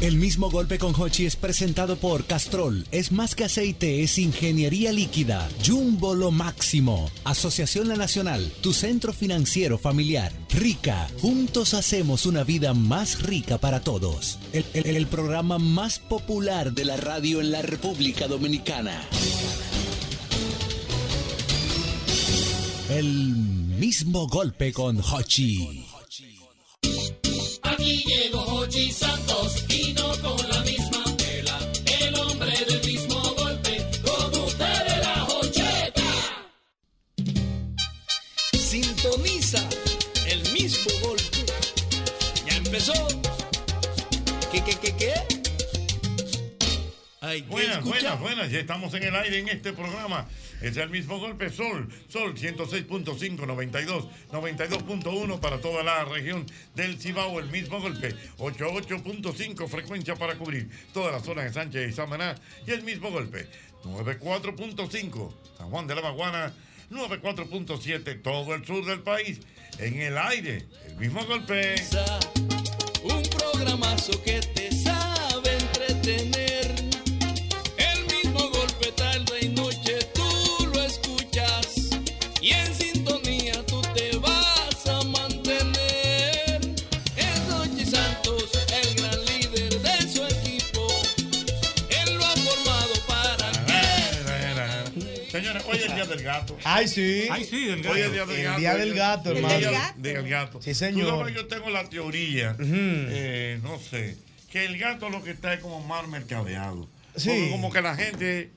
El mismo golpe con Hochi es presentado por Castrol. Es más que aceite, es ingeniería líquida. Jumbo lo máximo. Asociación La Nacional, tu centro financiero familiar. Rica, juntos hacemos una vida más rica para todos. El, el- el programa más popular de la radio en la República Dominicana. El mismo golpe con Hochi. Aquí llegó Hochi Santos y no con la misma tela. El hombre del mismo golpe, como usted de la Jocheta. Sintoniza el mismo golpe. Ya empezó. ¿Qué, qué, qué, qué? Ay, ¿qué Buenas, escucha? buenas, buenas. Ya estamos en el aire en este programa. Es el mismo golpe Sol. Sol 106.5, 92, 92.1 para toda la región del Cibao. El mismo golpe. 88.5 frecuencia para cubrir toda la zona de Sánchez y Samaná. Y el mismo golpe. 94.5 San Juan de la Maguana. 94.7 todo el sur del país. En el aire. El mismo golpe. Un programazo que te sabe entretener. El mismo golpe tarde y noche tú lo escuchas. Y en sintonía tú te vas a mantener. Es Noche Santos, el gran líder de su equipo. Él lo ha formado para Señores, hoy es el día del gato. Ay, sí. Ay, sí, del gato. Hoy es día del gato. ¿eh? El día del gato, El hermano. día del gato. Sí, Tú señor. sabes, yo tengo la teoría, eh, no sé, que el gato lo que está es como mal mercadeado. Sí. Porque como que la gente.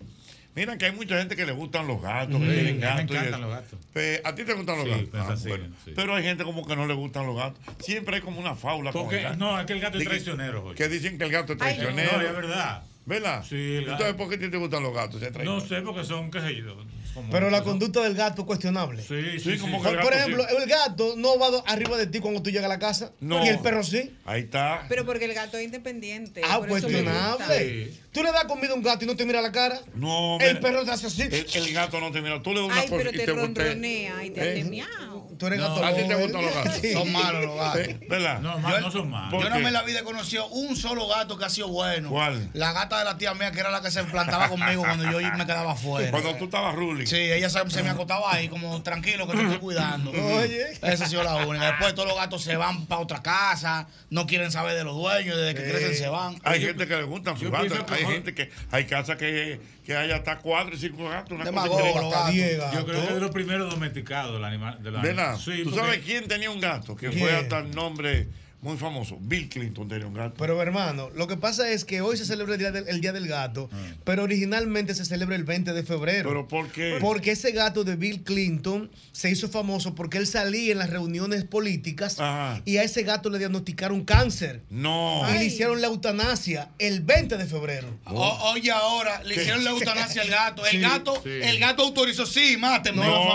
Mira que hay mucha gente que le gustan los gatos, que Sí, tienen me gatos. y encantan eso. los gatos. Pe- ¿A ti te gustan los Sí, gatos? pues, Ah, así, bueno. sí. Pero hay gente como que no le gustan los gatos. Siempre hay como una faula con Porque- el gato. no, es que el gato es Dicen- traicionero, Jorge. Que dicen que el gato es traicionero. No, es verdad. ¿Verdad? Sí, el gato. Entonces, ¿por qué a ti te gustan los gatos? ¿Se No sé, porque son, qué sé yo. como- Pero la conducta del gato es cuestionable. Sí, sí, sí. Por, por ejemplo, el gato no va do- arriba de ti cuando tú llegas a la casa. No. Y el perro sí. Ahí está. Pero porque el gato es independiente. Ah, Ah, por eso me gusta. cuestionable. Tú le das comida a un gato y no te mira la cara. No, El mira, perro te hace así. el, el gato no te mira. Tú le das una Ay, cosa pero y te te voltea. rondronea y te ¿Eh? hace miau. Tú eres No. gato. ¿A ti te lobo, gustan los ¿eh? gatos? Sí. Son malos los gatos. ¿Eh? ¿Verdad? No, mal, Yo- no son malos. ¿Por Yo no qué? me en la vida he conocido un solo gato que ha sido bueno. ¿Cuál? La gata de la tía mía, que era la que se plantaba conmigo cuando yo me quedaba afuera. Cuando tú estabas ruling. Sí, ella se, se me acotaba ahí, como tranquilo que te estoy cuidando. Oye. Esa ha sido la única. Después todos los gatos se van para otra casa, no quieren saber de los dueños, desde que Eh. crecen se van. Hay gente que le gustan sus yo gatos. pienso que Hay mejor- gente que. Hay casas que, que hay hasta cuatro y cinco gatos. Una cosa Demagogo, increíble. los Hasta gatos. diez Yo creo que es de gatos. los primeros domesticados del animal. De la- ¿Verdad? Sí, ¿Tú porque- sabes quién tenía un gato? Que fue ¿Quién? hasta el nombre muy famoso. Bill Clinton tenía un gato. Pero hermano, lo que pasa es que hoy se celebra el Día del, el Día del Gato, pero originalmente se celebra el 20 de febrero. Ah. ¿Pero por qué? Porque ese gato de Bill Clinton se hizo famoso porque él salía en las reuniones políticas Ajá. y a ese gato le diagnosticaron cáncer. No. Y le Ay. hicieron la eutanasia el 20 de febrero. Oh, O- oye, ahora le hicieron la eutanasia al gato. El Sí, gato, sí. el gato autorizó, sí, mátenme. No, la no,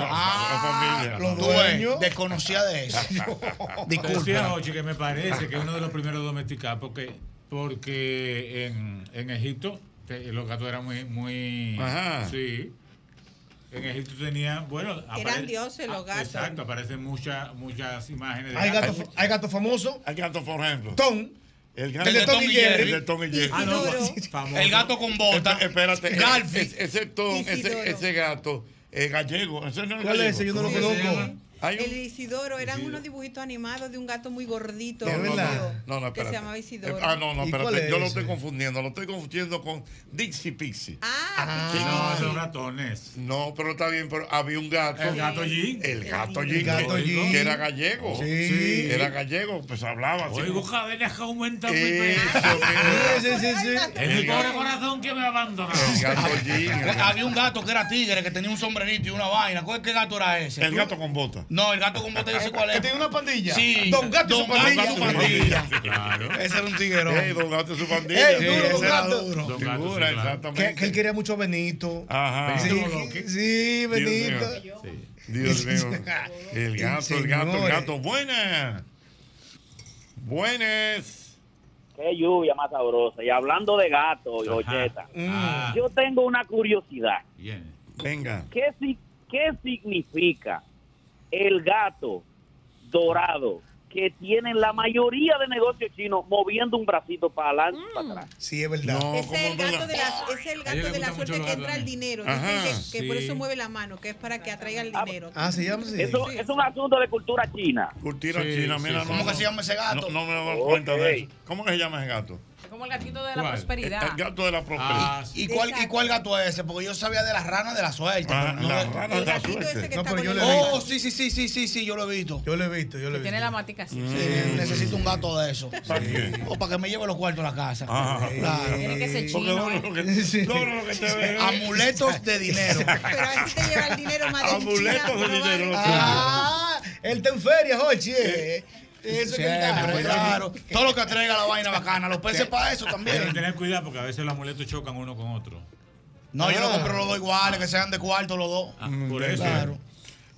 la- la Ah, familia. los Tú dos. ves, Dueño. desconocía de eso. Te Decía Disculpa. Jochi que me parece que es uno de los primeros domesticados porque, porque en, en Egipto te- los gatos eran muy, muy Ajá. sí. En Egipto tenían, bueno, apare- dioses los ah, gatos. Exacto, aparecen muchas, muchas imágenes de Hay gatos gatos. fa- hay gatos famosos. Hay gatos, por ejemplo. Tom. El gato El de Tom y Jerry. El de Tom y Jerry. Ah, no, Isidoro. fa- famoso. El gato con Espe- bota. Espérate. eh, Garfield. es- Ese Tom, Isidoro. ese, ese gato, eh, gallego. Ese no es ¿Cuál gallego. es ese? Yo no lo Sí, conozco. sí. Hay un- El Isidoro eran unos dibujitos animados de un gato muy gordito. Es No, no, verdad. rubio, no, no, que se espérate. llamaba Isidoro. Eh, Ah, no, no, ¿Y cuál espérate. es Yo lo ese? estoy confundiendo. Lo estoy confundiendo con Dixie Pixie. Ah, Sí, no, Ah. son ratones. No, pero está bien, pero había un gato. El gato Jean. El gato El Jean, gato que- Jean. Que era gallego. Sí. Sí, Era gallego, pues hablaba así. Oigo cadenas que aumentan mi Eso, pena. mira, Sí, sí, sí. Es mi pobre corazón que me abandonó. El gato Jean. el gato- Había un gato que era tigre, que tenía un sombrerito y una vaina. ¿Cuál- ¿Qué gato era ese? El gato con bota. No, el gato con bota, yo sé cuál es. Que tiene una pandilla. Sí. Don Gato y su Don Gato y pandilla. su pandilla. Claro. Ese era un tiguerón. Ey, don gato y su pandilla. Ey, Sí, duro, Don ese era Gato. duro. Don gato, sí, Figura, claro. exactamente. Que, que él quería mucho a Benito. Ajá. Sí, Benito Boloque. sí, Benito. mío. Dios mío. Ah, El gato, el gato, el Señores. gato. Buenas. Buenas. Qué lluvia más sabrosa. Y hablando de gato y gocheta, Mm. Mm. Ah, yo tengo una curiosidad. bien. Venga. ¿Qué, si- ¿Qué significa el gato dorado que tienen la mayoría de negocios chinos moviendo un bracito para adelante y para atrás. Sí, es verdad. Ese es el gato de la, ese es el gato de la suerte que entra el dinero. Dicen Ajá, que, que por sí. eso mueve la mano, que es para que atraiga Ah, el dinero. Ah, Eso es un asunto de cultura china. Cultura china, mira, no, no. No, no me he dado Ok. cuenta de eso. ¿Cómo que se llama ese gato? Es como el gatito de la ¿Cuál? El, el prosperidad. gato de la prosperidad. ¿Y cuál, ¿Y cuál gato es ese? Porque yo sabía de las ranas de la suerte. Ah, pero no la de- rana de la suerte. No, pero yo con le el he gato. visto. Oh, sí, sí, sí, sí, sí, sí, yo lo he visto. Yo lo he visto, yo lo he visto. Tiene la matica así. Sí, necesito un gato de eso. O para que me lleve los cuartos a la casa. Claro. Tiene que ser chino. ¿eh? Sí. Amuletos de dinero. Amuletos de dinero. Ah, él está en feria, Jochi. eh. Eso que está. Siempre, claro. Todo lo que traiga la vaina bacana. Los peces para eso Pero también. tener cuidado porque a veces los amuletos chocan uno con otro. No, yo no Ah. compro los dos iguales, que sean de cuarto los dos. Por eso. Claro.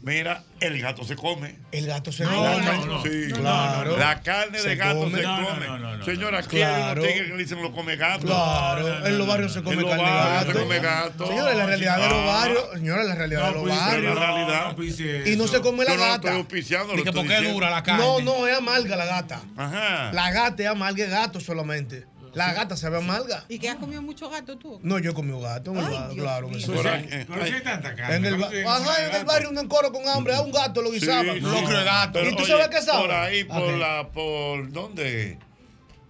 Mira, el gato se come. El gato se No, come. no, no. Sí, No, claro. no. La carne Se de gato come. se No, no, come. no, no, no, Señora, no. aquí hay unos Claro. tigres que le dicen lo come gato. Claro, en los barrios se come los carne de barrios se gato. come gato. Señores, la realidad de los Ah. barrios. Señores, la realidad de pues, los barrios. Y no se come la gata. Ni que por qué dura la carne. No, no, es amarga la gata. Ajá. La gata es amarga el gato solamente. La gata sabe amarga. ¿Y que has comido mucho gato tú? No, yo he comido gato en el barrio, claro. que sí. Pero sí- pero sí hay tanta carne. En el, ¿cómo ba- se- Ajá, en el barrio un encoro con hambre, a un gato lo guisaba. Sí, Locro de sí. gato. Pero, ¿Y tú oye, sabes qué sabe? Por ahí, por Ok. la, por dónde.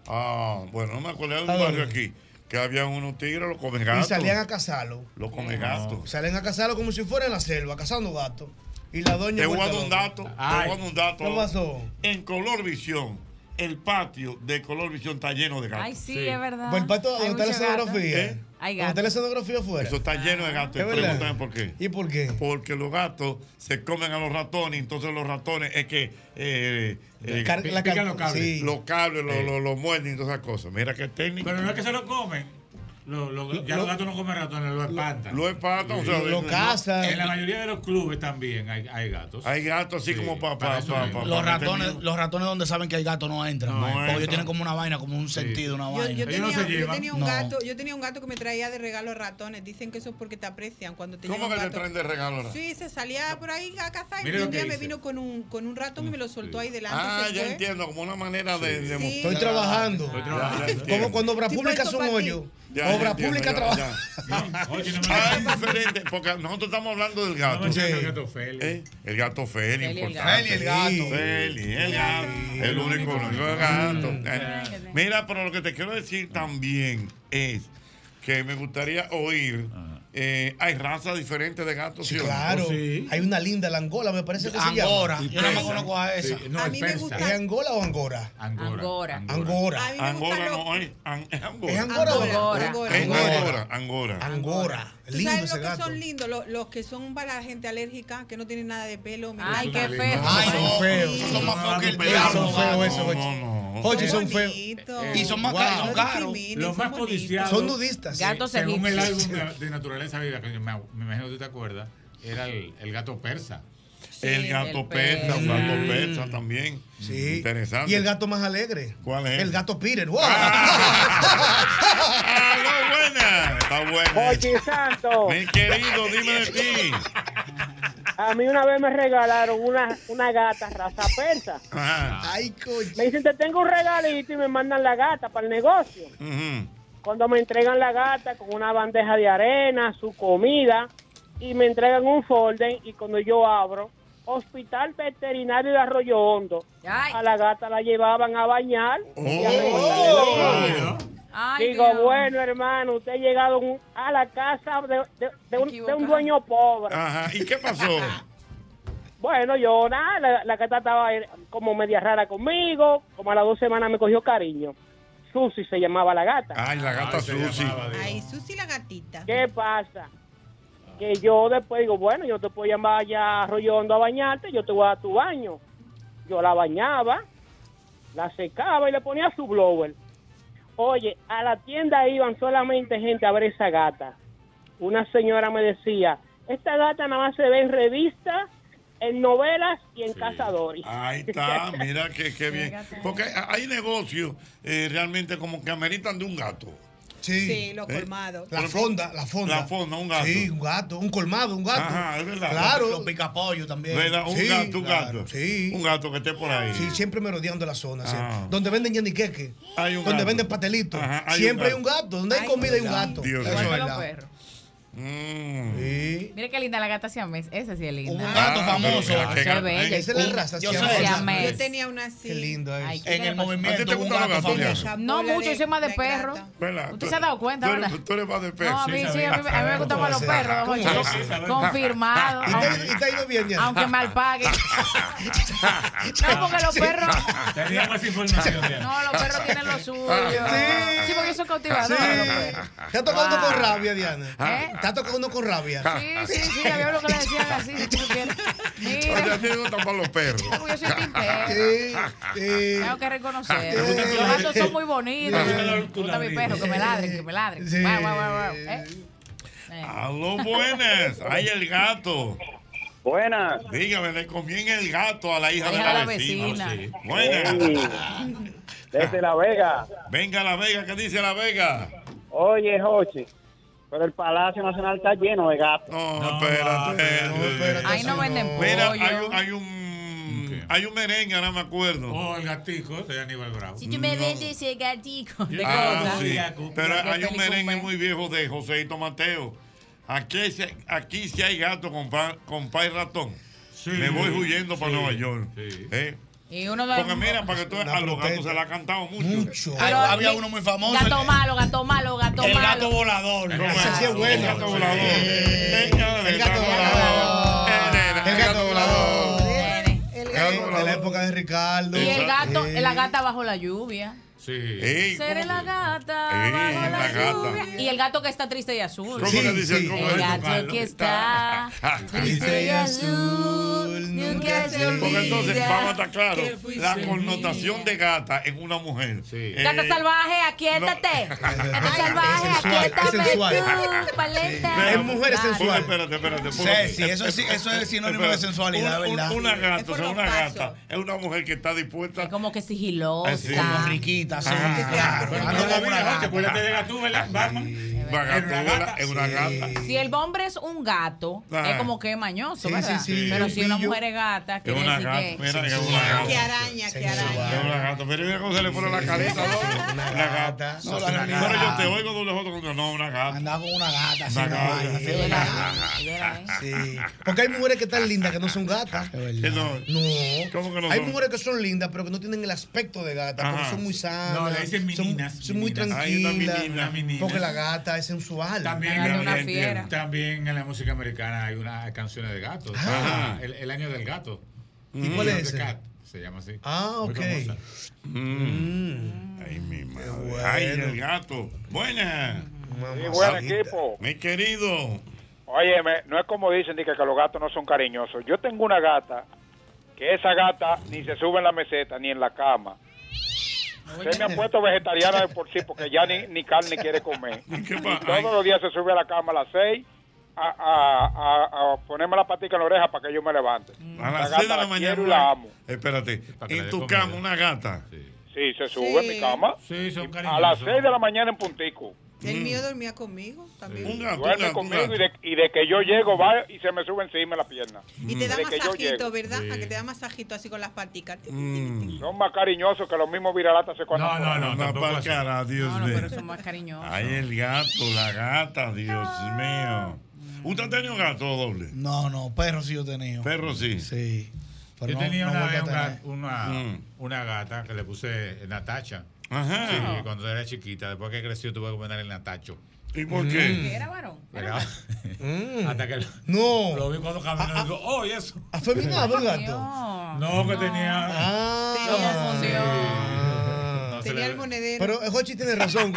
Ah, bueno, no me acuerdo de un ¿A barrio dónde? aquí que había unos tigres, los come Y salían a gatos. cazarlo. Los come gatos. Salen a cazarlo como si fuera en la selva, cazando gatos. Y Ah. la doña. Te voy a vuelta dar un loca. dato. Te voy Ay. a dar un dato. ¿Qué pasó? En Color Visión, el patio de Color Visión está lleno de gatos. Ay, sí, es verdad. Por el pato, Hay ¿dónde está la mucho gato. escenografía? ¿Eh? Hay ¿Dónde está la gatos. escenografía afuera? Eso está lleno de gatos. Es Y verdad. pregúntame por qué. ¿Y por qué? Porque los gatos se comen a los ratones, entonces los ratones es que eh, eh, Car- la pican car- los cables, sí. Eh. los cables, los Sí. los- los muerden y todas esas cosas. Mira qué técnica. Pero no es que se lo comen. Lo- lo- ya lo- los gatos no comen ratones, lo espantan. lo espantan, o sea, Lo- lo no- cazan. En la mayoría de los clubes también hay, hay gatos. Hay gatos así como para pa, eso pa- mismo. pa- Los pa- ratones, los ratones donde saben que el gato no entra. No porque entra. ellos tienen como una vaina, como un sentido, una Yo, vaina. yo tenía, yo tenía un No. gato, yo tenía un gato que me traía de regalo ratones. Dicen que eso es porque te aprecian cuando te ¿Cómo lleva un que te gato. traen de regalo ratones? Sí, se salía por ahí a cazar Mira y lo un que día me dice. vino con un con un ratón y me lo soltó ahí delante. Ah, se ya fue. entiendo, como una manera de, de mostrar- Estoy trabajando. Estoy trabajando. Como cuando obra Sí, pública es puesto un para ti. hoyo. Ya, ya obra entiendo, pública ya, trabaja. ya. Ah, es diferente, porque nosotros estamos hablando del gato. No me entiendo el gato Félix. Eh, El gato Feli, Feli, el importante. gato. Feli, el gato. Feli, el gato. El único, el único gato. Eh, Mira, pero lo que te quiero decir también es que me gustaría oír. eh, hay razas diferentes de gatos. Sí, o no? claro. Hay una linda, la Angola, me parece que se llama. Angora. Yo no me Persa. conozco a esa. Sí, no, A es mí me persa. gusta- ¿Es Angola o Angora? Angora. Angora. A mí me gusta Angora lo- no es. an- es Angora. ¿Es Angora o Angora. Es Angora. Angora. Angora. Angora. ¿Tú Lindo sabes ese los que gato. son lindos? Los, los que son para la gente alérgica, que no tienen nada de pelo. mira. Ay, qué feo. Ay, Son feos. Son más feos que el Pero diablo. Son feos esos, Jochi. Jochi, son Son feos. bonitos. Y Eh, son más Wow. caros, son caros. Discriminen, Los son más bonitos. codiciados. Son nudistas. Gatos Según el egipcios. álbum de, de Naturaleza Viva, que me, me imagino que tú te acuerdas, era el, el gato persa. El gato el persa, un gato persa también. Sí. Mm, Interesante. Y el gato más alegre. ¿Cuál es? El gato Peter. ¡Wow! ¡Aló, ah, buena! Está buena. Ochi Santo, Mi querido, dime de ti. a mí una vez me regalaron una, una gata raza persa. Ajá. Ay, coño. Me dicen, te tengo un regalito y me mandan la gata para el negocio. Ujú. Cuando me entregan la gata con una bandeja de arena, su comida, y me entregan un folder, y cuando yo abro, Hospital Veterinario de Arroyo Hondo, Ay. a la gata la llevaban a bañar. y a revisarle los Oh. ojos. Ay, Digo, Dios. bueno, hermano, usted ha llegado un- a la casa de, de- de un, de un dueño pobre. Ajá. ¿Y qué pasó? Bueno, yo nada, la, la gata estaba eh, como media rara conmigo, como a las dos semanas me cogió cariño. Susi se llamaba la gata. Ay, la gata Ay, se Susi. llamaba, digo. Ay, Susi la gatita. ¿Qué pasa? Que yo después digo, bueno, yo te puedo llamar ya a Arroyo Hondo a bañarte, yo te voy a dar tu baño. Yo la bañaba, la secaba y le ponía su blower. Oye, a la tienda iban solamente gente a ver esa gata. Una señora me decía, esta gata nada más se ve en revistas, en novelas y en cazadores. Ahí está, mira que, que bien. Porque hay negocios eh, realmente como que ameritan de un gato. Sí. Sí, los colmados. La fonda, la fonda. La fonda, un gato. Sí, un gato, un colmado, un gato. Ajá, es verdad. Claro. Los picapollos también. ¿Verdad? Un gato, un gato. Sí. Un gato que esté por ahí. Sí, siempre merodeando la zona. Ah. siempre. Donde venden yaniqueque. Hay un Donde gato. venden pastelitos. Ajá, hay un siempre gato. hay un gato. Donde hay Ay, pues. comida hay un sí. gato. Dios Eso mío. es Igual que los verdad. perros. Sí. Mira qué linda la gata siamés. Esa sí es linda. Un gato Ah, famoso. pero ya, Eso es que- bello. Esa es la raza Yo siamés. soy Yo siamés. tenía una así. Qué lindo Ay, En el ¿A ti movimiento, te un gustan los gato gatos, famoso. Diana? No Hola, mucho, yo de- soy más de de perro. ¿Verdad? Usted se ha dado cuenta, Tú ¿verdad? eres, tú eres más de perro. No, a mí sí, a mí, a mí me gustan más los perros. don ¿Cómo? Jorge. Sí, sabemos. Confirmado. ¿Y te ha ido- y te ha ido bien, Diana? Aunque mal paguen. No, porque los perros. Tenía más información. No, los perros tienen lo suyo. Sí, porque son cautivadores. los perros. ¿Te ha tocado uno con rabia, Diana? ¿Eh? ¿Te ha tocado uno con rabia? Ah. Sí, sí, sí, había uno que le decían así. tú quieres. O sea, a Mira, ti te gustan más los perros. porque yo soy team perro. Sí, sí. Tengo que reconocer. ¿Te gusta tu Los gatos ladrido? son muy bonitos. ¿Te gusta la- Me tu gusta mi ladrido? perro, que me ladren, que me ladren. Sí. Guau, guau, guau, guau. ¿Eh? A los buenas. Hay el gato. Buenas. Dígame, le conviene el gato a la hija La de hija la, de la vecina. vecina. Sí. Buenas. Ey, Desde La Vega. Venga la Vega, ¿qué dice la Vega? Oye, Joche, pero el Palacio Nacional está lleno de gatos. No, espérate. espérate. Ahí no venden Mira, hay pollo. un, hay un, hay un merengue, ahora me acuerdo. Oh, el gatico de Aníbal Bravo. Si tú me vendes ese gatico de Ah, cosas. sí. Pero Porque hay un Felipe merengue Humber- muy viejo de Joseito Mateo. Aquí, se- aquí sí hay gato con pa, con pa y ratón. Sí. Me voy huyendo para Sí. Nueva York. Sí. ¿Eh? Y uno de Porque mira, para que tú Una a los gatos protesta. se la ha cantado mucho. Mucho. Ay, Pero había mi- uno muy famoso. Gato el- malo, gato malo, gato El gato malo. volador. Como Ese sí es el bueno. gato volador. Eh, El gato volador. El gato volador. El Eh, gato. de la época de Ricardo. Y el gato, Eh, la gata bajo la lluvia. Sí. Ey, Seré ¿cómo la que- gata Sí, bajo la la gata. lluvia. Y el gato que está triste y azul. ¿Cómo Sí, que dice sí. cómo El es? gato que está triste y azul. Nunca se Porque entonces, vamos a olvida. estar claros, la connotación de gata en una mujer. Sí. Eh, Gata salvaje, aquíétate. Gata salvaje, Es sensual, es aquíétate sensual. tú. Paleta. Pero- Es mujer Porque, sensual. Espérate, espérate. porque- Ceci, eso, sí, eso es sinónimo de espérate. sensualidad, Un- un- ¿verdad? Una gata, o por sea, los una pasos. gata es una mujer que está Es dispuesta. como que Así, sigilosa. como Riquita, sí, Ajá. claro. Pero Ah, no no, la vi una anoche, gata. acuérdate de Gatú, ¿verdad? Vamos. Una gata, es una gata. Si el hombre es un gato, Ah. es como que es mañoso, Sí, ¿verdad? sí, sí. Pero si una Pillo. mujer es gata, Es quiere una decir gata. que. Mira, es una gata. Qué araña, qué Sensual. araña. Es una gata. Mira, mira cómo se le pone la cabeza. ¿no? La Una gata. gata. No, la Pero realidad. yo te oigo doble J cuando no, una gata. Andaba con una gata, así, Una no, gata. ay, Sí, es Yo la- verdad. yo la- Sí. Porque hay mujeres que están lindas que no son gatas. Que no. No. ¿Cómo que no Hay son? mujeres que son lindas, pero que no tienen el aspecto de gata, porque Ajá. son muy sanas. No, le dicen son- meninas, Son, muy meninas. Hay una tranquilas. menina, menina. Porque la gata es sensual. También, Una también- fiera. también en la música americana hay unas canciones de gatos. Ah. Ah, El, el año del gato. ¿Y cuál Year es of the ese? Cat, Se llama así. Ah, Muy ok. famosa. Mm. Ay, mi madre. bueno. Ay, el gato. Buena. Sí, Mamacita. buen equipo. Mi querido. Oye, no es como dicen de que, que los gatos no son cariñosos. Yo tengo una gata que esa gata ni se sube en la meseta ni en la cama. Se me ha puesto vegetariana de por sí porque ya ni, ni carne quiere comer. ¿Y ¿Qué pasa? Todos los días se sube a la cama a las seis a, a- a- a ponerme la patica en la oreja para que yo me levante. A La las gata 6 de la la mañana. quiero y la amo. Espérate. Para que le En dé tu comida. cama, una gata. Sí. Sí, se sube Sí. en mi cama Sí, son a cariñosos. las seis de la mañana en puntico. El mío dormía conmigo también. Mm. Un gato. un Duerme gato, un gato. conmigo y de, y de que yo llego va y se me sube encima la pierna. Y te da Desde que yo masajito, llego. ¿verdad? Sí. A que te da masajito así con las paticas. Mm. Son más cariñosos que los mismos viralatas se No, conocen. no, no, Anda tampoco pa'l así. cara, Dios No, no, mío. pero son más cariñosos. Ay, el gato, la gata, Dios mío. ¿Usted ha tenido gato doble? No, no, perro sí yo tenía. Perro sí. Sí. Pero Yo no- tenía no una, vuelvo a vez un tener. ga- una, Mm. una gata que le puse Natacha. Sí, Ajá. cuando era chiquita. Después que creció tuve que ponerle Natacho. ¿Y por ¿Qué qué? era varón? Pero- Mm. Hasta que lo, No. Ah, lo vi cuando caminó y digo, oh, ¿y eso? Afeminado el gato. No. No, que tenía... Ah. confundió. no se Tenía le- el monedero. Pero eh, Jochi tiene razón.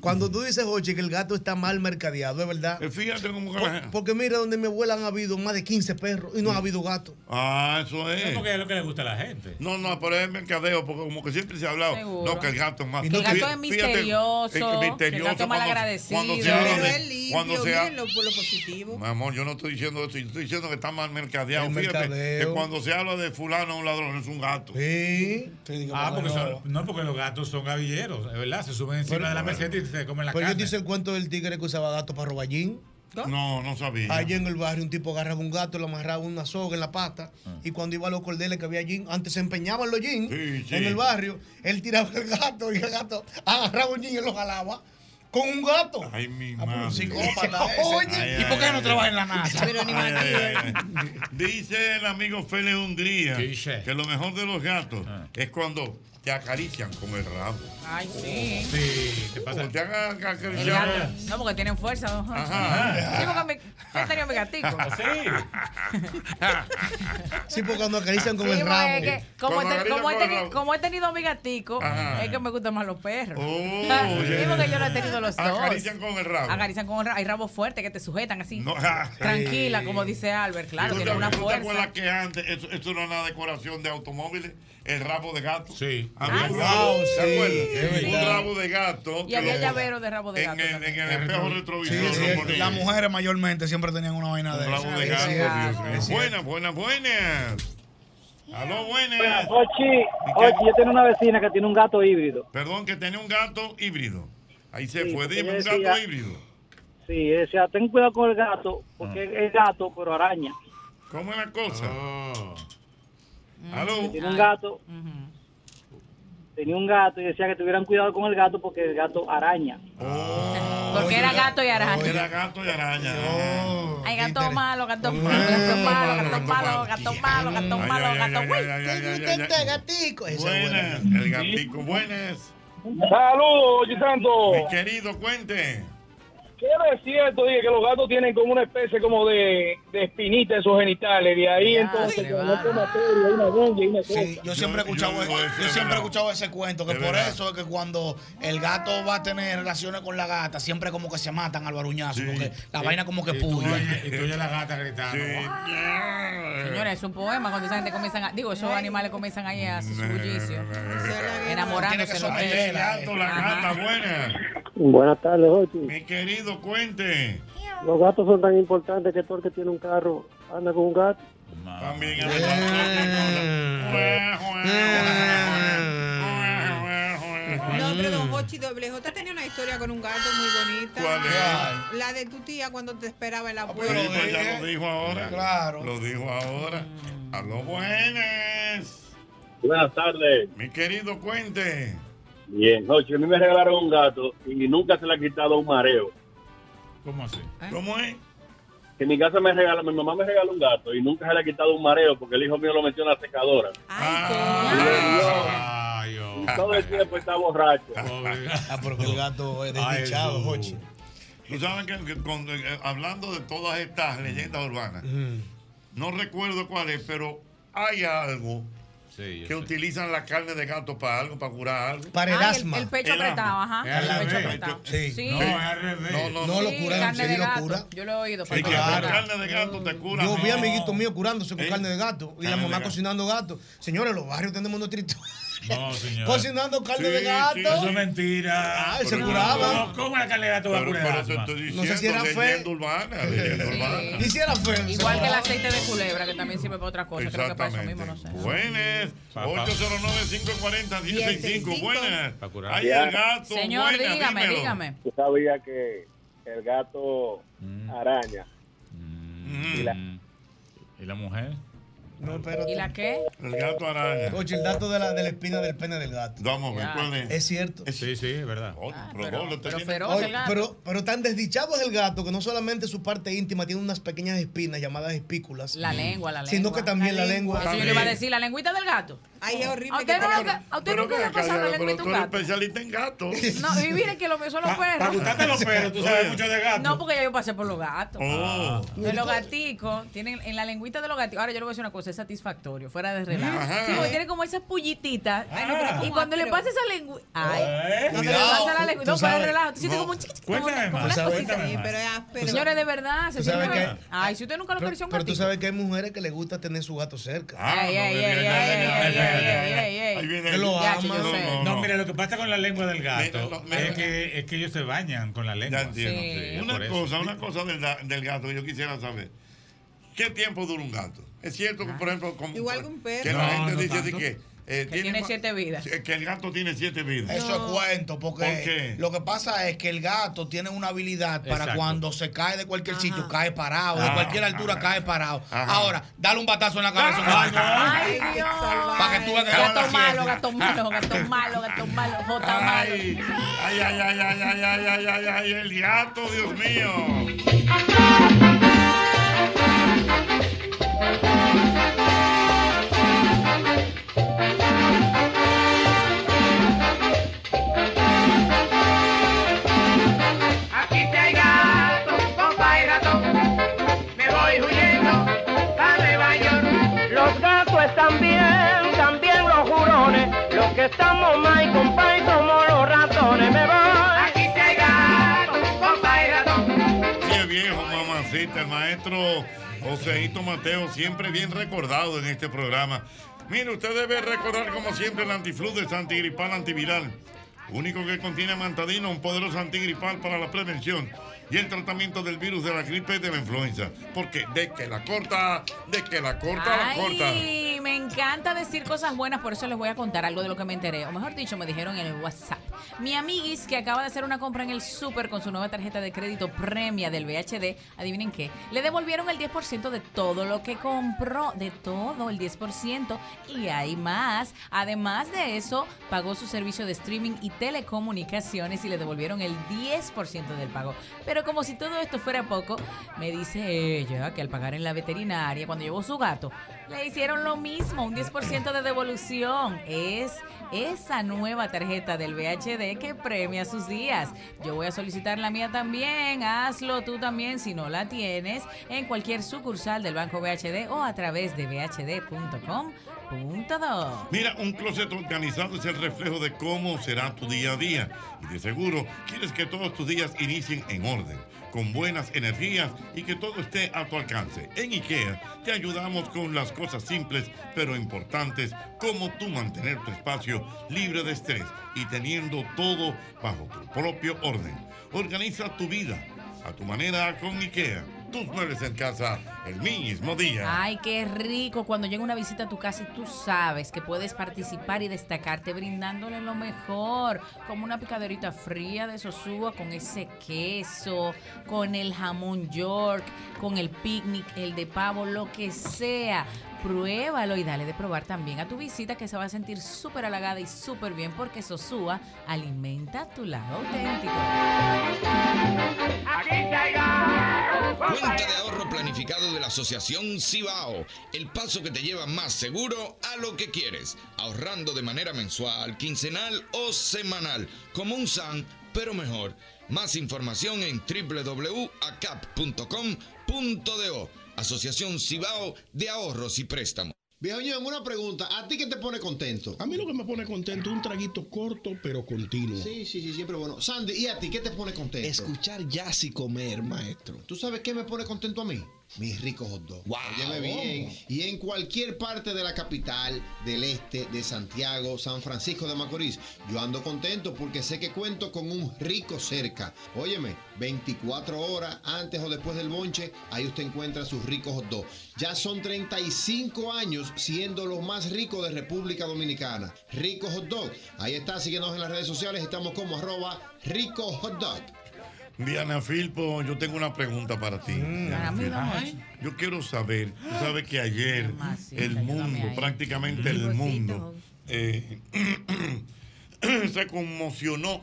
Cuando tú dices, Jochi, que el gato está mal mercadeado, es verdad. Eh, Fíjate cómo que la Po- gente- Porque mira, donde mi abuela han habido más de 15 perros y no ha habido gato. Ah, eso Es es. porque es lo que le gusta a la gente. No, no, pero es mercadeo, porque como que siempre se ha hablado, Seguro. no, que el gato es más... Y Fí- no- el gato es fíjate, misterioso, es que que el misterioso gato cuando- es malagradecido. cuando se Pero habla Pero de- es limpio, Cuando se ha- miren lo, por lo positivo. Mi amor, yo no estoy diciendo eso, yo estoy diciendo que está mal mercadeado. El Fíjate mercadeo. que cuando se habla de fulano, un ladrón es un gato. Sí. Sí, digo, Ah, pero porque no. son- no, porque los gatos gatos son gavilleros, es verdad, se suben encima Pero- de la meseta y se comen la Pero Pues yo te carne. hice el cuento del tigre que usaba gato para robar jean. No, no sabía. Allí en el barrio un tipo agarraba un gato, lo amarraba una soga en la pata y cuando iba a los cordeles que había jean, antes se empeñaban los jeans sí. en el barrio, él tiraba el gato y el gato agarraba un jean y lo jalaba con un gato. Ay, mi madre. Ah, psicópata ese. Oye. ¿Y por qué no trabaja en la NASA? Pero ni Ay, Matías. ay, ay. Dice el amigo Félix Hungría que lo mejor de los gatos es cuando te acarician con el rabo. Ay, sí. Sí, te pasa. Te hagan ac- acariciar. No, porque tienen fuerza. ¿no? Ajá. Sí, porque mi- yo tenía mi gatico. Ah. Sí, porque cuando acarician con Sí, el porque rabo. es que como, he, Cuando ten- como este he acarician con el teni- rabo. como he tenido mi gatico, Ajá. es que me gustan más los perros. sí, Oh, yeah. porque yo lo he tenido los dos. Acarician con el rabo. Acarician con el rabo. Hay rabos fuertes que te sujetan así. No, ah. Tranquila, Sí. como dice Albert, claro, ¿Tú te- tiene una tú te acuerdas fuerza. que antes eso, eso era una decoración de automóviles? El rabo de gato. Sí. Ah, sí. ¿Te acuerdas? Sí. Un rabo de gato. Y que había lo- llavero de rabo de en gato. el- en el espejo retrovisor. Sí, lo sí, ponían. Las mujeres mayormente siempre tenían una vaina de Un rabo esa. de Es gato, Dios cierto, mío. es cierto. Buenas, buenas, buenas. Aló, buenas. Buenas, Ochi, Ochi, yo tengo una vecina que tiene un gato híbrido. Perdón, que tenía un gato híbrido. Ahí se Sí, fue, porque dime, yo un decía- gato híbrido. Sí, ella decía, ten cuidado con el gato, Ah. porque es gato, pero araña. ¿Cómo es la cosa? Ah. Aló. Tiene un gato. Tenía un gato y decía que tuvieran cuidado con el gato porque el gato araña. Ah. Porque era gato y araña. Era gato y araña. Hay gato malo, gato malo, gato malo, gato malo, gato malo, gato malo, gato Este gatico. Ese es bueno. Buenas, el gatico, buenas. Saludos, Ochi Santo. Mi querido, cuente. ¿Qué es cierto? Dije que los gatos tienen como una especie como de, de espinita en sus genitales. De ahí entonces, cuando hay una materia, hay una ronda y una cosa. Sí, yo siempre he escuchado, yo siempre he escuchado ese cuento, que Es por verdad. eso es que cuando el gato va a tener relaciones con la gata, siempre como que se matan al baruñazo, porque la vaina como que puya. Y tú oyes la gata gritando. "Ah". Señores, es un poema cuando esa gente comienzan a, digo, esos animales comienzan ahí a hacer su bullicio, enamorándose los El eh. gato, la gata, buenas. Buenas tardes, Ochi. Mi querido, cuente. Los gatos son tan importantes que todo el que tiene un carro anda con un gato. También es verdad. No, pero Don Hochi Doble J tenía una historia con un gato muy bonita. ¿Cuál es? Ah, La de tu tía cuando te esperaba en la Pero puerta. Pues ya lo dijo ahora. Claro. Lo dijo ahora. Aló, Eh, buenas. Buenas tardes. Mi querido, cuente. Bien, Jochi, a mí me regalaron un gato y nunca se le ha quitado un mareo. ¿Cómo así? ¿Cómo es? Que en mi casa me regala, mi mamá me regaló un gato y nunca se le ha quitado un mareo porque el hijo mío lo metió en la secadora. Ah, Y todo el tiempo está borracho. Ah, porque el gato es desdichado, desdichado, Jochi. Tú sabes que, que con- eh, hablando de todas estas leyendas urbanas, Mm. no recuerdo cuál es, pero hay algo que utilizan la carne de gato para algo, para curar algo. Para el Ah, el- asma. el pecho apretado, ajá. Es al El pecho revés. apretado. Sí. Sí. No, Sí. es al revés. No, no, no. Sí, lo curan, carne sí, de lo gato. cura. Yo lo he oído. Sí, que Claro. la carne de gato te cura. Yo vi no. amiguitos míos curándose con ¿Eh? carne de gato y la Carne de mamá gato. cocinando gato. Señores, los barrios tenemos nuestra historia. No, señor. Cocinando carne Sí, de sí, gato. Eso es mentira. Ah, se curaba. No, ¿Cómo la carne de gato va a Pero, curar? pero te asma? estoy diciendo, No sé si era fe. leyenda urbana, leyenda urbana. Hiciera feo. Igual que el aceite de culebra, que también sirve para otra cosa. Pues Creo que para eso mismo, no sé. Buenas. 809-540-165. Buenas. Ahí Ya. el gato. Señor, buenas, dígame, dímelo. dígame. Yo sabía que el gato araña. Y la- Mm. ¿Y la mujer? No, espérate. ¿Y la qué? El gato araña. Oye, el dato de la, de la espina del pene del gato. Vamos a ver, Ya. ¿cuál es? Oh, Es cierto. Sí, sí, es verdad. Ah, Oye, pero, pero tan desdichado es el gato que no solamente su parte íntima tiene unas pequeñas espinas llamadas espículas. La lengua, la lengua. Sino que también la, lengua. Eso yo le iba a decir, la lengüita del gato. Ay, es horrible ¿A usted, que no, te- le- a usted Pero nunca le ven ha acá, pasado la Diana, pero lengüita a tú un eres gato? especialista en gatos. No, y miren que lo mío son los perros. Para gustarte los perros, tú sabes Oye. mucho de gato. No, porque ya yo pasé por los gatos. Oh. De los gaticos, tienen en la lengüita de los gaticos. Ahora yo le voy a decir una cosa, es satisfactorio, fuera de relajo. Ajá. Sí, porque tiene como esas pullititas. Ay, no, pero y ¿cómo cuando le áspero? pasa esa lengüita. Ay, Eh, cuando le cuidado. pasa la lengüita, Tú no, fuera de sabes. relajo. Tú sientes No. como un chiqui- como Cuéntame una- como más. una Tú sabes, cosita. cuéntame más. Pero es áspero. Señores, de verdad, se Tú Pues sabes siente- que- Ay, si usted nunca lo Pero, acarició un pero tú gatito. sabes que hay mujeres que les gusta tener su gato cerca. Ah, Ay, ay, ay, ay, ay, ay, ay, ay, ay. Que lo Ya, yo aman. sé. No, mira, lo que pasa con la lengua del gato es, que, es que ellos se bañan con la lengua. Ya entiendo, sí. por Una eso. cosa, una cosa del, da- del gato que yo quisiera saber. ¿Qué tiempo dura un gato? Es cierto que, por ejemplo, como- Igual que un perro. que No, la gente no dice tanto. de que eh, Que tiene siete vidas. eh, que el gato tiene siete vidas. Eso es cuento, porque ¿Por qué? lo que pasa es que el gato tiene una habilidad para Exacto. cuando se cae de cualquier sitio, cae parado, de Ah, cualquier altura cae parado. Ajá. Ahora, dale un batazo en la cabeza. Ay, Ay, Dios. Para que tú veas que no la Gato malo, sientes. gato malo, gato malo, gato malo, jota malo. Ay, ay, ay, ay, ay, ay, ay, ay, ay, ay, el gato, Dios mío. Aquí te hay gato, compa y ratón. Me voy huyendo para Nueva York. Los gatos están bien, también los jurones. Los que estamos más y compa y somos los ratones. Me voy. Aquí te hay gato, compa y ratón. Qué viejo, mamacita, el maestro Joseito Mateo, siempre bien recordado en este programa. Mire, usted debe recordar, como siempre, el antifludes antigripal antiviral, único que contiene mantadina, un poderoso antigripal para la prevención y el tratamiento del virus de la gripe y de la influenza. Porque de que la corta, de que la corta, la corta. Ay, me encanta decir cosas buenas, por eso les voy a contar algo de lo que me enteré. O mejor dicho, me dijeron en el WhatsApp. Mi amiguis que acaba de hacer una compra en el súper con su nueva tarjeta de crédito premia del VHD, adivinen qué, le devolvieron el 10% de todo lo que compró, de todo el 10% y hay más. Además de eso, pagó su servicio de streaming y telecomunicaciones y le devolvieron el 10% del pago. Pero como si todo esto fuera poco, me dice ella que al pagar en la veterinaria, cuando llevó su gato, le hicieron lo mismo, un 10% de devolución. Es esa nueva tarjeta del VHD que premia sus días. Yo voy a solicitar la mía también. Hazlo tú también si no la tienes en cualquier sucursal del Banco VHD o a través de bhd.com.do. Mira, un closet organizado es el reflejo de cómo será tu día a día. Y de seguro, quieres que todos tus días inicien en orden, con buenas energías y que todo esté a tu alcance. En IKEA te ayudamos con las cosas simples pero importantes, como tú mantener tu espacio libre de estrés y teniendo todo bajo tu propio orden. Organiza tu vida a tu manera con IKEA. Tus muebles en casa el mismo día. Ay, qué rico. Cuando llega una visita a tu casa y tú sabes que puedes participar y destacarte brindándole lo mejor, como una picadorita fría de Sosúa con ese queso, con el jamón York, con el picnic, el de pavo, lo que sea. Pruébalo y dale de probar también a tu visita que se va a sentir súper halagada y súper bien porque Sosúa alimenta tu lado auténtico. Cuenta de ahorro planificado de la Asociación Cibao. El paso que te lleva más seguro a lo que quieres. Ahorrando de manera mensual, quincenal o semanal. Como un SAN, pero mejor. Más información en www.acap.com.do. Asociación Cibao de Ahorros y Préstamos. Viejo Ñon, una pregunta. ¿A ti qué te pone contento? A mí lo que me pone contento es un traguito corto pero continuo. Sí, sí, sí, siempre bueno. Sandy, ¿y a ti qué te pone contento? Escuchar jazz y comer, maestro. ¿Tú sabes qué me pone contento a mí? Mis ricos hot dogs. Wow. Óyeme bien. Y en cualquier parte de la capital, del este, de Santiago, San Francisco de Macorís, yo ando contento porque sé que cuento con un rico cerca. Óyeme, 24 horas antes o después del bonche, ahí usted encuentra sus ricos hot dogs. Ya son 35 años siendo los más ricos de República Dominicana. Rico hot dog. Ahí está, síguenos en las redes sociales. Estamos como arroba rico hot dog. Diana Filpo, yo tengo una pregunta para ti. Diana Para Mm, mí, Filpo. vamos. Ay, Yo quiero saber, tú sabes que ayer el mundo, prácticamente el mundo, eh, se conmocionó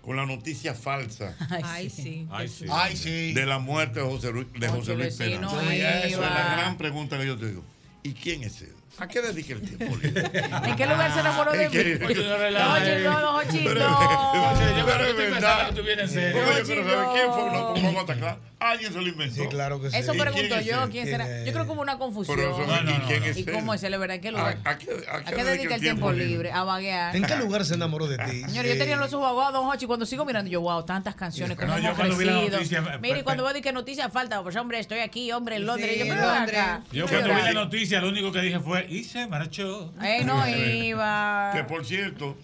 con la noticia falsa. Ay, sí. Ay, sí. De la muerte de José Luis, de José Luis Pérez. vecino, Esa ahí es la va. gran pregunta que yo te digo. ¿Y quién es él? ¿A qué dedica el tiempo? ¿En qué lugar se enamoró de ¿En qué- mí? Oye, no Oye, relajes. no, los ochitos. Pero es verdad. Oye, pero Oye, ¿sabes no. quién fue? No, pues, vamos a atacar. Alguien se lo inventó. Pues Sí, claro que Eso pregunto yo, ¿quién será? Yo creo que hubo una confusión. Pero eso, No, no, ¿y no, quién no. Ah, es ¿Y él? cómo es él, verdad? ¿En qué lugar? ¿A, a qué, a ¿A qué dedica el tiempo libre? A vaguear. ¿En qué lugar se enamoró de ti? Señor, yo tenía los ojos aguados, Don Hochi, cuando sigo mirando, yo, wow, tantas canciones, cómo No, yo hemos cuando vi la crecido. noticia, Mire, per- pues, y cuando veo de que noticia falta, pues hombre, estoy aquí, hombre, en Londres. Sí, yo, en pero ven Londres. acá. pues, Yo cuando vi la noticia, lo único que dije fue, y se marchó. Eh, no iba. Que por cierto,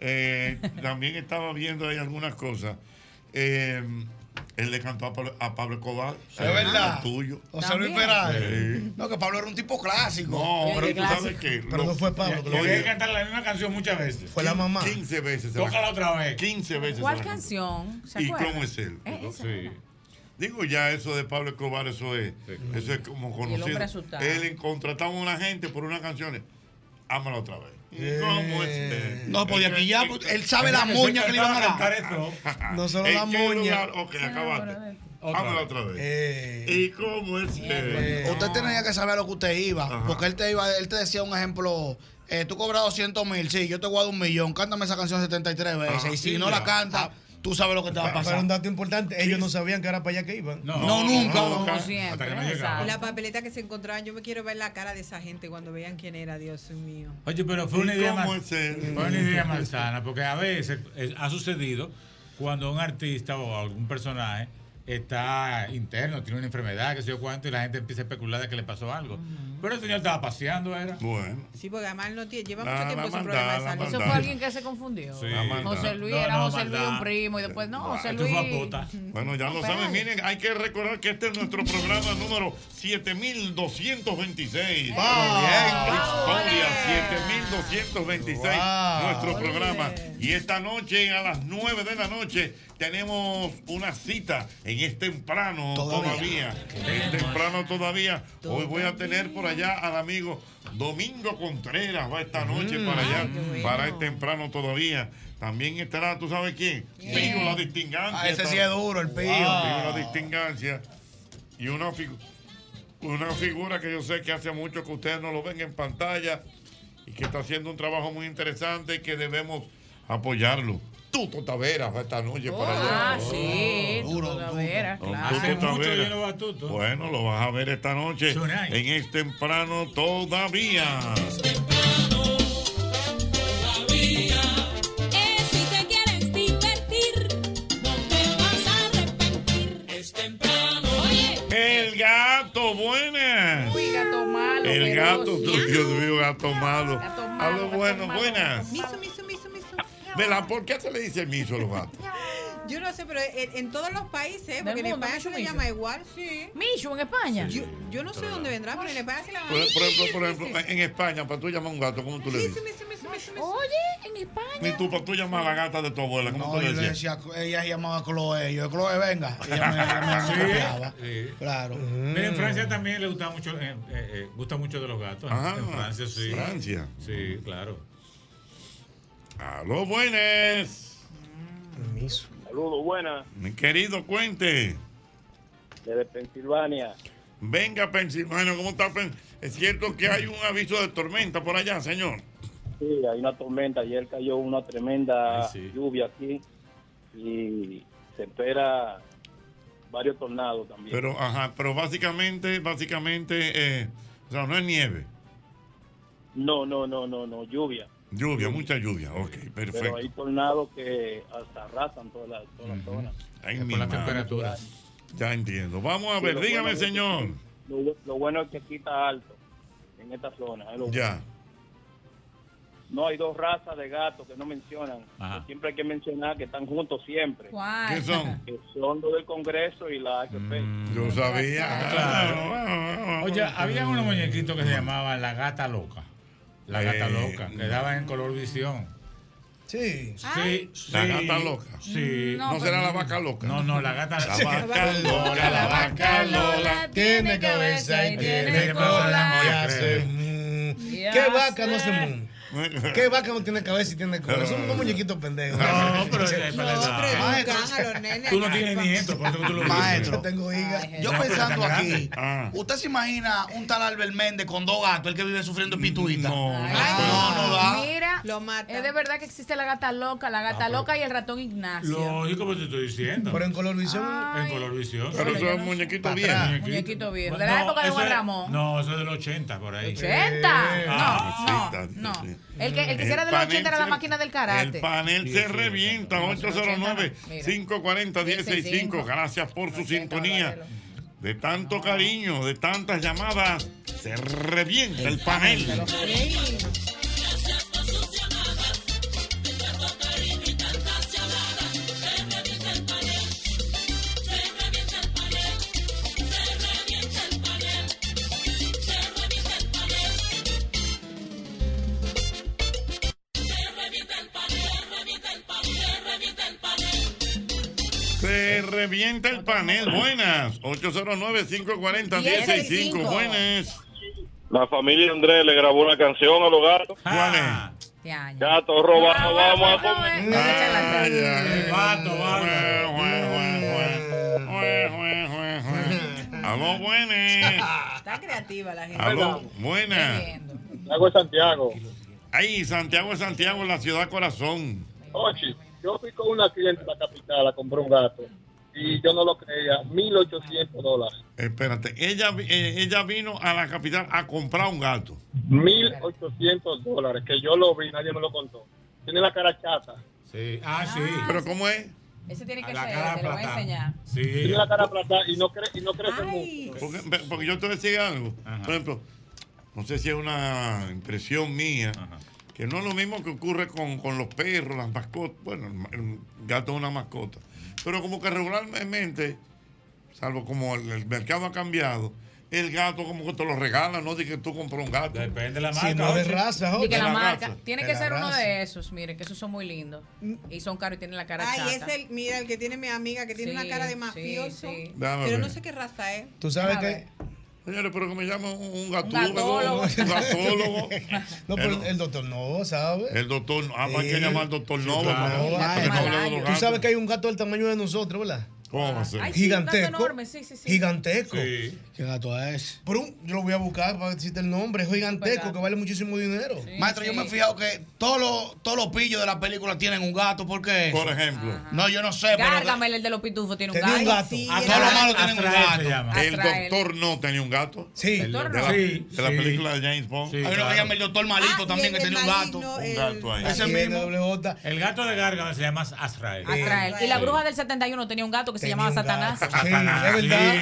eh, también estaba viendo ahí algunas cosas. Eh, Él le cantó a Pablo, a Pablo Escobar. Es verdad. El tuyo. José Luis Perales. Sí. No, que Pablo era un tipo clásico. No, pero tú sabes que. Pero no fue Pablo que lo Le dejé hizo. cantar la misma canción muchas veces. Fue la mamá. 15 veces. se la- Tócala otra vez. 15 veces. se ¿Cuál la cantó. canción? ¿Se ¿Y acuerdan? cómo es él? Pues, Eh, esa. Sí. Digo, ya eso de Pablo Escobar, eso es, eso es como Y el hombre conocido. asustado. Él contrataba a una gente por unas canciones. Ámala otra vez. ¿Cómo es? eh? No, pues de aquí ya, pues, él sabe Eh, la eh, moña se que le iban a cantaba dar. cantar esto. No solo ¿En qué la moña. lugar? Ok, Se enamoró de acabaste. él. Ámala otra vez. ¿Y cómo es? eh? Eh. Usted tenía que saber a lo que usted iba. Porque él te iba, él te decía un ejemplo. eh, tú cobras 200 mil, sí, yo te guardo un millón. Cántame esa canción 73 veces. Ah, y si sí, no la ya. canta, tú sabes lo que te va a Pero pasar. un dato importante, ellos no sabían que era para allá que iban. No, No, nunca. nunca. Como Hasta siempre. que no exacto. llegaba. La- La papeleta que se encontraban, yo me quiero ver la cara de esa gente cuando vean quién era, Dios mío. Oye, pero fue ¿Y una idea, cómo mal- es él? fue una idea malsana, porque a veces eh, ha sucedido cuando un artista o algún personaje está interno, tiene una enfermedad, que sé yo cuánto, y la gente empieza a especular de que le pasó algo. Pero el señor estaba paseando, era. Bueno. Sí, porque además no tiene, lleva La- mucho la tiempo sin maldad, problema de la salud. Eso fue alguien que se confundió. Sí. La maldad. José Luis No, era no, José Luis maldad. Ah, un primo y después no, José Esto Luis. fue a pota. Bueno, ya lo Operado. saben, miren, hay que recordar que este es nuestro programa número 7226. Wow. Historia 7226, Wow. nuestro programa. Y esta noche a las 9 de la noche tenemos una cita en es temprano Todavía. todavía. Es temprano todavía. Hoy voy a tener por allá al amigo Domingo Contreras, va esta Mm. noche para allá, para es temprano todavía. También estará, ¿tú sabes quién? Pío la distingancia. Ah, ese está- sí es duro, el Pío. Pío la distingancia. Y una, figu- una figura que yo sé que hace mucho que ustedes no lo ven en pantalla y que está haciendo un trabajo muy interesante y que debemos apoyarlo. Tuto Taveras va esta noche para Oh, allá. Oh. Ah, sí. Duro, Taveras, Don claro. Tuto Taveras. yo no veo a Tuto. Bueno, lo vas a ver esta noche en Es Temprano Todavía. Eh, si te quieres divertir, no te vas a arrepentir. Es temprano. Oye, El gato, buenas. Uy, gato malo. El gato, feroz. Dios mío, gato malo. A lo bueno, malo. buenas. Miso, miso, miso, miso. Vela, ¿por qué se le dice el miso a los gatos? Yo no sé, pero en, en todos los países, ¿eh? porque en mundo, España se miso, le miso. llama igual, sí. Micho en España. Yo, yo no sé dónde vendrá, pero en España se le llama Por, por ejemplo, por ejemplo, en España, para tú llamar a un gato, ¿cómo tú le dices? Oye, en España. Ni tú, para tú llamar a la gata de tu abuela, ¿cómo No, tú le yo le decías? decía, ella se llamaba Chloe. Yo, Chloe, venga. Ella me- ella me copiaba. Sí. Claro. Mm. Mira, en Francia también le gusta mucho, eh, eh, eh, gusta mucho de los gatos. Ah, en Francia, sí. Francia. Sí, claro. A los buenas. Saludos, buenas, Mi querido Cuente. desde Pensilvania. Venga, Pensilvania, ¿cómo está? Pen- Es cierto que hay un aviso de tormenta por allá, señor. Sí, hay una tormenta. Ayer cayó una tremenda Ay, sí. lluvia aquí y se espera varios tornados también. Pero, ajá, pero básicamente, básicamente, eh, o sea, no es nieve, No, no, no, no, no, lluvia. lluvia, mucha lluvia. Ok, Pero perfecto. hay tornados que hasta arrasan toda la, toda la zona. Ahí mismo. Ya entiendo. Vamos a Sí, ver, lo dígame, bueno es que- señor. Lo, lo bueno es que aquí está alto, en esta zona. es lo bueno. Ya. No, hay dos razas de gatos que no mencionan. Ajá. que Siempre hay que mencionar que están juntos siempre. ¿Cuál? ¿Qué son? Mm, Que son los del Congreso y la AFP. Yo sabía. Ah, Claro. Oye, había unos muñequitos que se llamaba la gata loca. La gata Eh, loca, que daba en color visión. Sí. Sí, sí. La gata loca. Sí. No, ¿No será pero- la vaca loca? No, no, la gata La vaca loca, la vaca lola. Tiene cabeza y tiene cola. y hace mm. ¿Qué vaca no Eh. hace mm? ¿Qué vaca no tiene cabeza y tiene cola? Son unos muñequitos pendejos. No, pero es- es para la edad. Maestro, Tú no tienes nietos, por eso que tú lo dices. Maestro, tengo Yo No, pero pensando tan aquí, grande. Ah. ¿usted se imagina un tal Albert Méndez con dos gatos, el que vive sufriendo Mm, en pituita? No, no, da. Mira, es de verdad que existe la gata loca, la gata loca y el ratón Ignacio. Lógico, pues te estoy diciendo. Pero en color visión. En color visión. Pero eso es muñequito bien. Muñequito viejo. Pues De la época de Juan Ramón. No, eso es del 80 por ahí. Eh, ¿80? Ah, No, no, no. El que, el que hiciera El de los 80 panel era la se- máquina del El karate. panel se revienta. 809-540-165. Gracias por su sintonía. De tanto cariño, de tantas llamadas, se revienta el panel. se revienta el panel. Se revienta el panel. Buenas. 809-540-1065. Buenas. La familia Andrés le grabó una canción a los gatos. Ah. ¿Cuál es? Gatos robados, vamos a comer. Ah. Aló, buenas. Está creativa la gente. Aló, buenas. Santiago es Santiago. Ahí, Santiago es Santiago, la ciudad corazón. Oye, yo fui con una cliente de la capital a comprar un gato y yo no lo creía, 1800 dólares. Espérate, ella, vi- eh, ella vino a la capital a comprar un gato. 1800 dólares, que yo lo vi, nadie me lo contó. Tiene la cara chata. Sí. Ah, sí. ¿Pero cómo es? Ese tiene que la ser, cara te lo voy a plata. enseñar. Sí. Tiene la cara plata y no, cre- y no crece mucho. Porque, porque yo te voy a decir algo. Por ejemplo, no sé si es una impresión mía, que no es lo mismo que ocurre con, con los perros, las mascotas. Bueno, el ma- el gato es una mascota. Pero como que regularmente, salvo como el, el mercado ha cambiado, el gato como que te lo regalan, no de que tú compras un gato. Depende de la Si marca, no de oye. raza, Y que De la la marca. raza. Tiene De que la ser uno raza. de esos, miren, que esos son muy lindos. Y son caros y tienen la cara Mm. Ay, chata. es el, mira, el que tiene mi amiga, que tiene Sí, una cara de sí, mafioso. sí. Déjame Pero no ver. sé qué raza es. ¿Tú sabes A qué? ver. Señores, pero que me llama un, un gatólogo. gatólogo. Un gatólogo. No, pero el doctor no, ¿sabes? El doctor, ah, pues hay que Eh, Sí. llamar al doctor Nova. claro. ¿no? Para que nos hable de los Tú gatos. sabes que hay un gato del tamaño de nosotros, ¿verdad? ¿Cómo va a ser? Ay, sí, un gato Gigantesco. enorme, sí, sí, sí. Gigantesco. Sí. ¿Qué gato es? Pero yo lo voy a buscar para decirte el nombre. Es gigantesco, que vale muchísimo dinero. Maestro, yo me he fijado que todos los, todos los pillos de la película tienen un gato, ¿por qué? Por ejemplo. No, yo no sé, pero. Gargamel, el de los pitufos, tiene un Tenía gato. un gato. Ay, sí, A era- todos los malos tienen un Azrael se gato. llama. El Azrael. doctor no tenía un gato. Sí. de Doctor la, no. de la Sí. película de James Bond. Hay uno que llama el doctor Ah, Malito también, que tenía un gato. Un gato ahí. Ese mismo. El gato de Gargamel se llama Azrael. Azrael. Y la bruja del 71 tenía un gato que se llamaba Satanás. Satanás. es verdad.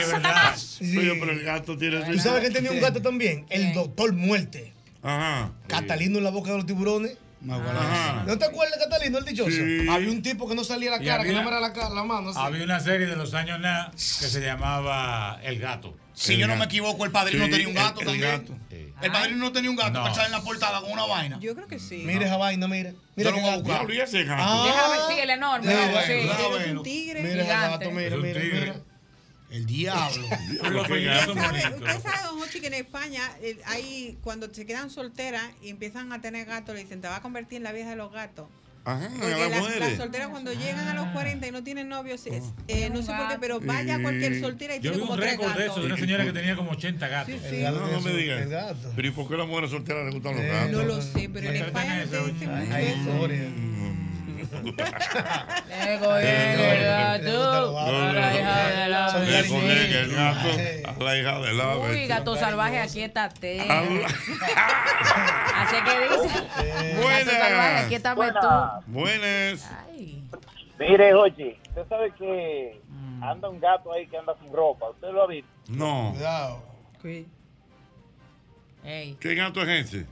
Sí, es verdad. Oye, pero el gato tiene. ¿Tú sabes quién tenía un gato también? El doctor Muerte. Ajá. Catalino en la boca de los tiburones. Ajá. ¿No te acuerdas de Catalino, el dichoso? Sí. Había un tipo que no salía la Y cara, que había- no me era la, cara, la mano. así. Había una serie de los años na que se llamaba El Gato. Si yo no me equivoco, el padrino Sí, tenía un gato el- el también. gato. El padrino no tenía un gato, No. que él sale en la portada con una vaina. Yo creo que sí. Mira esa vaina, Ah. mira. Mira qué gato. Déjame, sí, el enorme. Déjame sí, verlo, Ah, sí. déjame verlo. tigre Mira ese gigante. gato, mira, mira, mira. El diablo. Usted sabe, don Hochi, que en España eh, hay, cuando se quedan solteras y empiezan a tener gatos, le dicen, te vas a convertir en la vieja de los gatos. Ajá, Porque a las las, las mujeres. solteras cuando llegan a los 40 y no tienen novios, es- Oh. eh, no sé por qué, pero Sí. vaya cualquier soltera y Yo tiene vi un como tres récord de eso, de una Y- gatos. señora que tenía como 80 gatos. El gato no, no me digas. Pero ¿y por qué a las mujeres solteras les gustan los gatos? No lo sé, pero en España no te dicen mucho eso. Luego viene el gato. a la hija de la Le vecina. conecta el gato a la hija de la Uy, vecina. gato salvaje, aquíétate. Habla- Así que dice. Gato salvaje, Buenas. aquíétame tú. Buenas. Mire, oye, usted sabe que anda un gato ahí que anda sin ropa. ¿Usted lo ha visto? No. Ey. ¿Qué gato es ese?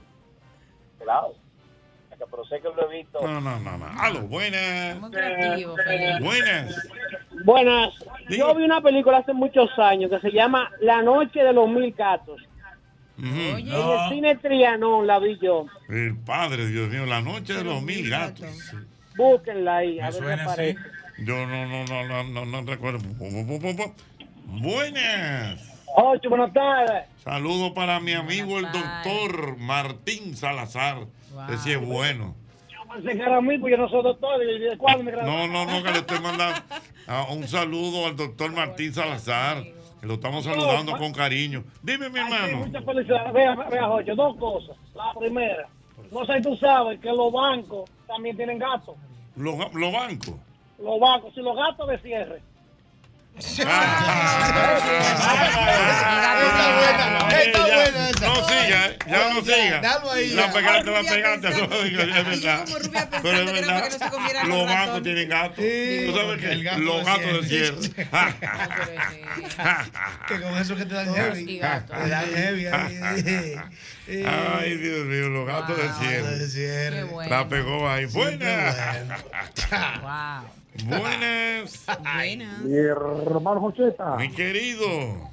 Claro. Acá, Pero sé que lo he visto. No, no, no, no. Aló, buenas. creativo, Buenas. Buenas. Yo vi una película hace muchos años que se llama La Noche de los Mil Gatos. Ujú. En el cine Trianón la vi yo. El padre, Dios mío, la noche de los mil gatos. Búsquenla ahí, a Me ver qué suena así. aparece. Yo no, no, no, no, no, no recuerdo. Bu- bu- bu- bu- Buenas. Ocho, buenas tardes. Saludo para mi amigo el Buenas doctor Martín Salazar. Que sí es bueno. Se quedaron a mí, pues yo no soy doctor. ¿y de cuándo me gradué? No, no, no, que le estoy mandando ah, un saludo al doctor Martín Salazar. Que lo estamos saludando con cariño. Dime, mi hermano. Muchas felicidades. Vea, vea, Jocho, dos cosas. La primera, no sé si tú sabes que los bancos también tienen gatos. Los los bancos. Los bancos, si los gatos de cierre. Ah. Ah, Está buena Ah, esa. No siga, eh, ya no siga. dalo ahí, La ya. pegaste, la Rubia pegaste. pensando- no, Es verdad. Pero es verdad. Los bancos tienen gatos. Sí, Tú sabes el que gato los de gatos de cierre. cierre. Que con eso que te dan heavy. y gatos. Te dan heavy ahí. Ay, Dios mío, los gatos de cierre. La pegó ahí. Buenas. Buenas. Mi hermano Jocheta, Mi querido.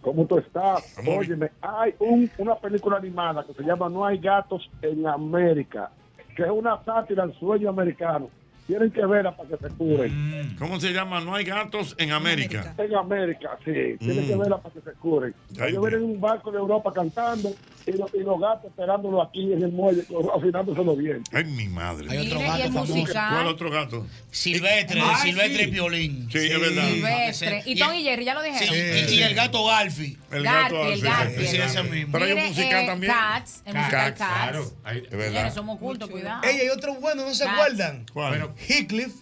¿cómo tú estás? Óyeme, hay un- una película animada que se llama No hay gatos en América, que es una sátira al sueño americano. Tienen que verla para que se curen. ¿Cómo se llama? No hay gatos en América. En América, sí. Tienen Mm. que verla para que se curen. Ya Ellos ven en un barco de Europa cantando y, lo- y los gatos esperándolo aquí en el muelle, afinándose los dientes. Ay, mi madre. Hay otro Mira, gato y el famoso. musical. ¿Cuál otro gato? Silvestre, Ay, sí. Silvestre y Piolín. Sí, es verdad. Silvestre. Y Tom y Jerry, ya lo Sí, dijeron. y- y el gato Garfi. El gato Garfield, hace- Garfield. Sí, ese mismo. Pero hay un Mire, musical eh, también. Cats, el musical Cats. Claro. Ahí- Es Señores, verdad. somos cultos, cuidado. Ella y otro bueno, ¿no se Cats. acuerdan? ¿Cuál? Heathcliff.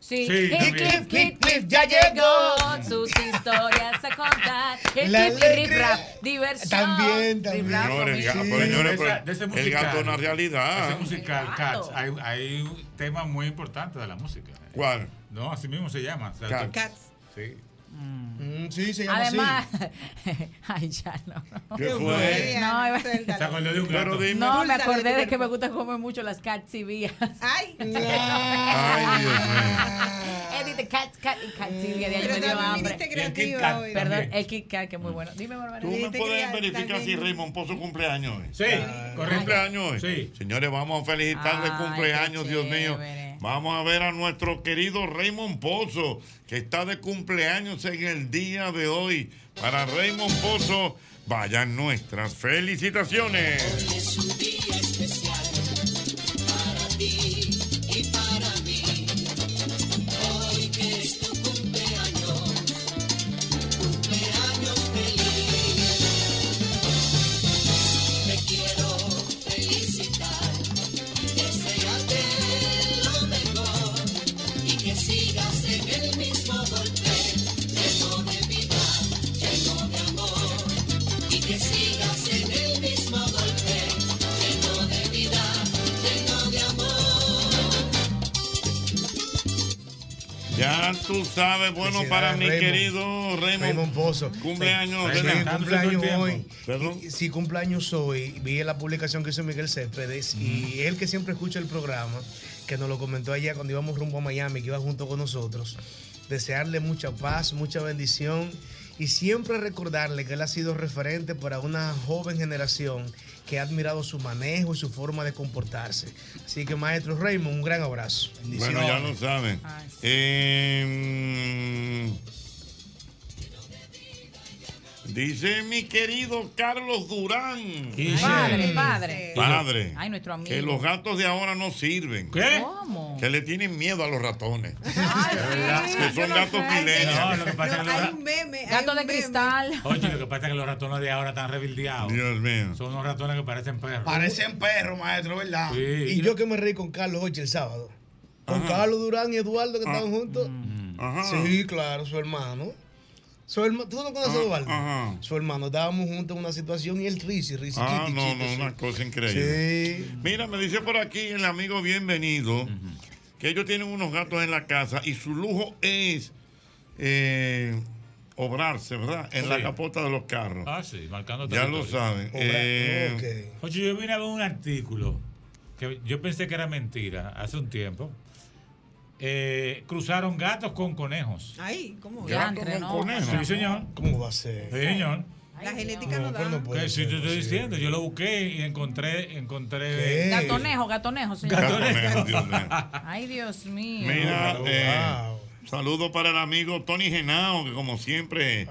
Sí, Sí, también. Heathcliff, Heathcliff ya llegó sus historias a contar. La Heathcliff y alegría. Riff Raff, diversión. También, también. Riff Raff, Señores, familia. ga- pues, pero, señores, De esa- pero de ese el musical. gato es una realidad. Ese musical, Claro. Cats, hay, hay un tema muy importante de la música. ¿Cuál? No, así mismo se llama. O sea, Cats. tú- Sí. Mm. sí, se llama Además, ay, ya no. ¿Qué fue? No, iba- Se acordó de un gato. Pero dime. No, me acordé de que me gusta comer mucho las cats y vías. Ay, Ay, Dios mío. Edith, cat, Eh, cat y cat y vías. Pero De ahí me dio también hambre. viniste Y el creativa Kit Kat hoy. Perdón, también. el Kit Kat, que es muy bueno. Dime, Bárbara. Tú me puedes verificar si Raymond Pozo cumpleaños hoy. Sí, correcto. Cumpleaños hoy. Señores, vamos a felicitarle Ay, cumpleaños, qué Dios mío. Vamos a ver a nuestro querido Raymond Pozo, que está de cumpleaños en el día de hoy. Para Raymond Pozo, vayan nuestras felicitaciones. Es un día especial para ti y para mí. Hoy que es tu cumpleaños, cumpleaños feliz. Te quiero felicitar, desearte lo mejor y que sigas en el mismo golpe, lleno de vida, lleno de amor y que sigas en el mismo golpe, lleno de vida, lleno de amor. Ya tú sabes, bueno, para mi Raymond. querido Raymond. Raymond Pozo. Cumpleaños, Sí, ¿verdad? cumpleaños Tanto hoy. Perdón. Y- Sí, cumpleaños hoy. Vi la publicación que hizo Miguel Céspedes y él que siempre escucha el programa, que nos lo comentó ayer cuando íbamos rumbo a Miami, que iba junto con nosotros. Desearle mucha paz, mucha bendición y siempre recordarle que él ha sido referente para una joven generación que ha admirado su manejo y su forma de comportarse. Así que, maestro Raymond, un gran abrazo. Bueno, ya lo saben. Eh, dice mi querido Carlos Durán. Padre, padre. Padre. Ay, nuestro amigo. Que los gatos de ahora no sirven. ¿Qué? ¿Cómo? Que le tienen miedo a los ratones. sí, que yo son lo gatos sé. milenios. No, lo que pasa es que los- meme. Gato de cristal. Oye, lo que pasa es que los ratones de ahora están rebildeados. Dios mío. Son unos ratones que parecen perros. Parecen perros, maestro, ¿verdad? Y yo que me reí con Carlos hoy el sábado. Con Carlos Durán y Eduardo que Ah. estaban juntos. Mm. Sí, claro, su hermano. Su herma- ¿Tú no Ah, conoces a Eduardo? Su hermano, estábamos juntos en una situación y él Rizzi, Rizzi Ah, chiqui, no, chiqui, no, sí. una cosa increíble. Mira, me dice por aquí el amigo bienvenido que ellos tienen unos gatos en la casa y su lujo es eh, obrarse, ¿verdad? En la Sí. capota de los carros. Ah, sí, marcando Ya territorio. lo saben. Obra- Eh, Oye, yo vine a ver un artículo que yo pensé que era mentira hace un tiempo. Eh, cruzaron gatos con conejos. Ay, ¿cómo? Sí, señor. ¿Cómo va a ser? Sí, señor. La genética no, da. Que sí, te estoy diciendo, yo lo busqué y encontré, encontré. Gatonejo, gatonejo, señor. Gatonejo. Ay, Dios mío. Mira, eh, saludo para el amigo Tony Genao, que como siempre,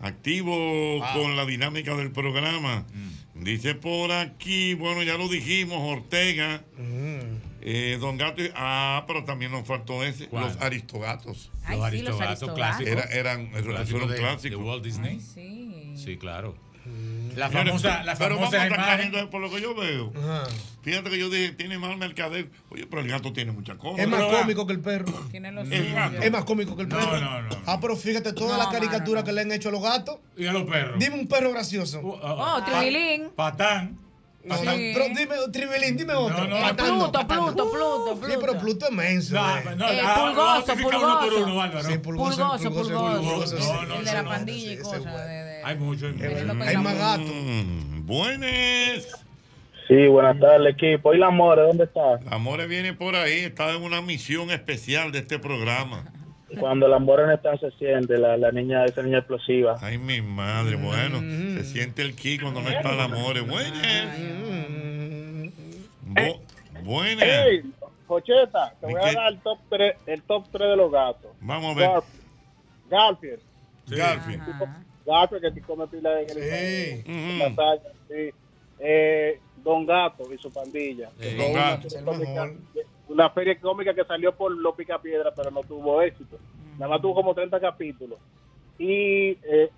activo con la dinámica del programa. Mm. Dice por aquí, bueno, ya lo dijimos, Ortega, eh, Don Gato, y- ah, pero también nos faltó ese, los aristogatos. Ay, Los sí, los aristogatos aristogatos. clásicos. Era- eran, Clásicos fueron de- clásicos. de Walt Disney. Sí. Sí, claro. La Señores, famosa, la pero famosa vamos a sacar, imagen. entonces, por lo que yo veo. Fíjate que yo dije, tiene mal mercader. Oye, pero el gato tiene muchas cosas. Es más Pero, cómico que el perro. los El suyos. gato. Es más cómico que el No, perro. no, no, Ah, pero fíjate todas No, las mano, caricaturas que le han hecho a los gatos. Y a los perros. Dime un perro gracioso. Oh, Tribilín. Patán. No, Sí. no, pero dime, Tribilín, dime otro. no, Patán Pluto, Patán Uh, Pluto, Pluto, Sí, pero Pluto es menso. No, eh. no, Eh, ah, vamos a Pulgoso, sacrificar uno por Pulgoso. uno, Álvaro. Sí, pulgoso, Pulgoso, pulgoso, Pulgoso, pulgoso. sí. no, no, El de la pandilla y cosas. eh. Ah, Hay mucho. Hay, mucho. Hay más gatos. Mm, Buenas. Sí, buenas tardes, equipo. ¿Y la More, dónde está? La More viene por ahí, está en una misión especial de este programa. Cuando la More no está, se siente la, la niña, esa niña explosiva. Ay, mi madre, bueno, Mm. se siente el ki cuando no está mm. la More. Buenas. Bu- buenas. Eh. Hey, Pocheta, te voy a ¿Qué? dar el top 3, el top 3 de los gatos. Vamos a ver. Garf- Garfield. Garfield. Garfield, que sí come pila de gris. Mm-hmm. sí. Eh, Don Gato y su pandilla. Sí. Fue Don una Gato. serie cómica- Una serie cómica que salió por Los Picapiedra, pero no tuvo éxito. Nada más tuvo como 30 capítulos. Y eh,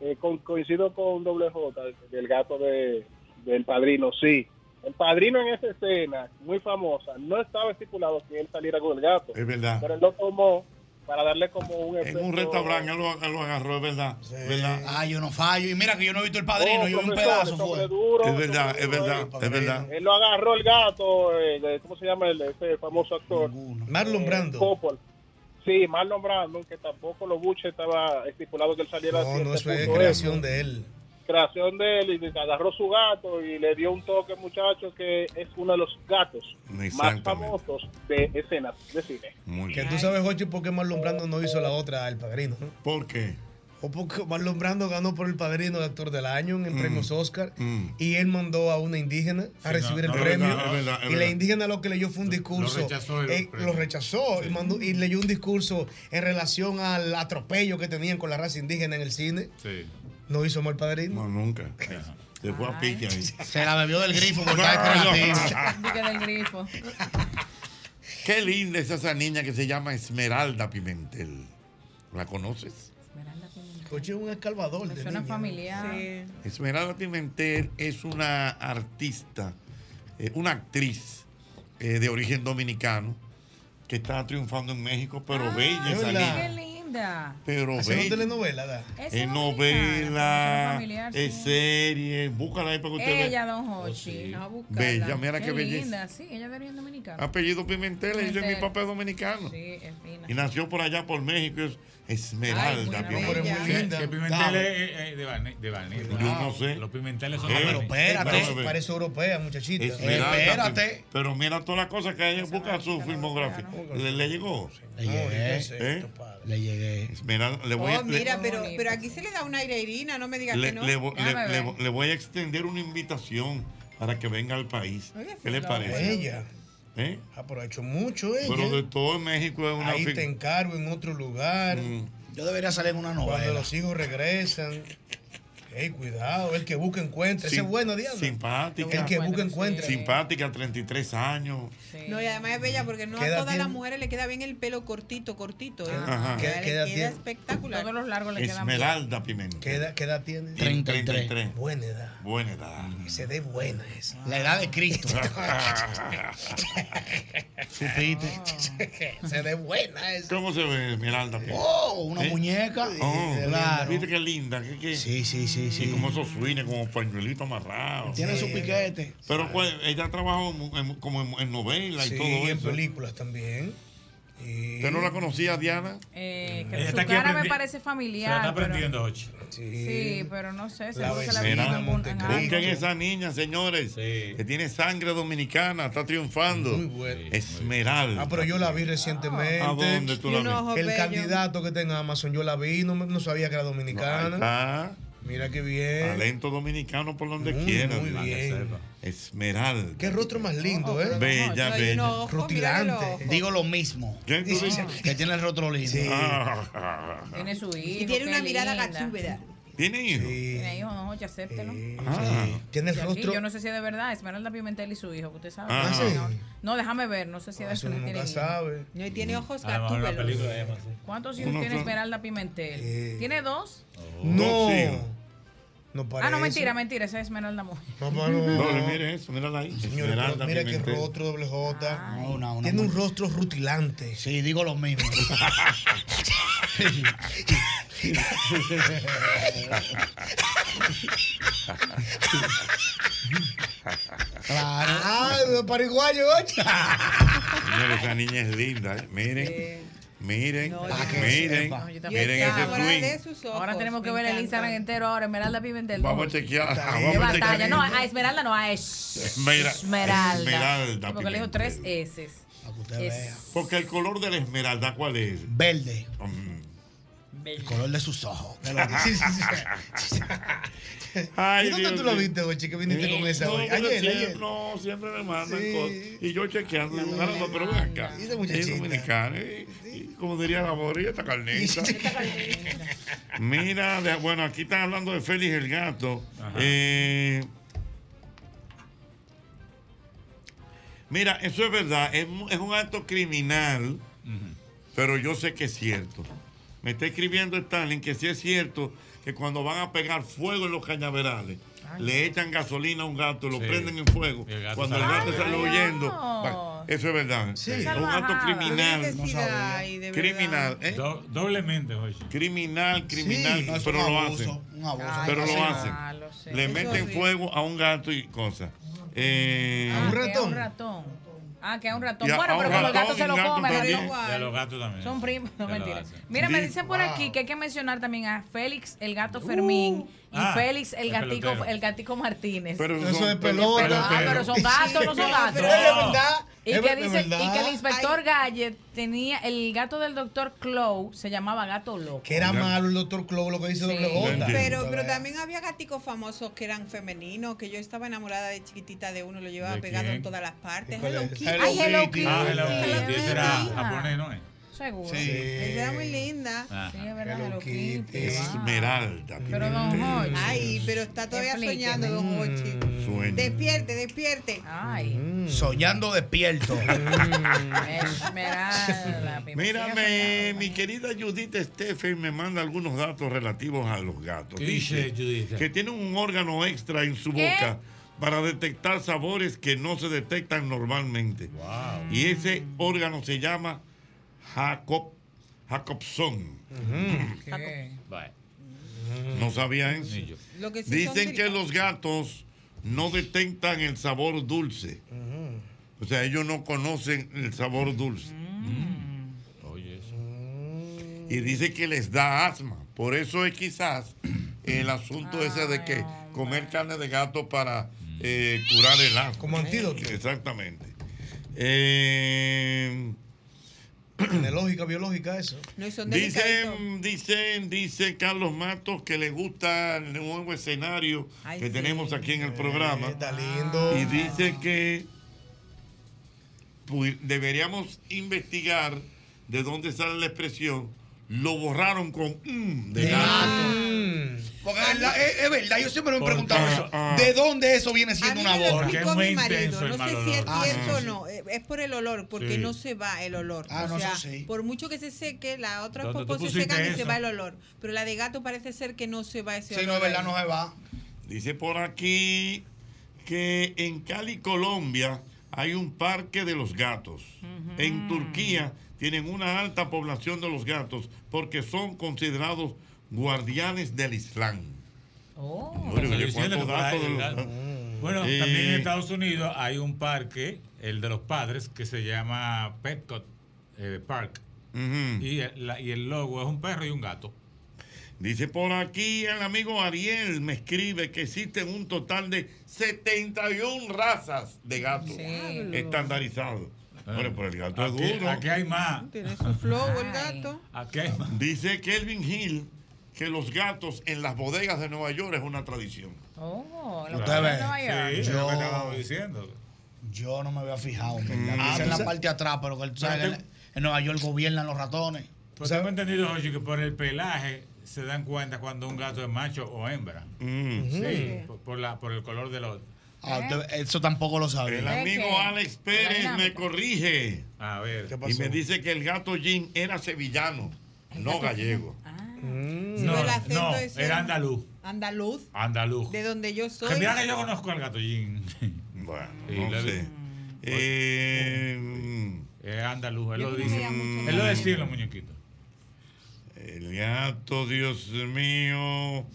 eh, con- coincido con Doble J, del gato de, del padrino, sí. El padrino en esa escena, muy famosa, no estaba estipulado que él saliera con el gato. Es verdad. Pero él lo tomó para darle como un En un restaurante él lo, él lo agarró, es verdad. ¿verdad? Ah, yo no fallo. Y mira que yo no he visto el padrino, Oh, yo vi un profesor, pedazo eso fue. fue duro, Es verdad, es verdad, es verdad. Él lo agarró el gato, eh, de- ¿cómo se llama el, ese famoso actor? Marlon Eh, Brando. Coppola. Sí, Marlon Brando, que tampoco los buches estaba estipulado que él saliera No, así, este no, eso es punto creación de él. creación de él y agarró su gato y le dio un toque muchacho que es uno de los gatos más Exactamente. famosos de escenas de cine. Que tú sabes, Jochi, por qué Marlon Brando no hizo la otra al padrino, ¿no? ¿Por qué? O porque Marlon Brando ganó por el padrino de actor del año en Mm. premios Oscar y él mandó a una indígena a Sí, recibir no, el no, premio. es verdad, es verdad, es y la verdad. indígena lo que leyó fue un discurso. rechazó el eh, premio. lo rechazó y, mandó, y leyó un discurso en relación al atropello que tenían con la raza indígena en el cine. Sí. No hizo mal padrino. No, nunca. Se fue a pique ahí. Se la bebió del grifo por estar creativo. Dique del grifo. Qué linda es esa niña que se llama Esmeralda Pimentel. ¿La conoces? Jochi es un escalvador. de Suena niña. familiar. Esmeralda Pimentel es una artista, eh, una actriz eh, de origen dominicano que está triunfando en México, pero bella esa Ah, Qué niña. linda. Pero Haciendo bella. telenovela, da. Es Es dominicana, novela, familiar, es sí. Eh, serie. Búscala ahí para que usted vea. Ella, don Hochi. Vamos a buscarla. Oh, Bella, mira qué belleza. Ah. linda, sí, ella es de origen dominicano. Apellido Pimentel, le dicen mi Pimentel. papá es dominicano. Sí, es fina. Y nació por allá, por México, es Esmeralda. Ay, buena Pimentel. Que- bella. Que Pimentel Dame. es eh, eh, de Barne- de Barniz. Yo no sé. Los Pimenteles son Eh, de espérate. Parece, parece europea, muchachita. Esmeralda, Pim- Pero mira todas las cosas que ella busca su filmografía. ¿Le, le llegó? Le llegué. Le llegué. Esmeralda, le voy a- Oh, le- mira, pero, pero aquí se le da un aire a Irina, no me digas le, que no. le vo- le- le vo- le voy a extender una invitación para que venga al país. Oye, ¿Qué le No, parece? Ella. ¿Eh? Aprovechó mucho ella. Pero de todo en México es una Mm. Ahí fig- te encargo en otro lugar. Yo debería salir en una novela. Cuando los hijos regresan. Ey, cuidado, el que busca encuentra. Esa sim- es buena, Diana. Simpática. El que busca encuentra. Simpática, 33 años. No, y además es bella porque no Queda a todas bien. las mujeres le queda bien el pelo cortito, cortito. ¿eh? Ajá. Queda- Queda, le queda queda bien. espectacular. Todos los largos Esmeralda Pimentel. ¿Qué edad, qué edad tiene? 33. Buena edad. Buena edad. Se dé buena esa. La edad de Cristo. Supiste. se dé buena esa. Ah. ¿Cómo se ve Esmeralda Pimentel? Eh, Oh, una muñeca. Oh, claro. Viste qué linda. ¿Qué, Sí, sí, sí, sí. Y como esos swings, como pañuelito amarrado. Tiene su piquete. Pero pues, ella ha trabajado mu- en- como en, en novelas Sí, y todo en eso. películas también. ¿Usted no la conocía, Diana? Eh, que Ella su está aquí cara me aprendi- parece familiar. pero- Ochi. Sí, pero no sé. La seguro que la vi en algún- en algún- Busquen esa niña, señores, que tiene sangre dominicana, está triunfando. Muy buena. Esmeralda. Ah, pero yo la vi recientemente. ¿A dónde tú la Y un viste? ojo El bello. candidato que está en Amazon, yo la vi, no, me- no sabía que era dominicana. Ah, Mira qué bien. Talento dominicano por donde Muy, quiera. muy la que bien. sepa. Esmeralda. Qué rostro más lindo, ¿eh? Bella, Ay, bella. no, ojo, mira el Rutilante. ojo. Digo lo mismo. ¿Qué tú dices? Que tiene el rostro lindo. Ah. Tiene su hijo. Y tiene una qué mirada linda. gachúbeda. ¿Tiene hijo? Tiene hijo, don Hochi, acéptelo. Ah. Tiene Y el aquí, rostro. Yo no sé si es de verdad, Esmeralda Pimentel y su hijo, que usted sabe. Ah, No, sí. Ah, señor. No, déjame ver, no sé si es de verdad. tiene hijo. No, y tiene ojos A lo mejor la gatúbelos. película de Emma, sí. ¿Cuántos hijos Uno tiene solo. Esmeralda Pimentel? Eh, ¿Tiene dos? No. Dos hijos. No Ah, no, parece. mentira, mentira, esa es Esmeralda Mujer. No, pero no. Doble, mire eso, mírala ahí. Señores, pero Esmeralda mira qué Pimentel. rostro doble Ah. J. Tiene un rostro rutilante. Sí, digo lo mismo. Claro. Ah, de pariguayo, oye. Señores, esa niña es linda, ¿eh? Miren. Miren, yo- miren, No, yo también. miren ese swing. Ahora tenemos que ver el Instagram entero ahora, Esmeralda Pimentel. Vamos a chequear, Qué vamos a batalla. chequear. No, a Esmeralda no, a Es- Esmera- Esmeralda. Esmeralda Sí, Porque le dijo tres S. eh. Porque el color de la esmeralda, ¿cuál es? Verde. Mm, El color de sus ojos. Sí, sí, sí. Ay, ¿Y dónde Dios tú lo mío. Eh, viste, Ochi, que viniste con esa no, hoy? pero Ayer, siempre, ayer. No, siempre me mandan Sí. cosas. Y yo chequeando, y digo, caramba, pero ven acá. Y esa muchachita. Es dominicana. y- y como diría la Bori, esta carnita. Mira, de- bueno, aquí están hablando de Félix el gato. Eh, mira, eso es verdad. Es, mu- es un acto criminal, pero yo sé que es cierto. Me está escribiendo Stalin que sí es cierto que cuando van a pegar fuego en los cañaverales, Ay. le echan gasolina a un gato, lo prenden en fuego. Cuando el gato sale huyendo. va- Eso es verdad. Es un acto criminal. Criminal. ¿eh? doblemente, Criminal, criminal, Sí, es pero un lo abuso, hacen. un abuso. Ay, pero sí. lo hacen. Ah, lo sé. Le Eso meten sí. fuego a un gato y cosas. Eh, Ah, que a un ratón. Ah, que a un ratón. Y a- Bueno, a un pero como el gato ratón y se lo un gato come, da también. igual. Y a los gatos también. Son primos, no Se lo mentira. hacen. Mira, me Sí, dicen por wow. aquí que hay que mencionar también a Félix el gato Fermín y Uh, Ah, Félix el el gatico, pelotero. el gatico Martínez. Pero Eso son- es son pelota. Ah, pero son gatos, no son Sí, gatos. pero es verdad, Y es que, ver- dice, es verdad. y que el inspector Gallet tenía, el gato del doctor Clow se llamaba gato loco. Que era malo el doctor Clow, lo que dice doble J. Pero, pero también había gaticos famosos que eran femeninos, que yo estaba enamorada de chiquitita de uno, lo llevaba ¿De pegado en quién? todas las partes. ¿Cuál Hello es? Kitty. Hello Ay, Hello Kitty. Kitty. Ah, Hello Kitty. Esa era Ay, japonés, ¿no es? Seguro. Sí. Esa era muy linda. Ajá. Sí, es verdad, Hello Mm. Hello Kitty. Esmeralda. Pero don Hochi. Ay, pero está todavía soñando don Hochi. Mm. Despierte, despierte. Ay. Soñando despierto. Mírame, mi querida Judith Steffen me manda algunos datos relativos a los gatos. ¿Qué dice Judith? que tienen un órgano extra en su ¿Qué? boca para detectar sabores que no se detectan normalmente. Y ese órgano se llama Jacob, Jacobson. No sabía eso. Lo que sí Dicen son que los gatos no detectan el sabor dulce. O sea, ellos no conocen el sabor dulce. Oye, eso. Y dice que les da asma. Por eso es quizás el asunto ese de que comer carne de gato para eh, curar el asma. Como antídoto. Exactamente. Eh, Tiene lógica biológica eso. No, y son Dicen, dicen, dice Carlos Matos que le gusta el nuevo escenario Ay, que sí. tenemos aquí en el programa. está lindo. Y dice que pu- deberíamos investigar de dónde sale la expresión. Lo borraron con mm de gato. Ah. Ah. Porque es verdad, es, es verdad, yo siempre me he preguntado Ah, eso. ah. ¿De dónde eso viene siendo una Ah, borra? Porque con mi marido, no sé si es cierto o no, eh, es por el olor, porque Sí. no se va el olor. Ah, o no, eso sea, sí. por mucho que se seque, la otra Entonces, popó tú se pusiste seca y se eso. va el olor. Pero la de gato parece ser que no se va ese Sí, olor. no, es verdad, ahí. no se va. Dice por aquí que en Cali, Colombia, hay un parque de los gatos. Mm. En Turquía tienen una alta población de los gatos porque son considerados guardianes del Islam. Oye, Estoy oye, diciendo ¿cuántos que por ahí datos de el los- gato. Bueno, Eh, también en Estados Unidos hay un parque, el de los padres, que se llama Petcot eh, Park. y, la- y el logo es un perro y un gato. Dice por aquí el amigo Ariel me escribe que existen un total de 71 razas de gatos estandarizados. Bueno, pero el gato Ah. Aquí- es duro. aquí hay más. Tiene su flow el gato. Dice Kelvin Hill que los gatos en las bodegas de Nueva York es una tradición. Oh, Usted bodegas de ve. Nueva York. Sí, es lo que estábamos diciendo. Yo no me había fijado. en verdad. Ah, Esa tú es la sabes- parte de atrás, pero que tú sabes, Pero en, en Nueva York gobiernan los ratones. Pues tengo entendido, Jochi, que por el pelaje se dan cuenta cuando un gato es macho o hembra. Mm, Sí, Mm. Ujú. por, por la, por el color de los. Ah, usted- Eso tampoco lo sabía. El amigo Alex Pérez me corrige. A ver. Y me dice que el gato Jim era sevillano, no gallego. No, el acento no, ese era andaluz. Andaluz, Andaluz. de donde yo soy. Que mira que yo conozco al gato Jin. Bueno, no sé. Eh, Mm. es andaluz, él Yo lo creo que dice. ya mucho Él lo no. decía en los muñequitos. El gato, Dios mío.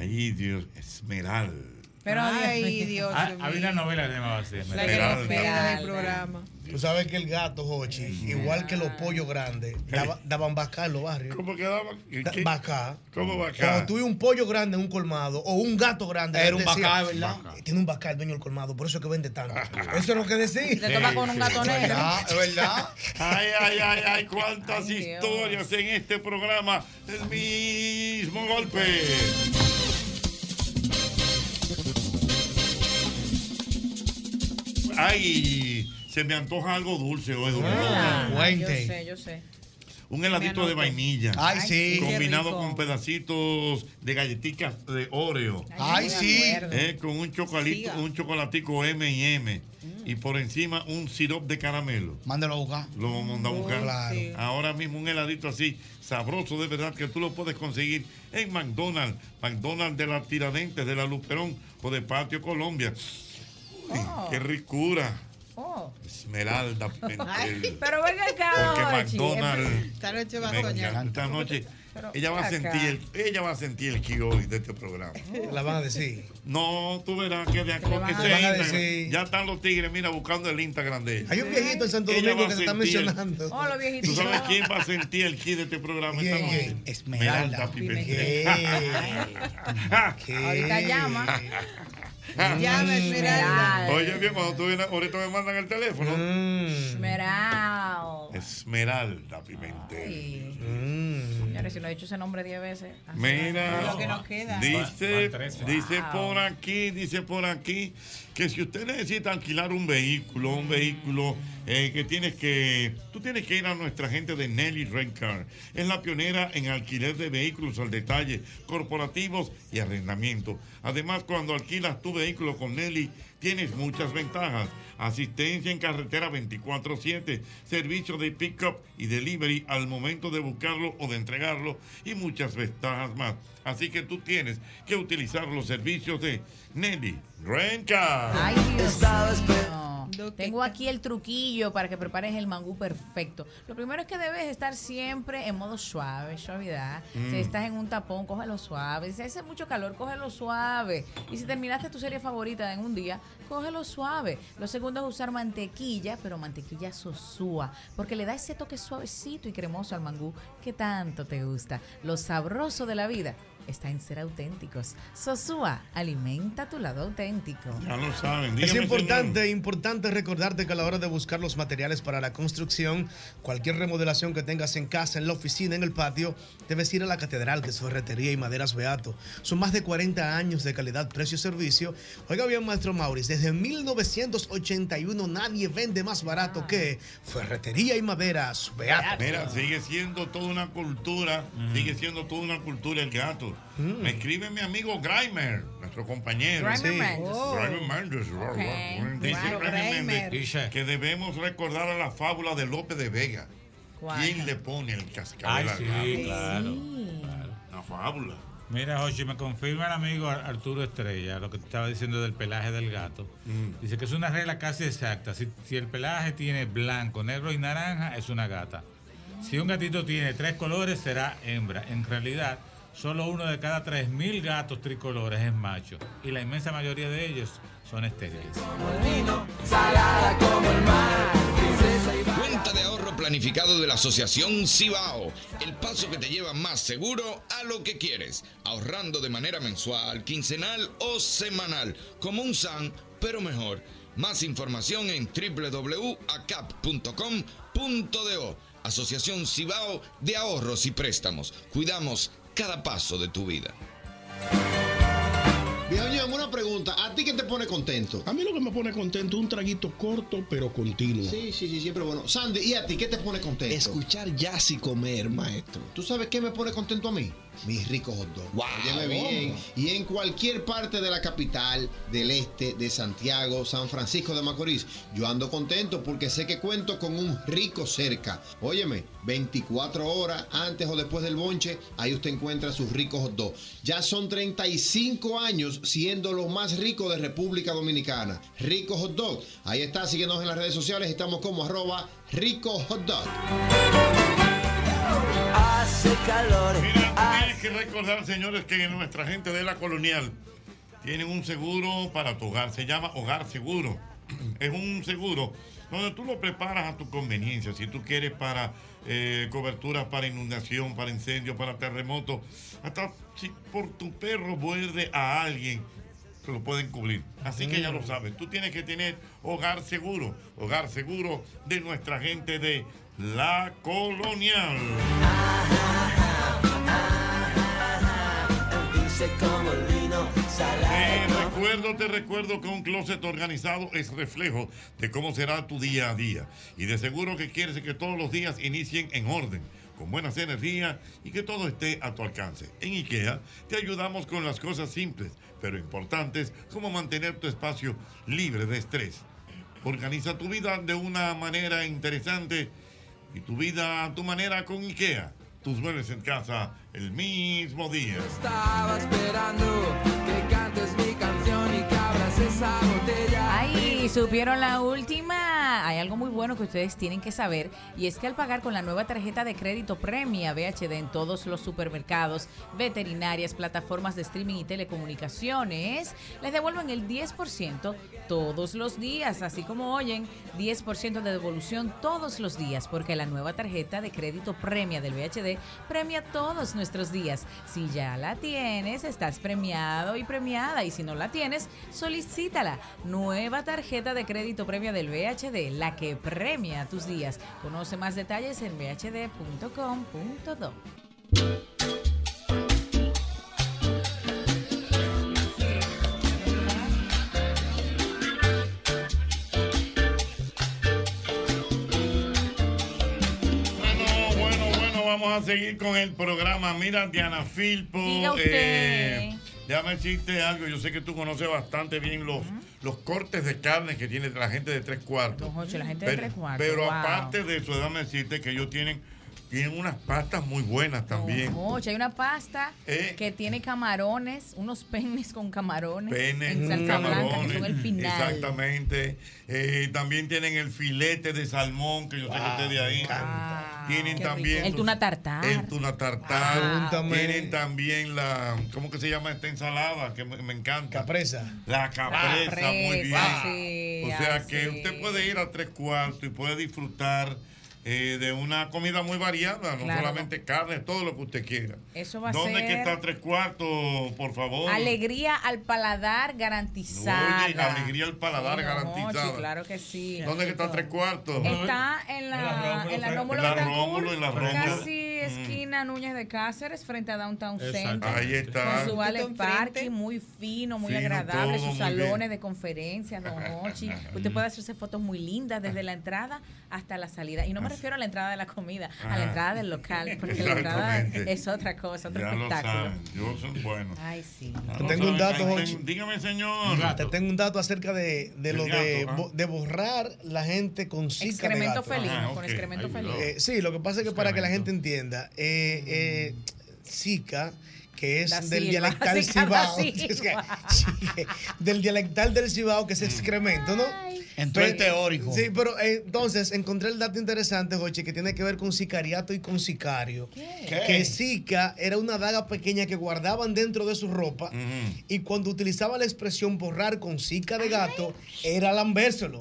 Ay, Dios, Esmeralda. Pero ay, Dios Ah, mío. Había una novela que se llamaba así. La que nos pega del programa. Tú sabes que el gato, Jochi, igual que los pollos grandes, daba- daban vaca en los barrios. ¿Cómo que daban? Da- Vaca. ¿Cómo vaca? Cuando tú ves un pollo grande en un colmado o un gato grande. Era la gente un decía, "Eh, bacá, ¿verdad? Tiene un vaca el dueño del colmado, por eso es que vende tanto. Eso es lo que decís. Te topa con un gato negro. Ya, Es verdad. Ah, Ay, ay, ay, ay, cuántas historias en este programa. El mismo golpe. Ay, se me antoja algo dulce hoy, Domingo. Ah, Yo sé, yo sé. Un heladito de anoté. vainilla. Ay, sí. Qué Combinado rico. con pedacitos de galletitas de Oreo. Ay, Ay, sí. acuerdo. Eh, con un chocolito, Siga. un chocolatico M&M. Y por encima un sirope de caramelo. Mándalo a buscar. Lo vamos a buscar. Claro. Ahora mismo un heladito así, sabroso de verdad, que tú lo puedes conseguir en McDonald's, McDonald's de la Tiradentes, de la Luperón o de Patio Colombia. Uy, qué ricura. Oh. Esmeralda. Pentel. Ay, pero venga acá, Porque Ochi. McDonald's- Esta noche va a Me soñar. encanta. Esta noche Pero ella va a ven acá. sentir el, ella va a sentir el ki hoy de este programa. La van a decir. No, tú verás que de acá le van que a sea decir. Instagram, Ya están los tigres, mira, buscando el Instagram de ella. Hay un viejito en Santo Ella Domingo va que a se está sentir el- mencionando. Oh, los viejitos. ¿Tú sabes quién va a sentir el ki de este programa esta ¿Quién? noche? Esmeralda. Pimentel. Ahorita llama. Mm. Llama, Esmeralda. Oye, bien, cuando tú vienes, ahorita me mandan el teléfono. Mm. Esmeralda. Esmeralda Pimentel. Ay. Mm. Señores, si no he dicho ese nombre 10 veces. así Mira, es lo que nos queda. dice, Va- va trece. dice Wow. por aquí, dice por aquí, que si usted necesita alquilar un vehículo, Mm. un vehículo eh, que tienes que, tú tienes que ir a nuestra gente de Nelly Rent Car. Es la pionera en alquiler de vehículos al detalle, corporativos y arrendamiento. Además, cuando alquilas tu vehículo con Nelly, tienes muchas ventajas. Asistencia en carretera 24-7, servicio de pick-up y delivery al momento de buscarlo o de entregarlo y muchas ventajas más. Así que tú tienes que utilizar los servicios de Nelly Renca. Ay, Dios mío. Tengo aquí el truquillo para que prepares el mangú perfecto. Lo primero es que debes estar siempre en modo suave, suavidad. Mm. Si estás en un tapón, cógelo suave. Si hace mucho calor, cógelo suave. Y si terminaste tu serie favorita en un día, cógelo suave. Lo segundo es usar mantequilla, pero mantequilla sosúa, porque le da ese toque suavecito y cremoso al mangú que tanto te gusta. Lo sabroso de la vida está en ser auténticos. Sosúa, alimenta tu lado auténtico. Ya lo saben. Es dígame, importante, importante recordarte que a la hora de buscar los materiales para la construcción, cualquier remodelación que tengas en casa, en la oficina, en el patio, debes ir a la Catedral, que es Ferretería y Maderas Beato. Son más de 40 años de calidad, precio y servicio. Oiga bien, maestro Maurice, desde 1981 nadie vende más barato que Ferretería y Maderas Beato. Mira, sigue siendo toda una cultura, sigue siendo toda una cultura el gato. Me escribe mi amigo Grimer, nuestro compañero. Grimer Sí. Mendes. Oh. Grimer Mendes. Ok, Dice claro, Grimer Mendes Grimer. que debemos recordar a la fábula de López de Vega. ¿Cuál? ¿Quién le pone el cascabel Ay, al gato? sí, claro. Una fábula. Mira, Jochi, me confirma el amigo Ar- Arturo Estrella lo que te estaba diciendo del pelaje del gato. Dice que es una regla casi exacta. Si, si el pelaje tiene blanco, negro y naranja, es una gata. Si un gatito tiene tres colores, será hembra. En realidad, solo uno de cada tres mil gatos tricolores es macho. Y la inmensa mayoría de ellos son estériles. Cuenta de ahorro planificado de la Asociación Cibao. El paso que te lleva más seguro a lo que quieres. Ahorrando de manera mensual, quincenal o semanal. Como un SAN, pero mejor. Más información en www.acap.com.do. Asociación Cibao de Ahorros y Préstamos. Cuidamos cada paso de tu vida. Viejo Ñam, una pregunta. ¿A ti qué te pone contento? A mí lo que me pone contento es un traguito corto pero continuo. Sí, sí, sí, siempre bueno. Sandy, ¿y a ti qué te pone contento? Escuchar jazz y comer, maestro. ¿Tú sabes qué me pone contento a mí? Mis ricos hot dogs. Óyeme bien. Y en cualquier parte de la capital, del este, de Santiago, San Francisco de Macorís, yo ando contento porque sé que cuento con un rico cerca. Óyeme, 24 horas antes o después del bonche, ahí usted encuentra sus ricos hot dogs. Ya son 35 años siendo los más ricos de República Dominicana. Rico Hot Dog. Ahí está, síguenos en las redes sociales. Estamos como arroba rico hot dog. Hace calor. Tienes que recordar, señores, que nuestra gente de la colonial tienen un seguro para tu hogar. Se llama Hogar Seguro. es un seguro donde tú lo preparas a tu conveniencia. Si tú quieres para eh, coberturas para inundación, para incendio, para terremoto, hasta si por tu perro muerde a alguien, te lo pueden cubrir. Así que ya lo sabes, tú tienes que tener hogar seguro, hogar seguro de nuestra gente de la colonial. Dulce como lino Te salado. recuerdo, te recuerdo que un closet organizado es reflejo de cómo será tu día a día. Y de seguro que quieres que todos los días inicien en orden, con buenas energías y que todo esté a tu alcance. En IKEA te ayudamos con las cosas simples, pero importantes, como mantener tu espacio libre de estrés. Organiza tu vida de una manera interesante y tu vida a tu manera con IKEA. Tus muebles en casa el mismo día. Estaba esperando que cantes mi canción y que abras esa botella. Ay, supieron la última. Hay algo muy bueno que ustedes tienen que saber y es que al pagar con la nueva tarjeta de crédito Premia VHD en todos los supermercados, veterinarias, plataformas de streaming y telecomunicaciones, les devuelven el 10% todos los días, así como oyen, 10% de devolución todos los días, porque la nueva tarjeta de crédito Premia del VHD premia todos nuestros días. Si ya la tienes, estás premiado y premiada. Y si no la tienes, solicítala. Nueva tarjeta de crédito premia del VHD, la que premia tus días. Conoce más detalles en vhd.com.do. Bueno, bueno, bueno, vamos a seguir con el programa. Mira, Diana Filpo. Diga usted. eh, déjame decirte algo. Yo sé que tú conoces bastante bien los, los cortes de carne que tiene la gente de tres cuartos. Jorge, la gente de pero, tres cuartos, pero wow. aparte de eso, déjame decirte que ellos tienen, tienen unas pastas muy buenas también. Oye, hay una pasta Eh. que tiene camarones, unos penes con camarones. Penes, en salsa blanca, que camarones. son el final. Exactamente. Eh, también tienen el filete de salmón, que yo sé que usted de ahí. Tienen también. Ah, Eh, El sus- tuna tartar. El tuna ah, tartar. Pregúntame. Tienen también la. ¿Cómo que se llama esta ensalada? Que me, me encanta. Capresa. La capresa, Capresa, muy bien. sí, o sea ah, que sí. usted puede ir a tres cuartos y puede disfrutar eh, de una comida muy variada, no Claro. solamente carne, todo lo que usted quiera. Eso va a ¿Dónde es que ser está tres cuartos, por favor? alegría al paladar garantizada. Oh. Oye, alegría al paladar Sí, no, garantizada. sí, claro que sí. ¿Dónde es que está tres cuartos? Está en la, en la Rómulo En la Betancourt, Rómulo, en la Rómulo. Mm. casi esquina Núñez de Cáceres, frente a Downtown Center. Ahí está. Con su vale parking muy fino, muy Fino, todo agradable, sus muy salones bien. de conferencias, don Hochi. Usted puede hacerse fotos muy lindas desde la entrada hasta la salida. Y no me refiero a la entrada de la comida, a la Ajá. entrada del local, porque la entrada Exactamente. es otra cosa, otro Ya lo espectáculo. saben, yo soy bueno. Ay, sí. Te tengo un dato, Ahí Jochi. ten- Dígame, señor. Te tengo un dato acerca de, de El lo de, gato, bo- de borrar la gente con cica de Excremento gato. felino, Ah, con ok. excremento Ay, felino. Eh, sí, lo que pasa es que para que la gente entienda, eh, eh, cica, que es Da del Silva, dialectal cica da cibao, Silva. es que- sí, del dialectal del cibao, que es excremento, ¿no? Mm. Entró el teórico. Sí, pero eh, entonces encontré el dato interesante, Joche, que tiene que ver con sicariato y con sicario. ¿Qué? Que Zika era una daga pequeña que guardaban dentro de su ropa y cuando utilizaba la expresión borrar con Zika de gato, era lambérselo.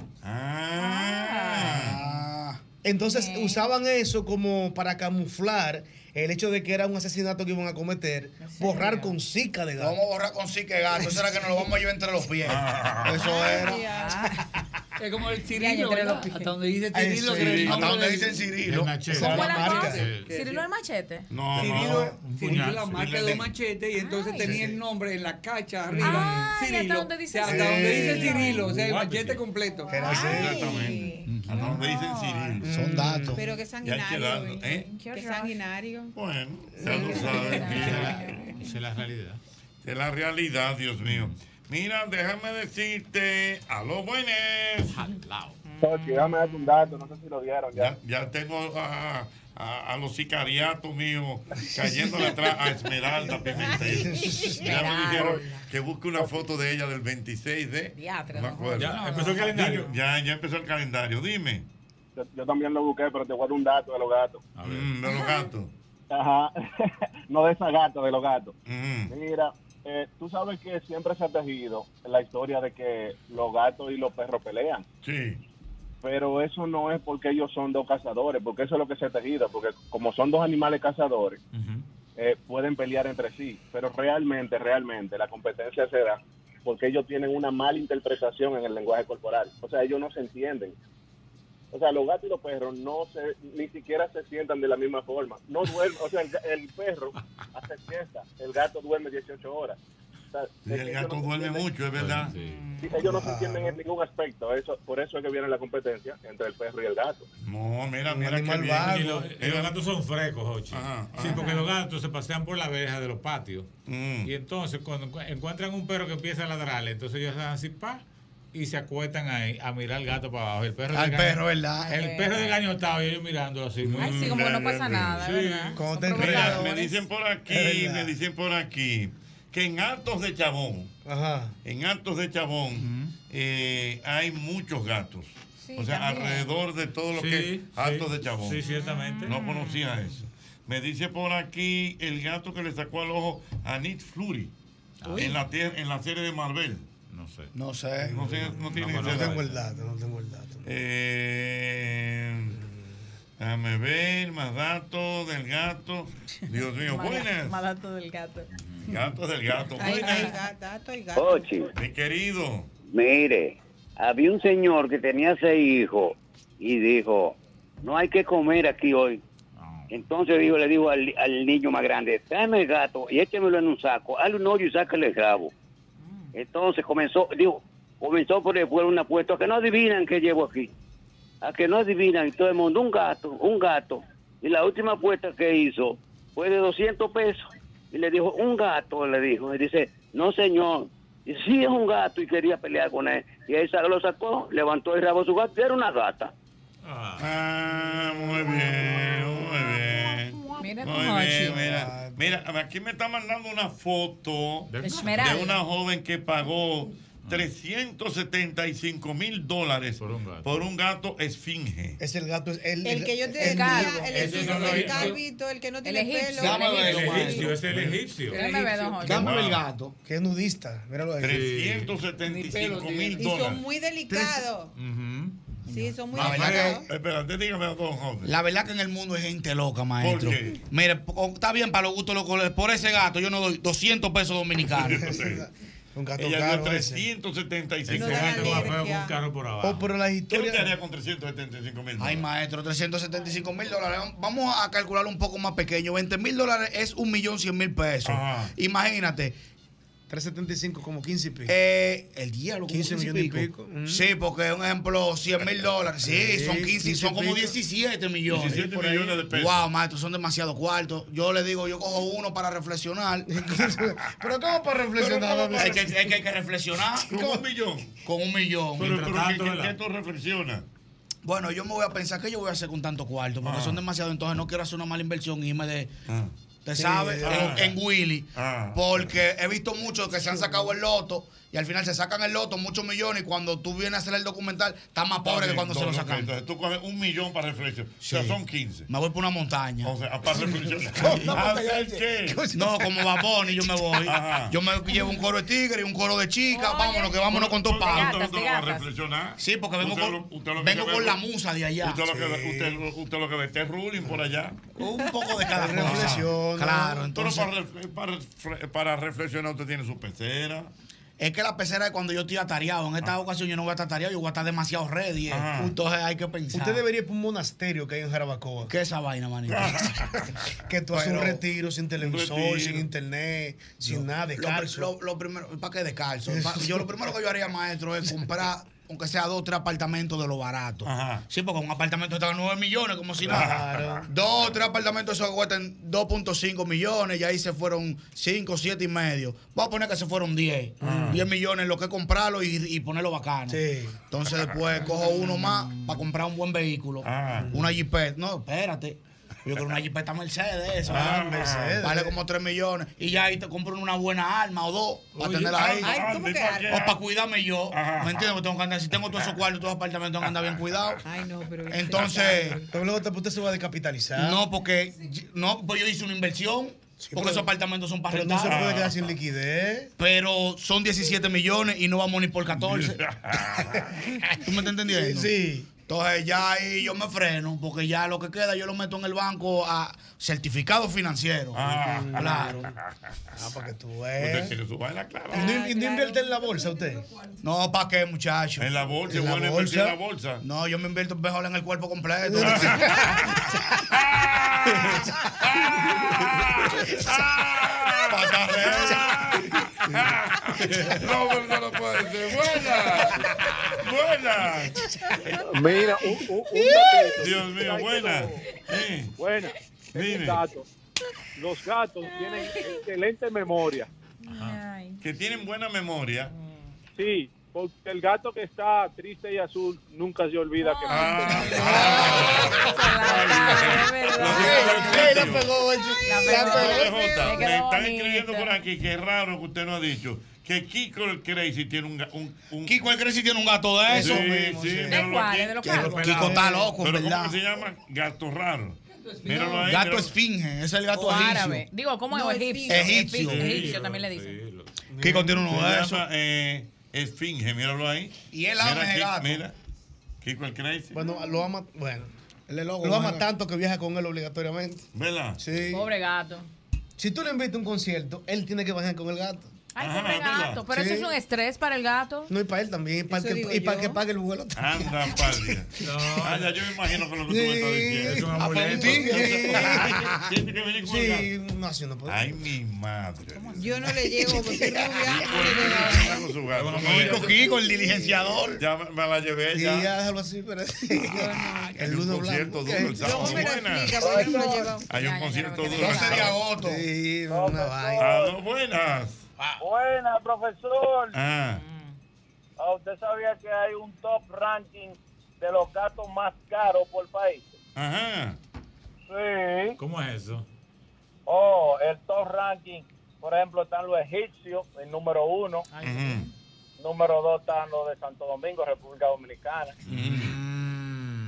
Ah. Entonces usaban eso como para camuflar el hecho de que era un asesinato que iban a cometer, borrar con Zika de gato. Vamos a borrar con sí que gato. Será que nos lo vamos a llevar entre los pies. Ah. Eso era. Es como el Ya, ya cirilo, entre los ¿verdad? pies. Hasta donde dice Ay, cirilo. sí. que era el Hasta nombre donde del- dicen Cirilo. del machete. Esa ¿Cómo era entonces? Sí. ¿Cirilo el machete? No, Cirilo, no, Cirilo puñal, la marca Cirilo. de un machete y entonces tenía el nombre en la cacha arriba. Ay, hasta Cirilo. Ah, donde dice O sea, Cirilo. Hasta donde dice Sí. Cirilo, o sea, el Guapo, machete completo. Exactamente. A donde Ah, dicen Cirilo. Son datos. Pero qué Ya hay que sanguinario. darlo, ¿eh? ¿eh? Qué sanguinario. Bueno, ya lo saben. Esa es la realidad. De la realidad, Dios mío. Mira, déjame decirte, a los buenos. Mm. Déjame darte un dato, no sé si lo vieron Ya, ya tengo a, a- a los sicariatos míos cayéndole atrás a Esmeralda Pimentel. Ya me dijeron que busque una foto de ella del 26 de. Diatre, No me don acuerdo. Jorge. Ya empezó el calendario. Dime, Ya, ya empezó el calendario. Dime. Yo, yo también lo busqué, pero te voy a dar un dato de los gatos. Mm, de los gatos. Ajá. no de esa gata, de los gatos. Mira, eh, tú sabes que siempre se ha tejido la historia de que los gatos y los perros pelean. Sí. Pero eso no es porque ellos son dos cazadores, porque eso es lo que se ha tejido, porque como son dos animales cazadores, eh, pueden pelear entre sí. Pero realmente, realmente, la competencia se da porque ellos tienen una mala interpretación en el lenguaje corporal. O sea, ellos no se entienden. O sea, los gatos y los perros no se, ni siquiera se sientan de la misma forma. No duermen, o sea, el, el perro hace siesta, el gato duerme 18 horas. O sea, Y es que el ellos gato no se duerme entienden. mucho, es verdad. Sí, ellos no se entienden en ningún aspecto. Eso, por eso es que viene la competencia entre el perro y el gato. No, mira, mira qué bien. Y lo- y los gatos son frescos, Jochi. Sí, porque los gatos se pasean por la verja de los patios. Mm. Y entonces, cuando encu- encuentran un perro que empieza a ladrarle, entonces ellos hacen así, pa, y se acuestan ahí a mirar al gato para abajo. El perro Al desgañ- perro, ¿verdad? El perro de gañotado y ellos mirando así. Ay, sí, como que no pasa nada, ¿verdad? Como Son te provocadores. Mira, me dicen por aquí, me dicen por aquí, que en Altos de Chabón, en Altos de Chabón, eh, hay muchos gatos. Sí, o sea, también. alrededor de todo lo Sí, que es Altos sí, de Chabón. sí, ciertamente. No conocía eso. Me dice por aquí el gato que le sacó al ojo a Nick Fury Uy. en la, tier- en la serie de Marvel. No sé. No sé. No sé, no tiene No idea. tengo el dato, no tengo el dato. Eh, déjame ver, más datos del gato. Dios mío, Más- buenas. Más dato del gato. Gatos del gato, Ay, ay, buenas. gato, gato y gato. Ochi. Mi querido. Mire, había un señor que tenía seis hijos y dijo, no hay que comer aquí hoy. Ah. Entonces dijo, le dijo al, al niño más grande, tráeme el gato y échemelo en un saco, hazle un hoyo y sácale el rabo. Mm. Entonces comenzó, dijo, comenzó por el pueblo una apuesta, a que no adivinan qué llevo aquí, a que no adivinan, y todo el mundo, un gato, un gato. Y la última apuesta que hizo fue de 200 pesos. Y le dijo, un gato, le dijo. Y dice, no señor, y sí es un gato y quería pelear con él. Y él sa- lo sacó, levantó el rabo de su gato y era una gata. Ah, muy bien, muy bien. Mira tu Muy bien, Hochi. mira, mira, aquí me está mandando una foto de Esmeralda. una joven que pagó 375 mil dólares por un gato, esfinge. Es el gato, es el, El que yo te el decía, mío. el, egipcio, el calvito, el que no tiene egipcio. pelo. Llámalo El Bueno. egipcio, es el egipcio. Déjame ver, don Jorge. Dame Wow. gato. Que es nudista, míralo ahí. 375 mil Y son dólares. muy delicados. Sí, son muy La verdad eh. delicados. que- Espérate, dígame a todos jóvenes. La verdad que en el mundo hay gente loca, maestro. ¿Por qué? Mire, po- está bien para los gustos los colores. Por ese gato yo no doy 200 pesos dominicanos. Un gato Ella dio caro. 375 mil gato va feo dólares. con un carro por Oh, pero las ¿Qué historias- usted haría con 375 mil Ay, dólares? maestro, 375 mil dólares. Vamos a calcular un poco más pequeño. 20 mil dólares es un millón cien mil pesos. Imagínate. 375 como 15 y pico. Eh, el diablo, como 15 millones y pico. Mm. Sí, porque un ejemplo, 100 mil dólares. Sí, Sí, son 15, y 15 son como pico. 17 millones. 17 millones de pesos. Wow, maestro, son demasiados cuartos. Yo le digo, yo cojo uno para reflexionar. Pero ¿cómo para reflexionar? Es que, es que hay que reflexionar. Con un millón. Con un millón. Pero, Mientras pero tanto, ¿qué- ¿qué, ¿verdad? qué tú reflexionas? Bueno, yo me voy a pensar que yo voy a hacer con tanto cuarto, porque Ah. son demasiados. Entonces no quiero hacer una mala inversión y irme de. ¿Te Sí, sabes? ah. En, en Willy. Ah. Porque he visto muchos que se han sacado el loto y al final se sacan el loto, muchos millones, y cuando tú vienes a hacer el documental, está más pobre que cuando se lo No, no, sacan. Entonces tú coges un millón para reflexionar. O sea, son 15. Me voy por una montaña. O sea, para reflexionar. ¿Hacer qué? No, como Baboni, yo me voy. Ajá. Yo me llevo un coro de tigre y un coro de chicas. vámonos, que vámonos con todo Usted pago. no va a reflexionar. Sí, porque vengo Usted con- lo- usted lo que vengo ve- con la musa de allá. Usted lo que, Sí. usted, lo- usted lo que ve este ruling por allá. Un poco de cada cosa. reflexión. Claro, entonces- Pero para, ref- para, ref- para reflexionar usted tiene su pecera. Es que la pecera es cuando yo estoy atareado. En esta ocasión yo no voy a estar atareado, yo voy a estar demasiado ready. eh. Ajá. Entonces hay que pensar. Usted debería ir por un monasterio que hay en Jarabacoa. ¿Qué es esa vaina, manito? que tú haces un Pero- retiro sin televisor, sin internet, sin nada, Lo- descalzo. Lo, lo primero, ¿para qué descalzo? Pa- Yo lo primero que yo haría, maestro, es comprar, aunque sea dos o tres apartamentos de lo barato. Sí, porque un apartamento está a 9 millones, como si nada. Claro. Dos o tres apartamentos esos que cuestan 2.5 millones, y ahí se fueron 5, 7 y medio. Voy a poner que se fueron 10. Ah. 10 millones lo que es comprarlo y, y ponerlo bacano. Entonces después cojo uno más para comprar un buen vehículo. Ah. Una Jeepet. No, espérate. Yo quiero una Jeepeta Mercedes, eso. Ah, Mercedes. Vale como 3 millones. Y ya ahí te compro una buena arma o dos para Oye, tenerla ahí. ay, ¿cómo que arma? O para cuidarme yo. ¿Me entiendes? Porque tengo que andar. Si tengo todos esos cuartos, todos los apartamentos, tengo que andar bien cuidado. Ay, no, pero. Entonces. Pero luego te- usted se va a descapitalizar. No, porque yo- no, pues yo hice una inversión. porque esos apartamentos son para Pero no se rentar. puede quedar sin liquidez. Pero son 17 millones y no vamos ni por 14. ¿Tú me estás entendiendo? Sí. Entonces ya ahí yo me freno, porque ya lo que queda yo lo meto en el banco a certificado financiero. Ah. Claro. Ah, para que tú Usted veas. tiene su vaina ¿Y no, y no invierte en la bolsa usted? No, ¿para qué, muchacho? En la bolsa, es bueno invertir en la bolsa. Ah, No, yo me invierto mejor en el cuerpo completo. ah, No, pero no lo puede ser. Buena. Buena. Mira, un, un, un Dios mío, buena. Buena. Dime. Un dato. Los gatos tienen excelente memoria. Que tienen buena memoria. Sí, porque el gato que está Ah, triste y azul nunca se olvida que... Ah. La pegó, Jota, Me están escribiendo por aquí que es raro que usted no ha dicho. Que Kiko el Crazy tiene un, ga- un, un- Kiko el Crazy tiene un gato de eso. Sí, sí, ¿De míralo cuál? aquí. ¿De los Pero calvos? Kiko está loco, Pero en ¿cómo verdad. que se llama? Gato raro. Míralo ahí. Gato míralo. esfinge, ese es el gato O egipcio. árabe. Digo, ¿cómo es? No, O egipcio. egipcio. Egipcio también le dicen. Kiko tiene uno Se de llama, esos. eh, esfinge, míralo ahí. Y él ama Mira, ese Kiko- gato. Mira, Kiko el Crazy. Bueno, lo ama, bueno. loco, lo ama ¿verdad? tanto que viaja con él obligatoriamente. ¿Verdad? Sí. Pobre gato. Si tú le invitas a un concierto, él tiene que bajar con el gato. Ay, pobre gato. Pero eso es un estrés para el gato. No, y para él también, y para, Eso el digo que, y para yo. el que pague el vuelo. Anda, padre. Ah, ya yo me imagino con lo que tú me estás diciendo. Es un Ah, pues, un amuleto. tigre. Tiene que venir con el gato. Sí, no así no puede. Ay, mi madre. Yo no le llego porque soy rubia. Kiko, Kiko, el diligenciador. Ya me, me la llevé. Y Ya. ya déjalo así, pero Hay un concierto duro Eh, el sábado. Buenas. Hay un concierto duro. el sábado. agosto. Sí, una Ah, vaina. no, buenas. Buena, profesor. Ah, Ah, ¿Usted sabía que hay un top ranking de los gatos más caros por país? ajá. Sí. ¿Cómo es eso? Oh, el top ranking. Por ejemplo, están los egipcios, el número uno. Número dos están los de Santo Domingo, República Dominicana. Mm.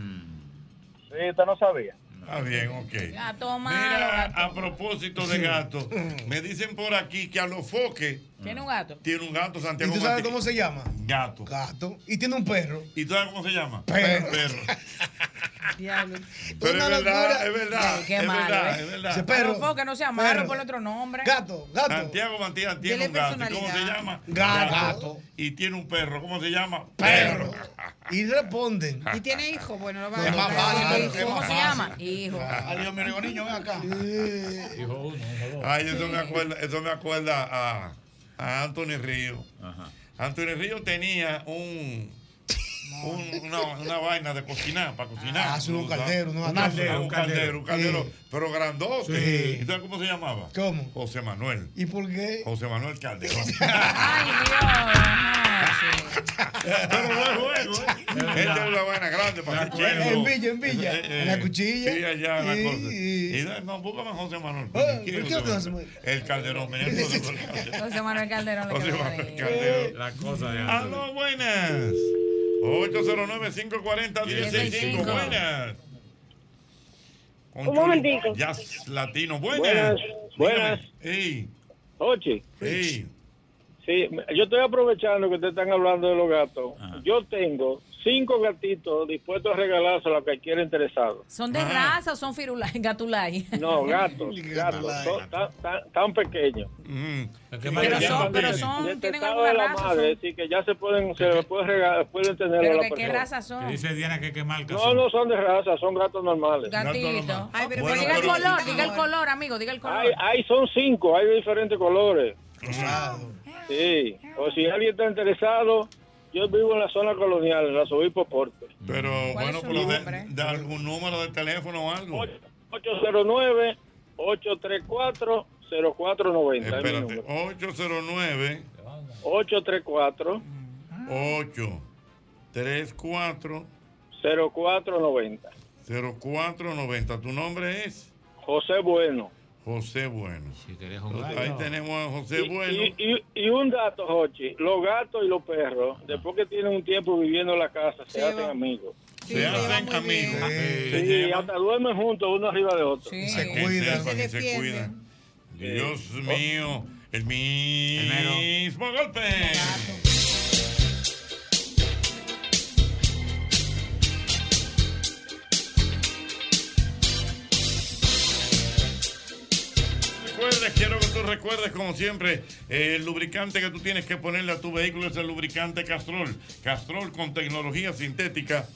Sí, usted no sabía. Está Ah, bien, ok. Gato malo. Mira, gato. a propósito de gato, me dicen por aquí que a los foques ¿Tiene un gato? tiene un gato ¿Y Santiago tú sabes Martín. cómo se llama? Gato. Gato. Y tiene un perro. ¿Y tú sabes cómo se llama? Perro. Perro. Diablo. Pero Una es locura. verdad, es verdad. Ay, qué es malo, verdad, ¿eh? es verdad. Ese Pero fue que no sea malo, por otro nombre. Gato, Santiago Matías tiene Dele un gato. ¿Y ¿Cómo se personalidad. llama? Gato. Y tiene un perro. ¿Cómo se llama? Perro. Y responden. Ah, Y tiene hijos, bueno, lo va Es más fácil, es ¿Cómo más se fácil. llama? Hijo. Adiós, mi amigo niño, ven acá. Ay, eso me acuerda, eso me acuerda a, a Anthony Río. Anthony Río tenía un, un- una, una vaina de cocinar, para cocinar. Ah, sí, un ¿sabes? caldero, ¿no? un Atrás. caldero, un caldero, un caldero, Sí. pero grandote. Sí. ¿Y sabes cómo se llamaba? ¿Cómo? José Manuel. ¿Y por qué? José Manuel Calderón. Pero no es juego, ¿eh? Esta es una vaina grande para que En quiero. Villa, en Villa, Eh, en la cuchilla. Sí, allá en la Sí. cosa. Y da- no, búscame a José Manuel. Ah, ¿Quién es ¿por qué José no te Manuel? El Calderón, mira, el José Manuel Calderón. José Manuel Calderón. le José quedó Manuel ahí. Calderón. La cosa de Ah, antes. no, buenas. 809-540-165. 165. Buenas. Un momentico. Jazz latino. Buenas. Buenas. Ey. Ochi. Sí. yo estoy aprovechando que ustedes están hablando de los gatos. Yo tengo cinco gatitos dispuestos a regalarse a los que quiera interesado. ¿Son de raza o son firula- gatulay? No, gatos, gatos, son tan, tan- tan pequeños. Pero Ya son, pero tienen. son, tienen Detestado alguna de la raza. madre, son- así que ya se pueden, se le puede regalar, pueden tener a Pero la que qué persona. raza Que son. dice Diana que qué marca No, no son de raza, son gatos normales. Gatito. Ay, pero Bueno, diga el pero- color, diga el color, amigo, diga el color. Hay, hay- son cinco, hay de diferentes colores. Sí, o si alguien está interesado, yo vivo en la zona colonial, en la Sobispo Porte. Pero ¿Cuál bueno, es su pero de, nombre? de algún número de teléfono o algo. 809-834-0490. es mi eh, Espérate. número. 809 834 8 3 4 0490. 0490. ¿Tu nombre es? José Bueno. José Bueno. gallo. Ahí tenemos a José Y- Bueno. Y, y- y un dato, Jochi, los gatos y los perros, después que tienen un tiempo viviendo en la casa, se hacen amigos. se hacen amigos. Sí, hasta duermen juntos uno arriba de otro. Se cuidan, se cuidan. Dios mío, el mismo golpe. Recuerdes, quiero que tú recuerdes, como siempre, eh, el lubricante que tú tienes que ponerle a tu vehículo es el lubricante Castrol. Castrol con tecnología sintética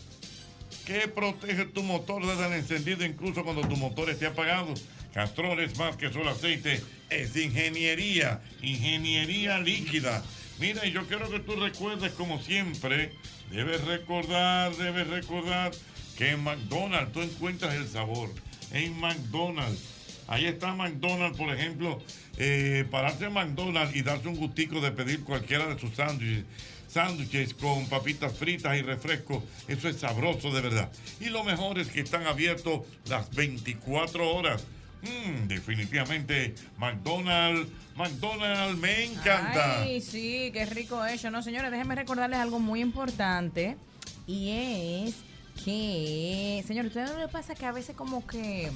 que protege tu motor desde el encendido, incluso cuando tu motor esté apagado. Castrol es más que solo aceite, es ingeniería, ingeniería líquida. Mira, y yo quiero que tú recuerdes, como siempre, debes recordar, debes recordar que en McDonald's tú encuentras el sabor. En McDonald's. Ahí está McDonald's, por ejemplo, eh, pararse en McDonald's y darse un gustico de pedir cualquiera de sus sándwiches. Sándwiches con papitas fritas y refresco, eso es sabroso de verdad. Y lo mejor es que están abiertos las 24 horas. Mm, definitivamente, McDonald's, McDonald's me encanta. Ay, sí, qué rico eso. No, señores, déjenme recordarles algo muy importante. Y es que, señores, ¿ustedes no les pasa que a veces como que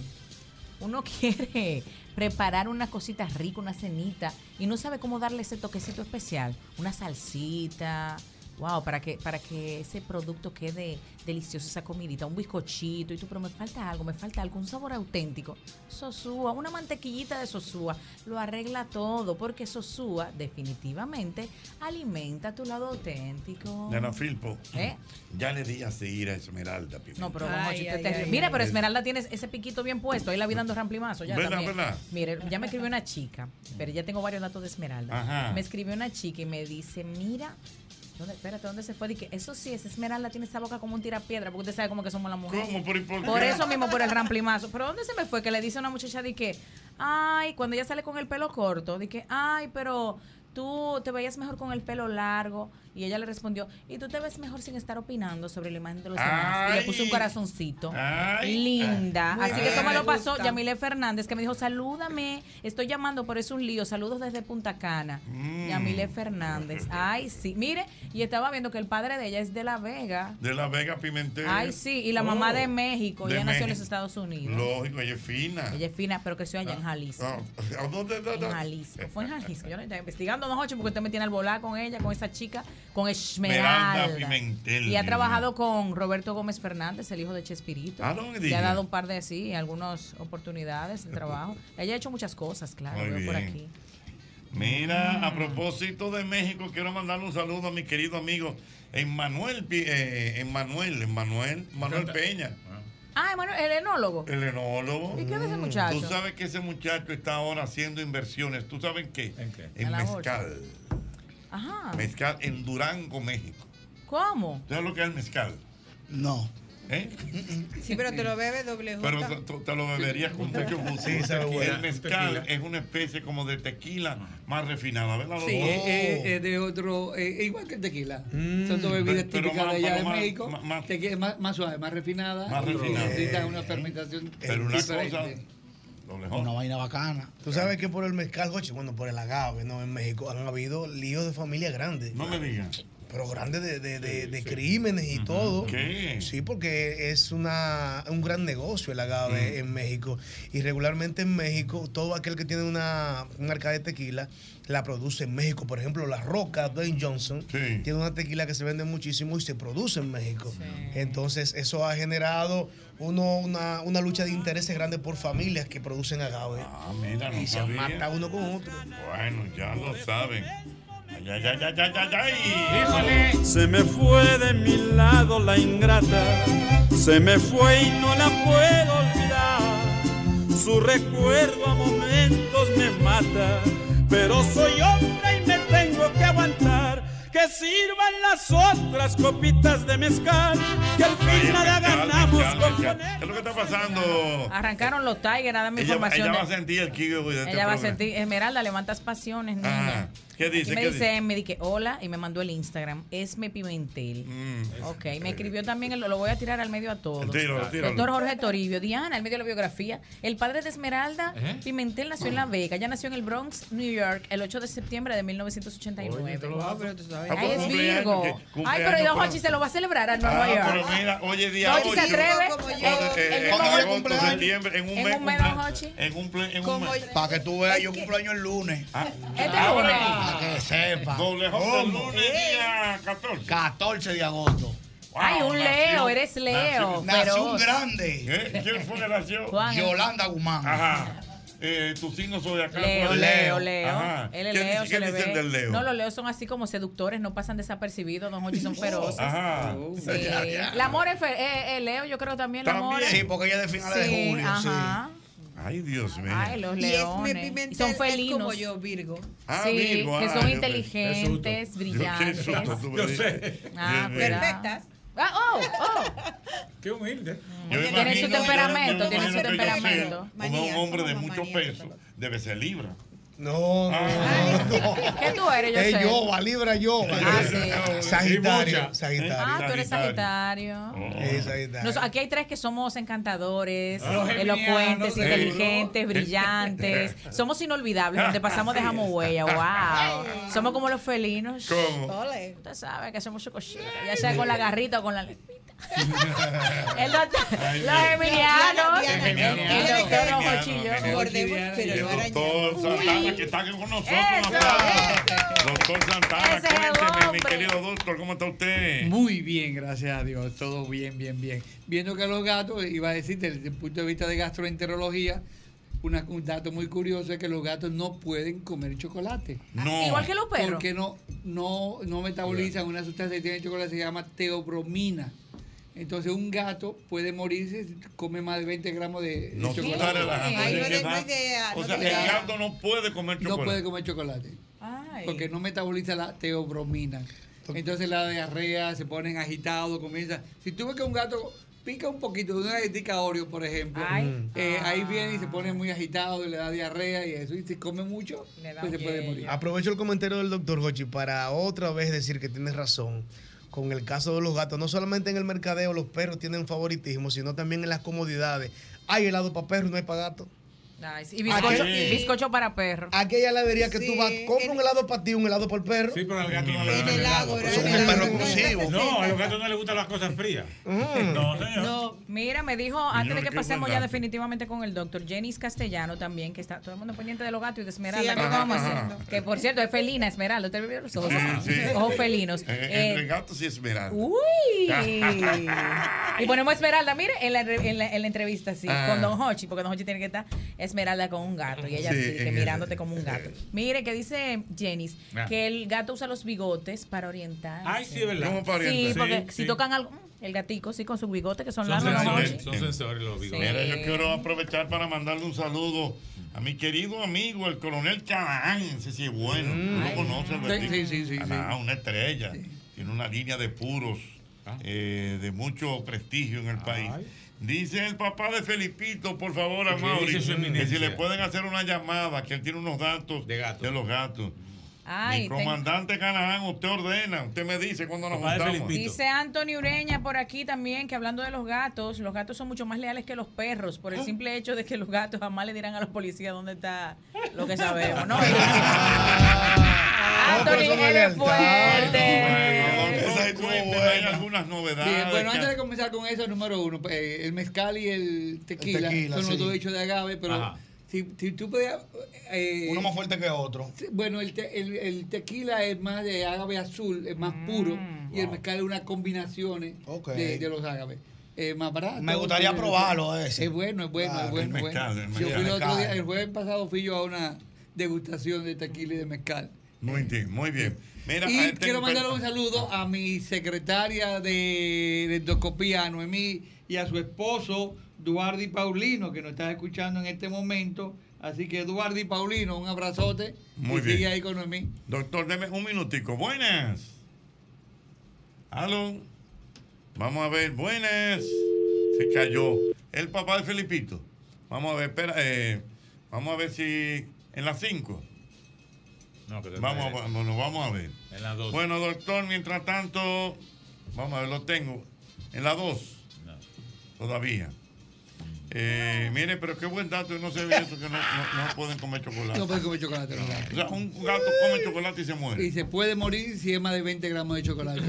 uno quiere preparar unas cositas ricas, una cenita, y no sabe cómo darle ese toquecito especial, una salsita, wow, para que, para que ese producto quede delicioso, esa comidita, un bizcochito, y tú, pero me falta algo, me falta algo, un sabor auténtico. Sosúa, una mantequillita de Sosúa, lo arregla todo, porque Sosúa definitivamente alimenta tu lado auténtico. Nana Filpo, Mm, ¿Eh? ya le di a seguir a Esmeralda. Pimienta. No, pero Ay, vamos, si ay, te- te- ay, Mira, ay. pero Esmeralda tiene ese piquito bien puesto. Ahí la vi dando ramplimazo. Ya ¿Verdad, también. verdad? Mire, ya me escribió una chica, pero ya tengo varios datos de Esmeralda. Ajá. Me escribió una chica y me dice, mira, ¿dónde, espérate, ¿dónde se fue? Dije, eso sí, esa Esmeralda tiene esa boca como un tirapiedra, porque usted sabe cómo que somos las mujeres. ¿Cómo? ¿Por, por qué? eso mismo, por el ramplimazo. Pero ¿dónde se me fue? Que le dice a una muchacha, dije, ay, cuando ella sale con el pelo corto, dije, ay, pero... Tú te veías mejor con el pelo largo y ella le respondió, y tú te ves mejor sin estar opinando sobre la imagen de los demás. Y le puso un Ay. corazoncito. Ay. Linda. Muy Así bien. que eso me lo Me pasó gusta. Yamile Fernández, que me dijo, salúdame, estoy llamando, pero es un lío. Saludos desde Punta Cana. Mm. Yamile Fernández. Ay, sí. Mire, y estaba viendo que el padre de ella es de La Vega. De la Vega Pimentel. Ay, sí. Y la mamá Oh, de México. de ella nació en los México. Estados Unidos. Lógico, ella es fina. Ah, Ella es fina, pero creció allá en Jalisco. ¿A dónde está? En Jalisco. Fue en Jalisco. Yo no estoy investigando, no, Jochi, porque usted me tiene al volar con ella, con esa chica, con Esmeralda. Esmeralda Pimentel. Y ha trabajado con Roberto Gómez Fernández, el hijo de Chespirito. Ah, no me Le diga. ha dado un par de sí, algunas oportunidades de trabajo. Ella ha hecho muchas cosas, claro, Muy veo por bien. aquí. Mira, Mm. a propósito de México, quiero mandarle un saludo a mi querido amigo Emmanuel, Pi- eh, Emmanuel, Emmanuel, Manuel Peña, Ah, Emanuel, el enólogo. el enólogo. ¿Y qué hace ese muchacho? Tú sabes que ese muchacho está ahora haciendo inversiones. ¿Tú sabes en qué? En, En la bolsa. Ah. mezcal. Ajá. Mezcal en Durango, México. ¿Cómo? ¿Tú sabes lo que es el mezcal? No. ¿Eh? Sí, pero te lo bebe doble J. Pero tú- tú te lo beberías con mucho gusto. Sí, sabe bueno. El mezcal Tequila. es una especie como de tequila más refinada, ¿verdad? Sí, Lobo? eh, es- es- es de otro, eh, igual que el tequila. Son dos bebidas Mm, Pero- pero típicas más- de allá pero de más- México. Tequila es Más, suave, más refinada. Más y refinada. Necesita una fermentación. Pero una diferente. cosa, Una vaina bacana. Tú sabes que por el mezcal, Jochi, bueno, por el agave, ¿no? En México han habido líos de familia grandes. No me digas. Pero grandes de, de- de- de crímenes y todo. ¿Qué? Sí, porque es una, un gran negocio el agave en México. Y regularmente en México, todo aquel que tiene una, un arca de tequila la produce en México. Por ejemplo, La Roca, Dwayne Johnson, tiene una tequila que se vende muchísimo y se produce en México. Entonces, eso ha generado uno, una, una lucha de intereses grandes por familias que producen agave. Ah, mira, no y se sabía. mata uno con otro. Bueno, ya lo saben. Ya, ya, ya, ya, ya, ya. Se me fue de mi lado la ingrata, se me fue y no la puedo olvidar. Su recuerdo a momentos me mata, pero soy hombre y me tengo que aguantar. Que sirvan las otras copitas de mezcal, que al fin nada ganamos con ¿Qué es lo que está pasando? Arrancaron los Tigers, dame Ella, información. ella va a de- sentir el kiwi de este ella va a programa. sentir, Esmeralda, levantas pasiones, niña. Ajá. ¿Qué dice? me ¿Qué dice, me di que hola y me mandó el Instagram. Esme Pimentel. Mm. ok, me escribió también, el- lo voy a tirar al medio a todos. Tíralo, tíralo. Doctor Jorge Toribio. Diana, al medio de la biografía. El padre de Esmeralda ¿Eh? Pimentel nació en La Vega. Ya nació en el Bronx, New York, el 8 de septiembre de 1989. Ah, pues Ay, es Virgo. Ay, pero y Don Hochi se lo va a celebrar a Nueva Ah, pero York. mira, hoy es día Hochi se 8. atreve. Como yo. Eh, Eh, el en mismo agosto, cumpleaños. septiembre, en un En mes. un mes, cumplea- Don Hochi. En un ple- en un mes. Ah, Para que tú veas, yo cumpleaños el lunes. Este lunes. Para que sepa. Doble J, el lunes, día 14. 14 de agosto. Ay, un Leo, eres Leo. Nació un feroz. grande. ¿Eh? ¿Quién fue que nació? Juan. Yolanda Guzmán. Ajá. Eh, tu signo zodiacal. Leo, ¿cuál es? Leo, Leo. pues, Ajá. Él es ¿Qué dice- Leo, se ¿Qué le dice el ve. del Leo? No, los Leos son así como seductores, no pasan desapercibidos, Don Hochi, son feroces. Oh. Ajá. Sí. El amor es fe- eh, eh, Leo, yo creo también. El amor es- Sí, porque ella es de finales Sí, de julio. Ajá. Ay, Dios mío. Ay, los leones. Y son felinos. como yo, Virgo. Ah, sí, Virgo, que ah, son yo- inteligentes, qué susto. brillantes. Yo, qué susto, tú me Yo dices. sé. Dios Ah, mío. Perfectas. Ah, oh, oh. Qué humilde. Yo Tiene imagino- su yo temperamento, me tiene su imagino que yo temperamento. sea Como un hombre de mucho peso, debe ser libra. No, no, no. ¿Qué tú eres, yo Es sé? Yoba, Libra Yoba. Ah, Y Sagitario. mucha. Sagitario. Ah, tú eres Sagitario. Es Sagitario. Nos- aquí hay tres que somos encantadores, Ah. Los geminianos, elocuentes, seguro. inteligentes, brillantes. Somos inolvidables, donde pasamos dejamos huella. ¡Wow! Somos como los felinos. ¿Cómo? Ole. Usted sabe que hacemos su cosita, ya sea con la garrita o con la lengüita. El doctor- los Diana, geminianos. Diana, El Diana. el doctor Diana, Ojo Chillón. Y el doctor Santana, que está aquí con nosotros. Eso. aplauso. Doctor Santana, Ese es el cuénteme, mi hombre. querido doctor, ¿cómo está usted? Muy bien, gracias a Dios. Todo bien, bien, bien. Viendo que los gatos, iba a decirte desde el punto de vista de gastroenterología, una- un dato muy curioso es que los gatos no pueden comer chocolate. No. Ah, Igual que los perros. Porque no, no, no metabolizan una sustancia que tiene chocolate, se llama teobromina. Entonces un gato puede morirse si come más de 20 gramos de, de No, tú chocolate. estás relajando. Ay, es no que tengo da- idea, O no sea, tengo el idea. gato no puede comer No chocolate. puede comer chocolate. Porque no metaboliza la teobromina. Entonces la diarrea se ponen agitados, comienza. Si tú ves que un gato pica un poquito de una galletica Oreo, por ejemplo, Ay. Ah. eh, ahí viene y se pone muy agitado y le da diarrea y eso. Y si come mucho, da pues se un puede yello. morir. Aprovecho el comentario del doctor Gochi para otra vez decir que tienes razón con el caso de los gatos. No solamente en el mercadeo los perros tienen favoritismo, sino también en las comodidades. Hay helado para perros, no hay para gatos. Nice. Y bizcocho, Aquí- bizcocho para perro. Ah, Aquí hay heladería que tú vas, compra un helado para ti, un helado para el perro. Sí, pero al gato no le gusta. madre. el helado. Pero son unos perros exclusivos. No, a los gatos no les gustan las cosas frías. Mm. No, señor. No, mira, me dijo antes Señor, de que qué pasemos buen ya dato. definitivamente con el doctor Jenis Castellano también, que está todo el mundo pendiente de los gatos y de Sí, Esmeralda. a ¿qué mí me vamos a gusta. hacer? Que por cierto, es felina Esmeralda. Usted vio los ojos. Sí, sí. Ojos felinos. Eh, Eh, entre gatos y esmeralda. Uy. y ponemos a Esmeralda, mire, en la, en la- en la entrevista, sí, Ah. con Don Hochi, porque Don Hochi tiene que estar Esmeralda con un gato y ella Sí, sí, que en mirándote como un gato. Mire, que dice Jenis Ah. que el gato usa los bigotes para orientarse. Ay, sí, es verdad. ¿Cómo para Sí, orientarse? porque Sí, si sí. tocan algo, mm, el gatico sí con sus bigotes que son, Son largos. Don Hochi. sensores, son sensores los bigotes. Mira, yo quiero aprovechar para mandarle un saludo a mi querido amigo, el coronel Canaán. Ese sí es bueno. Tú lo conoces, Sí, ¿verdad? sí, sí, sí, Canaán, una estrella. Tiene una línea de puros eh, de mucho prestigio en el país. Dice el papá de Felipito, por favor, a ¿Qué Mauri, dice su que si eminencia? le pueden hacer una llamada, que él tiene unos datos de, los gatos. Ay, mi tengo- comandante Canaán, usted ordena, usted me dice cuando nos Papá de juntamos. Dice Anthony Ureña por aquí también que hablando de los gatos, los gatos son mucho más leales que los perros por Ah. el simple hecho de que los gatos jamás le dirán a los policías dónde está lo que sabemos, ¿no? Ah, Anthony, eres fuerte. Cuénteme, hay algunas novedades. Bien, bueno, que- antes de comenzar con eso, número uno, pues, eh, el mezcal y el tequila, tequila, son los sí. dos hechos de agave, pero Ajá. si, si tú podías... eh, Uno más fuerte que otro. Bueno, el, te- el- el tequila es más de agave azul, es Mm, más puro, y el mezcal es una combinación eh, de, de los ágaves. Es más barato. Me gustaría Pero- probarlo ese. Es bueno, es bueno, Claro, es bueno. es el bueno. mezcal, el Yo fui el mezcal. otro día, el jueves pasado fui yo a una degustación de tequila y de mezcal. Muy bien, muy bien. Mira, y eh, este tengo- quiero mandar un saludo a mi secretaria de, de endoscopía, a Noemí, y a su esposo, Duardi Paulino, que nos está escuchando en este momento. Así que, Duardi Paulino, un abrazote. Muy y bien. Sigue ahí con Noemí. Doctor, deme un minutico. Buenas. Aló. Vamos a ver. Buenas. Se cayó. El papá de Felipito. Vamos a ver, espera. eh, vamos a ver si en las 5. Vamos, a- bueno, vamos a ver. En las dos. Bueno, doctor, mientras tanto, vamos a ver, lo tengo. En la 2. Todavía. Eh, mire, pero qué buen dato, no se ve eso que no, no- no pueden comer chocolate. No pues, puede comer chocolate. los gatos. O sea, un gato come chocolate y se muere. Y se puede morir si es más de 20 gramos de chocolate.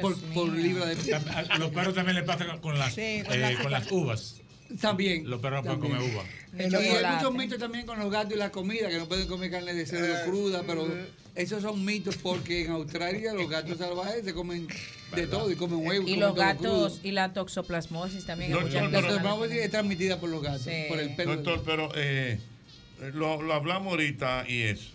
por, por libra de A los perros también les pasa con las, Sí, con eh, las- con las uvas. También. Los perros no pueden También. comer uva. Y hay muchos mitos también con los gatos y la comida, que no pueden comer carne de cerdo cruda, pero esos son mitos porque en Australia los gatos salvajes se comen de todo y comen huevos. Y comen los todo crudo. gatos y la toxoplasmosis también. hay muchas La personas. toxoplasmosis es transmitida por los gatos, por el pelo. Doctor, pero eh, lo, lo hablamos ahorita y eso.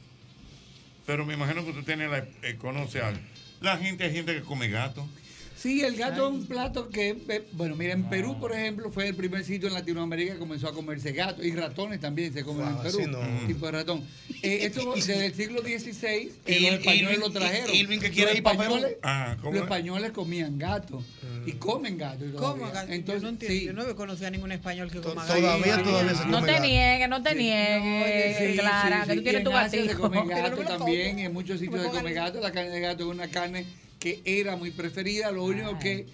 Pero me imagino que usted tiene la, eh, conoce algo. La gente es gente que come gato. Sí, el gato es un plato que, eh, bueno, mira, en Perú, por ejemplo, fue el primer sitio en Latinoamérica que comenzó a comerse gatos y ratones también se comen en Wow, Perú, sí, no. tipo de ratón. Eh, esto desde el siglo XVI, que Y- los españoles Irving- lo trajeron. Irving, que quiere Los ir pa' Perú. españoles- Ah, ¿cómo Los es? españoles comían gato y comen gato. ¿Cómo? todavía. gato? Entonces, yo no entiendo. Yo no conocía a ningún español que coma gato. todavía- todavía se No come te gato. niegues, no te niegues, Sí, sí, Eh, Clara, sí, que tú sí. tienes Y tu en Asia se gatito. come Pero no gato me lo como. también, en muchos sitios se pongan come gato. La carne de gato es una carne que era muy preferida. Lo único que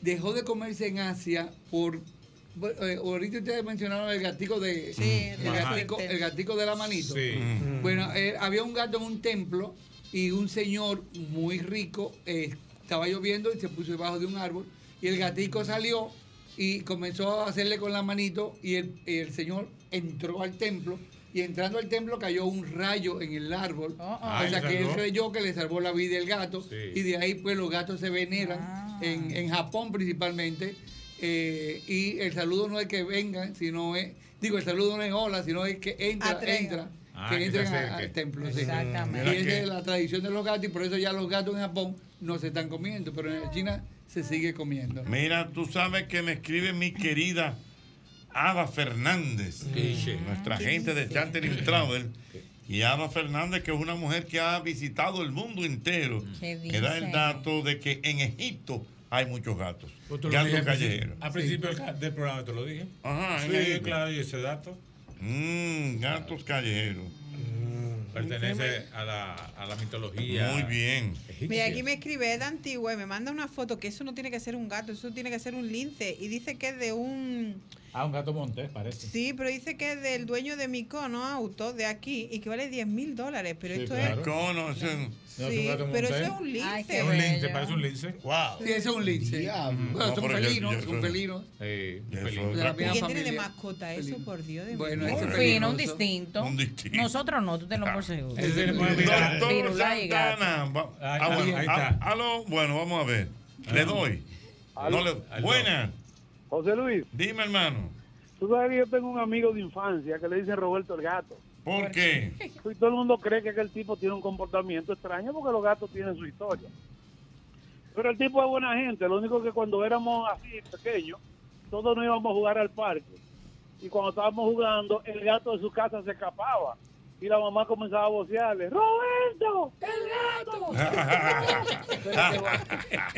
dejó de comerse en Asia por... bueno, eh, ahorita ustedes mencionaron el gatico de el, Ajá. gatico, el gatico de la manito. Sí. Mm. Bueno, eh, había un gato en un templo y un señor muy rico eh, estaba lloviendo y se puso debajo de un árbol y el gatico salió y comenzó a hacerle con la manito y el, el señor entró al templo y entrando al templo cayó un rayo en el árbol. Ah, O sea ¿le que él salvó? creyó que le salvó la vida el gato Sí. y de ahí pues los gatos se veneran en, en Japón principalmente. eh, y el saludo no es que vengan, sino es, digo, el saludo no es hola, sino es que entra, Atraigan. entra, Ah, que que se entren a- acerque. al templo. sí. Exactamente. Y esa Mira es la tradición de los gatos y por eso ya los gatos en Japón no se están comiendo, pero en China se sigue comiendo. Mira, tú sabes que me escribe mi querida Ava Fernández, nuestra gente de Chartering Travel. Y Ava Fernández, que es una mujer que ha visitado el mundo entero, Mm. ¿Qué que da el dice? dato de que en Egipto hay muchos gatos. Pues te lo dije Gatos al callejeros. principio- Al principio del ca- del programa te lo dije. Ajá, en sí, Egipto. claro, y ese dato Mm, gatos callejeros. Mm, pertenece a la, a la mitología. Muy bien. Mira, aquí me escribe, es de Antigua y me manda una foto que eso no tiene que ser un gato, eso tiene que ser un lince. Y dice que es de un... Ah, un gato montés, parece. Sí, pero dice que es del dueño de Micono Auto de aquí y que vale 10 mil dólares. Pero Sí, esto claro. es... Cono, ese es un- No, es Sí, un gato pero montés. eso es un lince. Ay, qué Es un lince, bello. parece un lince. Wow. Sí, ese es un lince. Bueno, son felinos, son felinos. De la ¿Y misma ¿Quién quién tiene de familia. mascota eso, por Dios de Bueno, un ese es fino, un peligroso. distinto. Nosotros no, tú tenlo por seguro. Ese se le puede mirar. Doctor Firulá y gato. Santana. va- Ahí- ah, bueno, ahí ah, está. aló, bueno, vamos a ver. Le doy. No le- Buenas. José Luis. Dime, hermano. Tú sabes que yo tengo un amigo de infancia que le dicen Roberto el gato. ¿Por qué? Y todo el mundo cree que aquel tipo tiene un comportamiento extraño porque los gatos tienen su historia. Pero el tipo es buena gente. Lo único que cuando éramos así pequeños, todos nos íbamos a jugar al parque. Y cuando estábamos jugando, el gato de su casa se escapaba. Y la mamá comenzaba a vocearle, ¡Roberto! ¡El gato!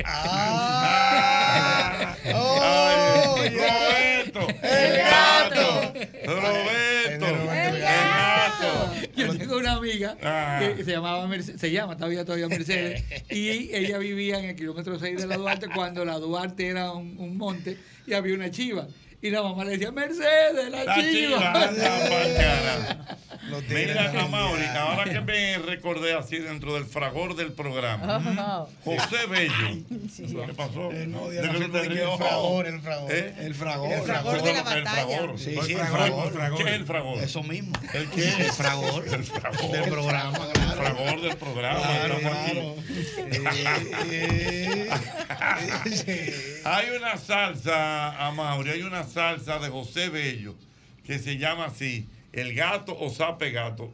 Ah. Ay, Roberto, el gato, Roberto, el gato. Yo tengo una amiga Ah. que se llamaba Mercedes, se llama todavía todavía Mercedes, y ella vivía en el kilómetro 6 de la Duarte cuando la Duarte era un, un monte y había una chiva. Y la mamá le decía, Mercedes, la, La chiva. chiva, anda pa'l cara. Mira, Amaury, ahora que me recordé así dentro del fragor del programa, Ajá. José Bello. ¿Qué pasó? Diana, ¿De qué te el ríes? fragor, el fragor. ¿Eh? El fragor. El fragor de la batalla. Sí, No, el sí, el fragor. fragor. ¿Qué es el fragor? Eso mismo. ¿El qué? El fragor. El fragor. Del programa, El fragor del programa. Claro, estamos aquí. hay una salsa, Amaury, hay una salsa de José Bello que se llama así, el gato o sape gato.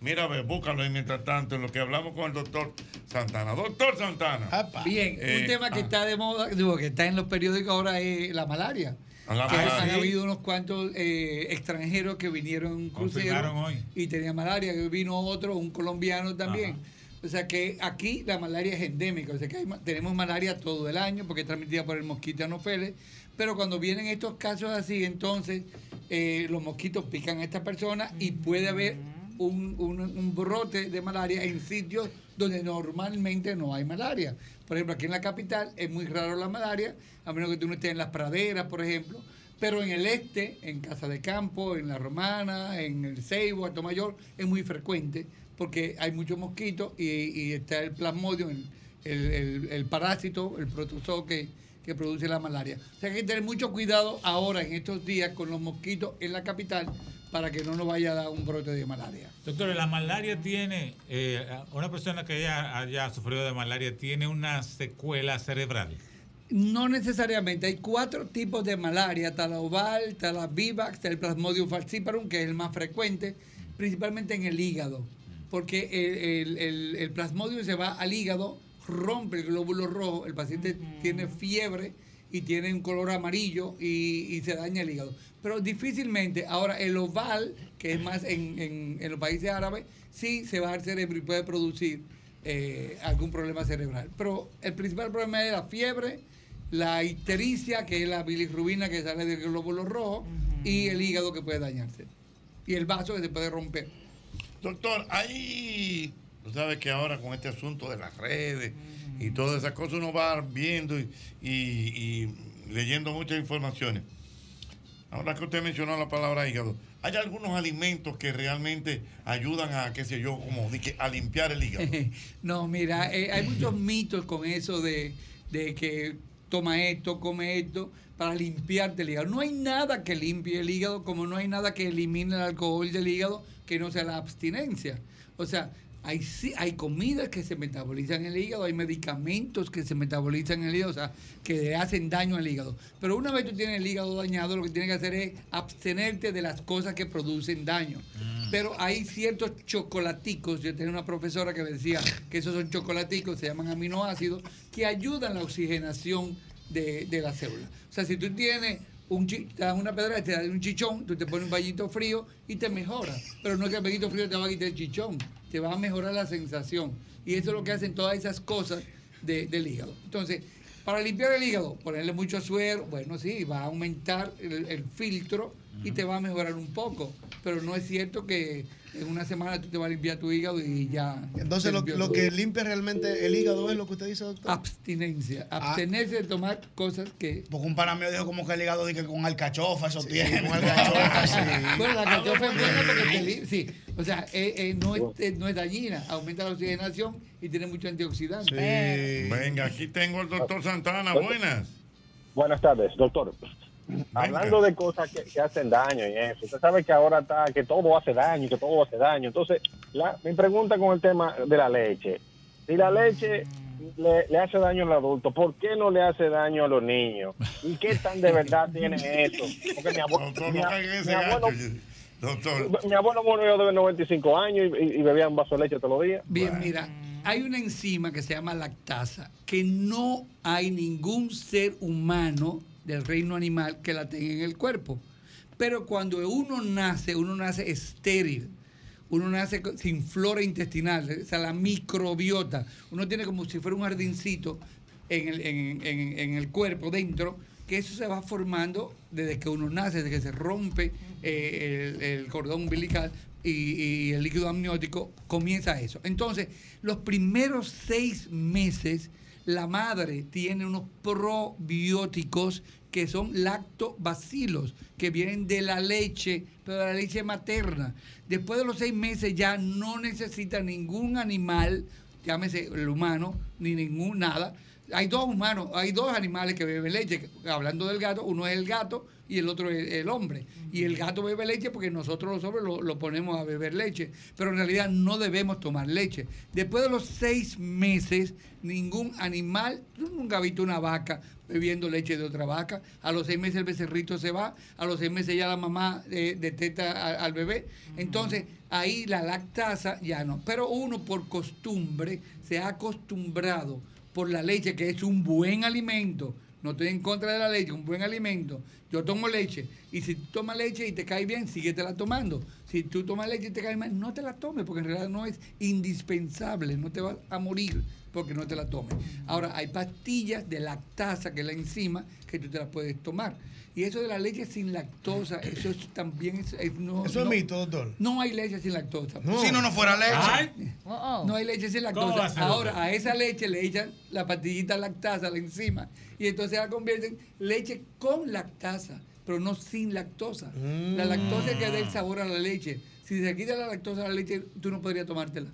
Mira, a ver, búscalo ahí mientras tanto, en lo que hablamos con el doctor Santana. Doctor Santana. Bien, Eh, un tema que ah. está de moda, digo, que está en los periódicos ahora es la malaria. La Que Ah, malaria. Han habido unos cuantos eh, extranjeros que vinieron en un crucero Confirmaron hoy. y tenían malaria. Vino otro, un colombiano también. O sea que aquí la malaria es endémica. O sea que hay ma- tenemos malaria todo el año porque es transmitida por el mosquito anopheles. Pero cuando vienen estos casos así, entonces eh, los mosquitos pican a esta persona y puede haber un, un- un brote de malaria en sitios donde normalmente no hay malaria. Por ejemplo, aquí en la capital es muy raro la malaria, a menos que tú no estés en las praderas, por ejemplo. Pero en el este, en Casa de Campo, en La Romana, en el Ceibo, Alto Mayor, es muy frecuente porque hay muchos mosquitos y, y está el plasmodium, el, el- el- el parásito, el protozoo que, que produce la malaria. O sea que hay que tener mucho cuidado ahora, en estos días, con los mosquitos en la capital para que no nos vaya a dar un brote de malaria. Doctor, la malaria tiene, eh, una persona que haya, haya sufrido de malaria tiene una secuela cerebral. No necesariamente, hay cuatro tipos de malaria, talaoval, talavivax, el plasmodium falciparum, que es el más frecuente, principalmente en el hígado, porque el, el- el- el plasmodium se va al hígado, rompe el glóbulo rojo, el paciente tiene fiebre y tiene un color amarillo y, y se daña el hígado. Pero difícilmente, ahora el oval, que es más en, en- en los países árabes, sí se va al cerebro y puede producir eh, algún problema cerebral. Pero el principal problema es la fiebre, la ictericia, que es la bilirrubina que sale del glóbulo rojo, y el hígado que puede dañarse. Y el vaso que se puede romper. Doctor, hay. Tú sabes que ahora con este asunto de las redes y todas esas cosas uno va viendo y, y- y leyendo muchas informaciones. Ahora que usted mencionó la palabra hígado, hay algunos alimentos que realmente ayudan a, qué sé yo, como dije, a limpiar el hígado. No, mira, eh, hay muchos mitos con eso de, de que toma esto, come esto, para limpiarte el hígado. No hay nada que limpie el hígado, como no hay nada que elimine el alcohol del hígado que no sea la abstinencia. O sea, hay, sí- hay comidas que se metabolizan en el hígado, hay medicamentos que se metabolizan en el hígado, o sea, que le hacen daño al hígado. Pero una vez tú tienes el hígado dañado, lo que tienes que hacer es abstenerte de las cosas que producen daño. Pero hay ciertos chocolaticos, yo tenía una profesora que me decía que esos son chocolaticos, se llaman aminoácidos, que ayudan a la oxigenación de, de la célula. O sea, si tú tienes un chi- te dan una pedra, te dan un chichón, tú te pones un bañito frío y te mejora. Pero no es que el bañito frío te va a quitar el chichón, te va a mejorar la sensación. Y eso es lo que hacen todas esas cosas de- del hígado. Entonces, para limpiar el hígado, ponerle mucho suero, bueno, sí, va a aumentar el, el filtro y te va a mejorar un poco. Pero no es cierto que en una semana tú te vas a limpiar tu hígado y ya. Entonces, te lo, limpió lo todo. que limpia realmente el hígado es lo que usted dice, doctor. Abstinencia. Ah, Abstenerse de tomar cosas que. Porque un pana mío dijo como que el hígado dije que con alcachofa, eso tiene. Bueno, la cachofa es buena porque te li- sí, o sea, eh, eh, no, es, eh, no es dañina, aumenta la oxigenación y tiene mucho antioxidante. Venga, aquí tengo al doctor Santana. Buenas. Buenas tardes, doctor. Hablando de cosas que, que hacen daño y eso, usted sabe que ahora está, que todo hace daño, que todo hace daño. Entonces, la, mi pregunta con el tema de la leche. Si la leche le, le hace daño al adulto, ¿por qué no le hace daño a los niños? ¿Y qué tan de verdad tiene eso? Porque mi abuelo, Doctor, mi no a- caiga en mi ese abuelo, gancho. Doctor. mi abuelo murió de 95 años y, y- y bebía un vaso de leche todos los días. Bien, mira, hay una enzima que se llama lactasa, que no hay ningún ser humano del reino animal que la tenga en el cuerpo. Pero cuando uno nace, uno nace estéril. Uno nace co- sin flora intestinal, o sea, la microbiota. Uno tiene como si fuera un jardincito en el, en- en- en el cuerpo, dentro, que eso se va formando desde que uno nace, desde que se rompe eh, el, el cordón umbilical y, y el líquido amniótico, comienza eso. Entonces, los primeros seis meses, la madre tiene unos probióticos que son lactobacilos, que vienen de la leche, pero de la leche materna. Después de los seis meses ya no necesita ningún animal, llámese el humano, ni ningún nada. Hay dos humanos, hay dos animales que beben leche. Hablando del gato, uno es el gato y el otro es el hombre. Y el gato bebe leche porque nosotros los hombres lo, lo ponemos a beber leche. Pero en realidad no debemos tomar leche. Después de los seis meses, ningún animal, tú nunca has visto una vaca bebiendo leche de otra vaca. A los seis meses el becerrito se va, a los seis meses ya la mamá eh, detecta a- al bebé. Entonces ahí la lactasa ya no. Pero uno por costumbre se ha acostumbrado por la leche, que es un buen alimento. No estoy en contra de la leche, un buen alimento. Yo tomo leche. Y si tú tomas leche y te cae bien, síguetela tomando. Si tú tomas leche y te cae mal, no te la tomes, porque en realidad no es indispensable. No te vas a morir porque no te la tomes. Ahora, hay pastillas de lactasa, que es la enzima, que tú te la puedes tomar. Y eso de la leche sin lactosa, eso es también es, es- no, Eso es no- mito, doctor. No hay leche sin lactosa. No. Si no, no fuera leche. Ay. Oh. No hay leche sin ¿Cómo va a lactosa. ser, Ahora, doctor? a esa leche le echan la pastillita lactasa, la enzima, y entonces la convierten leche con lactasa, pero no sin lactosa. La lactosa es que da el sabor a la leche. Si se quita la lactosa a la leche, tú no podrías tomártela.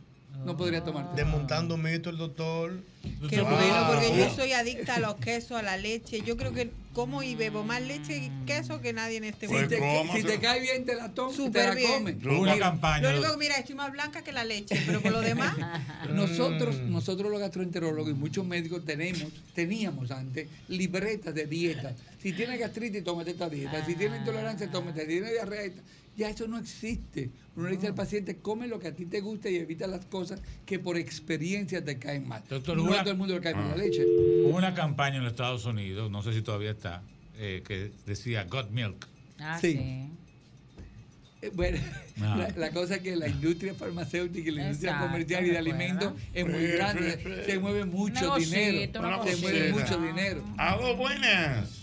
No podrías tomártela. Desmontando mito el doctor. ah, Qué Wow. bueno, Porque yo soy adicta a los quesos, a la leche. Yo creo que como y bebo más leche y queso que nadie en este Pues Si mundo. te, si te cae bien, te la tomas, te Súper la bien. comes. Una campaña. Lo único que mira, estoy más blanca que la leche, pero con lo demás. Nosotros, nosotros los gastroenterólogos y muchos médicos tenemos, teníamos antes libretas de dieta. Si tienes gastritis, tómate esta dieta. Si tienes intolerancia, tómate. Si tienes diarrea, esta. ya eso no existe. Uno le dice al paciente, come lo que a ti te gusta y evita las cosas que por experiencia te caen mal. no Lula- a todo el mundo le cae mal la Ah. leche. Hubo una campaña en los Estados Unidos, no sé si todavía está, eh, que decía God Milk. Ah, Sí. sí. Eh, Bueno, Ah. la, la cosa es que la industria farmacéutica y la industria Exacto, comercial y de recuerda. alimentos es muy Sí, grande. sí, sí. Se mueve mucho Negocito, dinero. una Se mueve cosita. mucho dinero. Aló, buenas.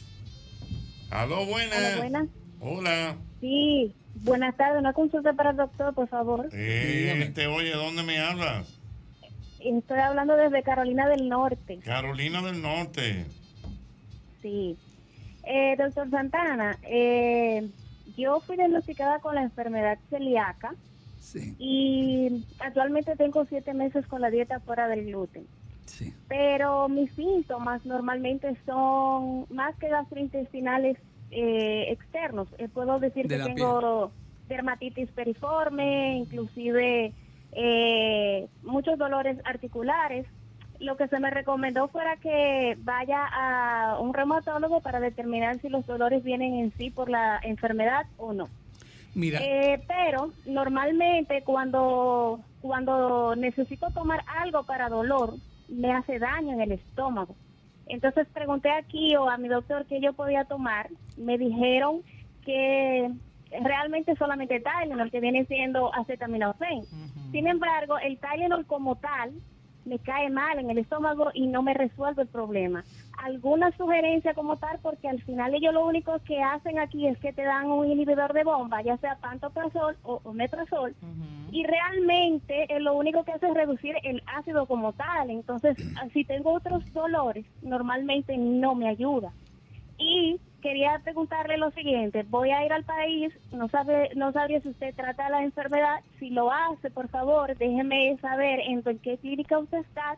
Aló, buenas. Aló, buenas. Hola. Sí, buenas tardes. Una consulta para el doctor, por favor. Eh, te oye, ¿dónde me hablas? Estoy hablando desde Carolina del Norte. Carolina del Norte. Sí. Eh, doctor Santana, eh, yo fui diagnosticada con la enfermedad celíaca y actualmente tengo siete meses con la dieta fuera del gluten. Pero mis síntomas normalmente son más que gastrointestinales eh, externos. Eh, puedo decir De que la tengo dermatitis periforme, inclusive eh, muchos dolores articulares. Lo que se me recomendó fuera que vaya a un reumatólogo para determinar si los dolores vienen en sí por la enfermedad o no. Mira. Eh, pero normalmente cuando, cuando necesito tomar algo para dolor, me hace daño en el estómago. Entonces pregunté aquí o a mi doctor qué yo podía tomar. Me dijeron que realmente solamente Tylenol, que viene siendo acetaminofén. Sin embargo, el Tylenol como tal me cae mal en el estómago y no me resuelve el problema. ¿Alguna sugerencia como tal? Porque al final ellos lo único que hacen aquí es que te dan un inhibidor de bomba, ya sea pantoprazol o, o metrazol, y realmente eh, lo único que hace es reducir el ácido como tal. Entonces, ah, si tengo otros dolores, normalmente no me ayuda. Y quería preguntarle lo siguiente, voy a ir al país, no sabe, no sabría si usted trata la enfermedad, si lo hace, por favor, déjeme saber en qué clínica usted está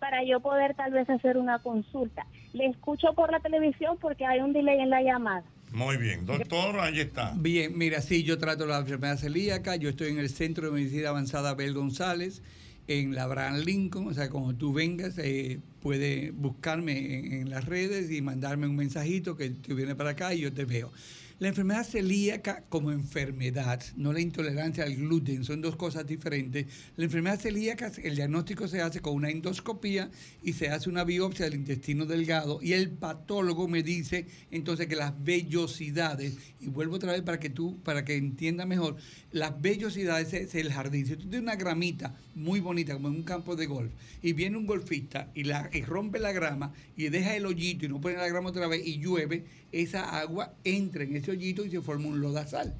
para yo poder tal vez hacer una consulta. Le escucho por la televisión porque hay un delay en la llamada. Muy bien, doctor, ahí está. Bien, mira, sí, yo trato la enfermedad celíaca. Yo estoy en el Centro de Medicina Avanzada Abel González, en la Abraham Lincoln. O sea, cuando tú vengas, eh, puede buscarme en, en las redes y mandarme un mensajito que tú vienes para acá y yo te veo. La enfermedad celíaca como enfermedad, no la intolerancia al gluten, son dos cosas diferentes. La enfermedad celíaca, el diagnóstico se hace con una endoscopía y se hace una biopsia del intestino delgado y el patólogo me dice entonces que las vellosidades, y vuelvo otra vez para que tú, para que entiendas mejor, las vellosidades es el jardín. Si tú tienes una gramita muy bonita, como en un campo de golf, y viene un golfista y, la, y rompe la grama y deja el hoyito y no pone la grama otra vez y llueve, esa agua entra en ese hoyito y se forma un lodazal.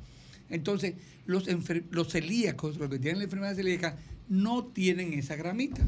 Entonces, los, enfer- los celíacos, los que tienen la enfermedad celíaca, no tienen esa gramita.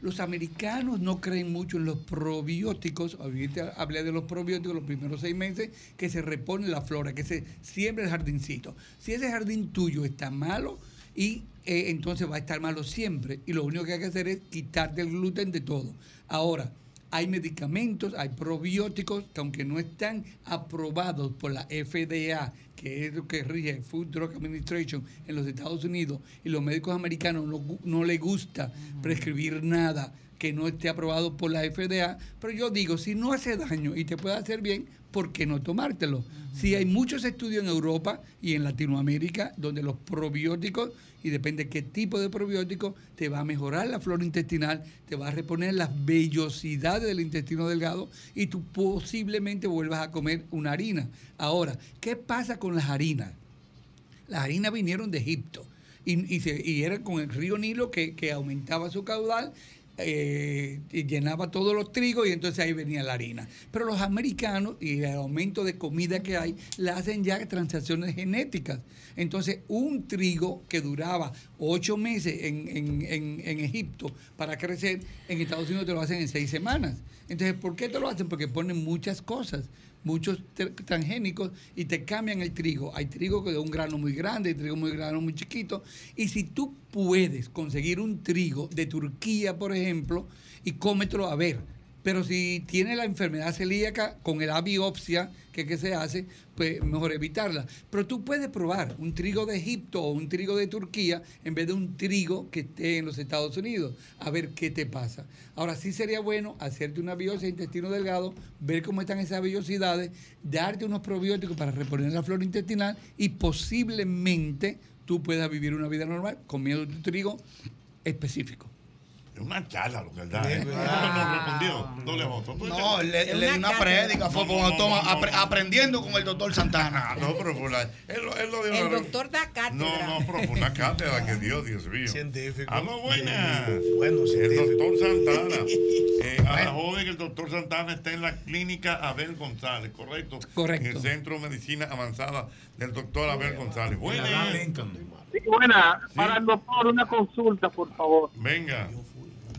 Los americanos no creen mucho en los probióticos. Ahorita hablé de los probióticos los primeros seis meses, que se repone la flora, que se siembra el jardincito. Si ese jardín tuyo está malo, y eh, entonces va a estar malo siempre. Y lo único que hay que hacer es quitarte el gluten de todo. Ahora, hay medicamentos, hay probióticos que aunque no están aprobados por la FDA, que es lo que rige el Food Drug Administration en los Estados Unidos, y los médicos americanos no, gu- no les gusta prescribir nada que no esté aprobado por la FDA, pero yo digo, si no hace daño y te puede hacer bien, ¿por qué no tomártelo? Si hay muchos estudios en Europa y en Latinoamérica donde los probióticos, y depende qué tipo de probiótico, te va a mejorar la flora intestinal, te va a reponer las vellosidades del intestino delgado y tú posiblemente vuelvas a comer una harina. Ahora, ¿qué pasa con las harinas? Las harinas vinieron de Egipto y, y, se- y era con el río Nilo que, que aumentaba su caudal eh, y llenaba todos los trigos y entonces ahí venía la harina. Pero los americanos y el aumento de comida que hay, la hacen ya transacciones genéticas. Entonces, un trigo que duraba ocho meses en, en- en- en Egipto para crecer, en Estados Unidos te lo hacen en seis semanas. Entonces, ¿por qué te lo hacen? Porque ponen muchas cosas muchos tr- transgénicos y te cambian el trigo. Hay trigo que de un grano muy grande, hay trigo muy grano muy chiquito. Y si tú puedes conseguir un trigo de Turquía, por ejemplo, y cómetelo a ver. Pero si tiene la enfermedad celíaca con la biopsia que, que se hace, pues mejor evitarla. Pero tú puedes probar un trigo de Egipto o un trigo de Turquía en vez de un trigo que esté en los Estados Unidos, a ver qué te pasa. Ahora sí sería bueno hacerte una biopsia de intestino delgado, ver cómo están esas vellosidades, darte unos probióticos para reponer la flora intestinal y posiblemente tú puedas vivir una vida normal comiendo tu trigo específico. Es una charla lo que él da. ¿eh? No, no respondió. Doble voto. No, le, le di una prédica, fue con cuando toma, apre- aprendiendo con el doctor Santana. No, pero fue la- él, lo- él lo dio El una- doctor da cátedra. No, no, pero fue una cátedra que dio, Dios mío. Científico. Aló, buenas. Ah. Bueno, El doctor Santana. Eh, a la joven, el doctor Santana está en la clínica Abel González, ¿correcto? Correcto. En el Centro de Medicina Avanzada del doctor Abel González. Buenas. Sí, buena, para el doctor, una consulta, por favor. Venga.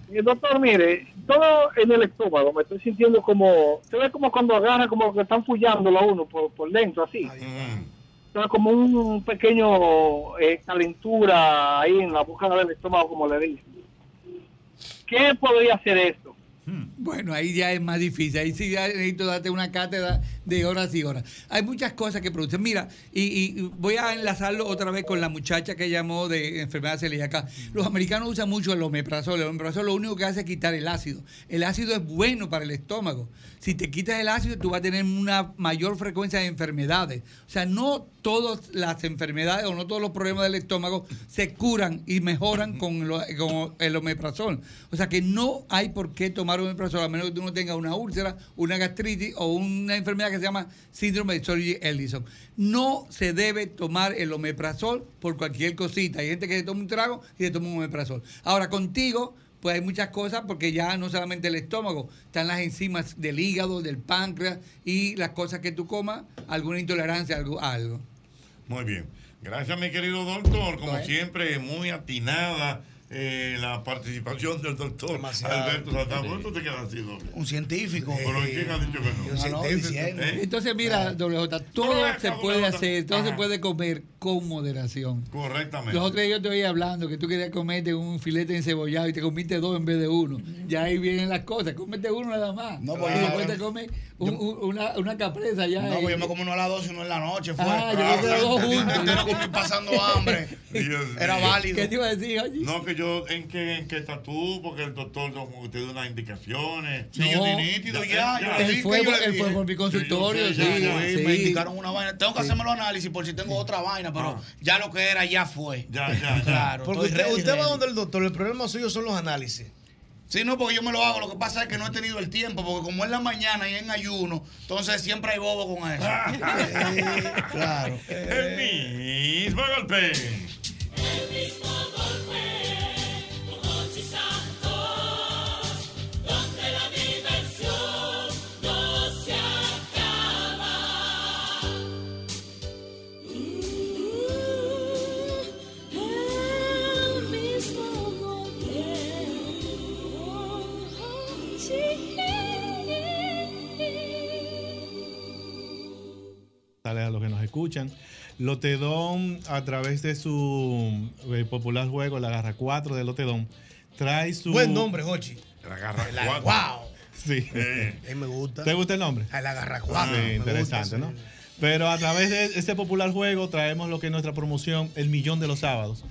Eh, Doctor, mire, todo en el estómago, me estoy sintiendo como, se ve como cuando agarra, como que están fullándolo a uno por, por dentro, así. Se ve como un pequeño eh, calentura ahí en la boca del estómago, como le dije. ¿Qué podría hacer esto? Hmm. Bueno, ahí ya es más difícil. Ahí sí ya necesito darte una cátedra de horas y horas. Hay muchas cosas que producen. Mira, y, y voy a enlazarlo otra vez con la muchacha que llamó de enfermedad celíaca. Los americanos usan mucho el omeprazol. El omeprazol lo único que hace es quitar el ácido. El ácido es bueno para el estómago. Si te quitas el ácido, tú vas a tener una mayor frecuencia de enfermedades. O sea, no todas las enfermedades o no todos los problemas del estómago se curan y mejoran con, lo- con el omeprazol. O sea que no hay por qué tomar omeprazol a menos que tú no tengas una úlcera, una gastritis o una enfermedad que se llama síndrome de Solge-Ellison. No se debe tomar el omeprazol por cualquier cosita. Hay gente que se toma un trago y se toma un omeprazol. Ahora contigo pues hay muchas cosas porque ya no solamente el estómago, están las enzimas del hígado, del páncreas y las cosas que tú comas, alguna intolerancia, algo. algo. Muy bien. Gracias, mi querido doctor. Como siempre, muy atinada eh, la participación del doctor Alberto Santana. ¿Por qué tú te quedas así, doble? Un científico. Pero ¿quién ha dicho que no? Un científico. ¿Eh? Entonces Ah. mira, WJ, todo se puede hacer, todo se puede comer con moderación. Correctamente. Los otros días yo te oía hablando que tú querías comerte un filete encebollado y te comiste dos en vez de uno. Ya ahí vienen las cosas, cómete uno nada más. No, pues y yo- después te comes un- un- una, una capresa ya. No, pues yo y- me como uno a las 12 y uno en la noche. Fue. Ah, yo me como dos El día juntos. entero comí pasando hambre. Era válido. ¿Qué te iba a decir, oye? No, que yo, ¿en qué, en qué estás tú? Porque el doctor no- te dio unas indicaciones. Sí, yo No. di nítido, ya, yo le él dije, fue, yo le él dije. fue por mi consultorio, Sí, sí. yo sé, ya, sí. Me indicaron una vaina. Tengo que Sí. Ah. hacerme los análisis por si tengo otra vaina, pero ya lo que era ya fue. Ya, ya, Claro. Porque estoy usted, ready, usted va ready. donde el doctor, el problema suyo son los análisis. Sí, no, porque yo me lo hago. Lo que pasa es que no he tenido el tiempo, porque como es la mañana y en ayuno, entonces siempre hay bobo con eso. Eh, claro. El mismo golpe. El mismo golpe, con Hochi Santos, donde la diversión no se acaba. El mismo golpe, con Dale a los que nos escuchan. Lotedón, a través de su eh, popular juego, la garra 4 de Lotedón, trae su. Buen nombre, Jochi. Eh. La garra La- cuatro. Wow. Sí. A mí me gusta. ¿Te gusta el nombre? A la garra Sí, cuatro. Me Ah, gusta, interesante, ¿no? Pero a través de este popular juego traemos lo que es nuestra promoción, el millón de los sábados.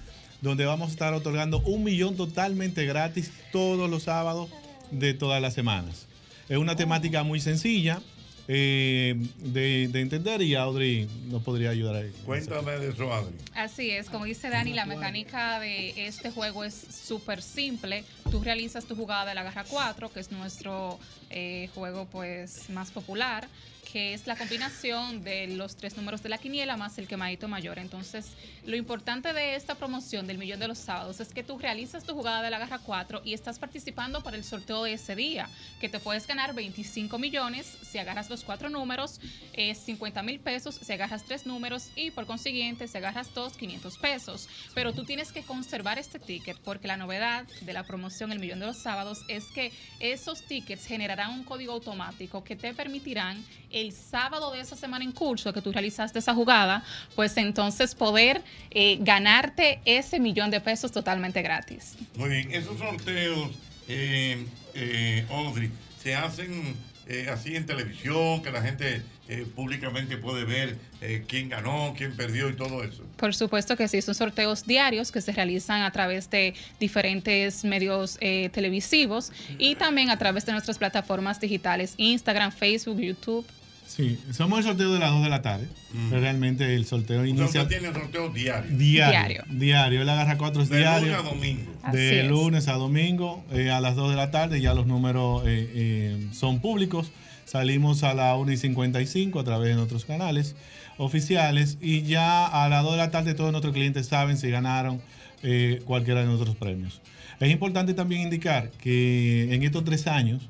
donde vamos a estar otorgando un millón totalmente gratis todos los sábados de todas las semanas. Es una temática muy sencilla eh, de, de entender y Audrey nos podría ayudar ahí. Cuéntame de eso, Audrey. Así es, como dice Dani, la mecánica de este juego es súper simple. Tú realizas tu jugada de la garra 4, que es nuestro eh, juego pues más popular, que es la combinación de los tres números de la quiniela más el quemadito mayor. Entonces, lo importante de esta promoción del millón de los sábados es que tú realizas tu jugada de la garra 4 y estás participando para el sorteo de ese día, que te puedes ganar 25 millones pues, si agarras los cuatro números, eh, 50 mil pesos si agarras tres números y por consiguiente si agarras todos 500 pesos. Pero tú tienes que conservar este ticket porque la novedad de la promoción el millón de los sábados es que esos tickets generarán un código automático que te permitirán el sábado de esa semana en curso que tú realizaste esa jugada, pues entonces poder eh, ganarte ese millón de pesos totalmente gratis. Muy bien, esos sorteos, eh, eh, Audrey, se hacen eh, así en televisión, que la gente eh, públicamente puede ver eh, quién ganó, quién perdió y todo eso. Por supuesto que sí, son sorteos diarios que se realizan a través de diferentes medios eh, televisivos y también a través de nuestras plataformas digitales, Instagram, Facebook, YouTube. Sí, somos el sorteo de las 2 de la tarde. Mm. pero Realmente el sorteo inicia Usted tiene sorteos diarios. diario. Diario. El agarra cuatro es De lunes diario. a domingo. De Así es. lunes a domingo eh, a las 2 de la tarde. Ya los números eh, eh, son públicos. Salimos a las 1 y 55 a través de nuestros canales oficiales. Y ya a las 2 de la tarde todos nuestros clientes saben si ganaron eh, cualquiera de nuestros premios. Es importante también indicar que en estos tres años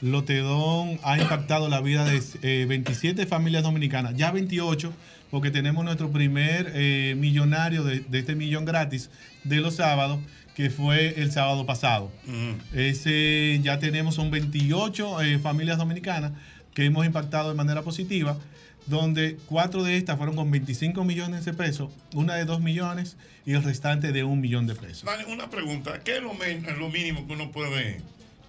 Lotedón ha impactado la vida de eh, 27 familias dominicanas, ya 28, porque tenemos nuestro primer eh, millonario de, de este millón gratis de los sábados, que fue el sábado pasado. Mm. Ese ya tenemos, son 28 eh, familias dominicanas que hemos impactado de manera positiva, donde cuatro de estas fueron con 25 millones de pesos, una de 2 millones y el restante de un millón de pesos. Vale, una pregunta, ¿qué es lo, men- lo mínimo que uno puede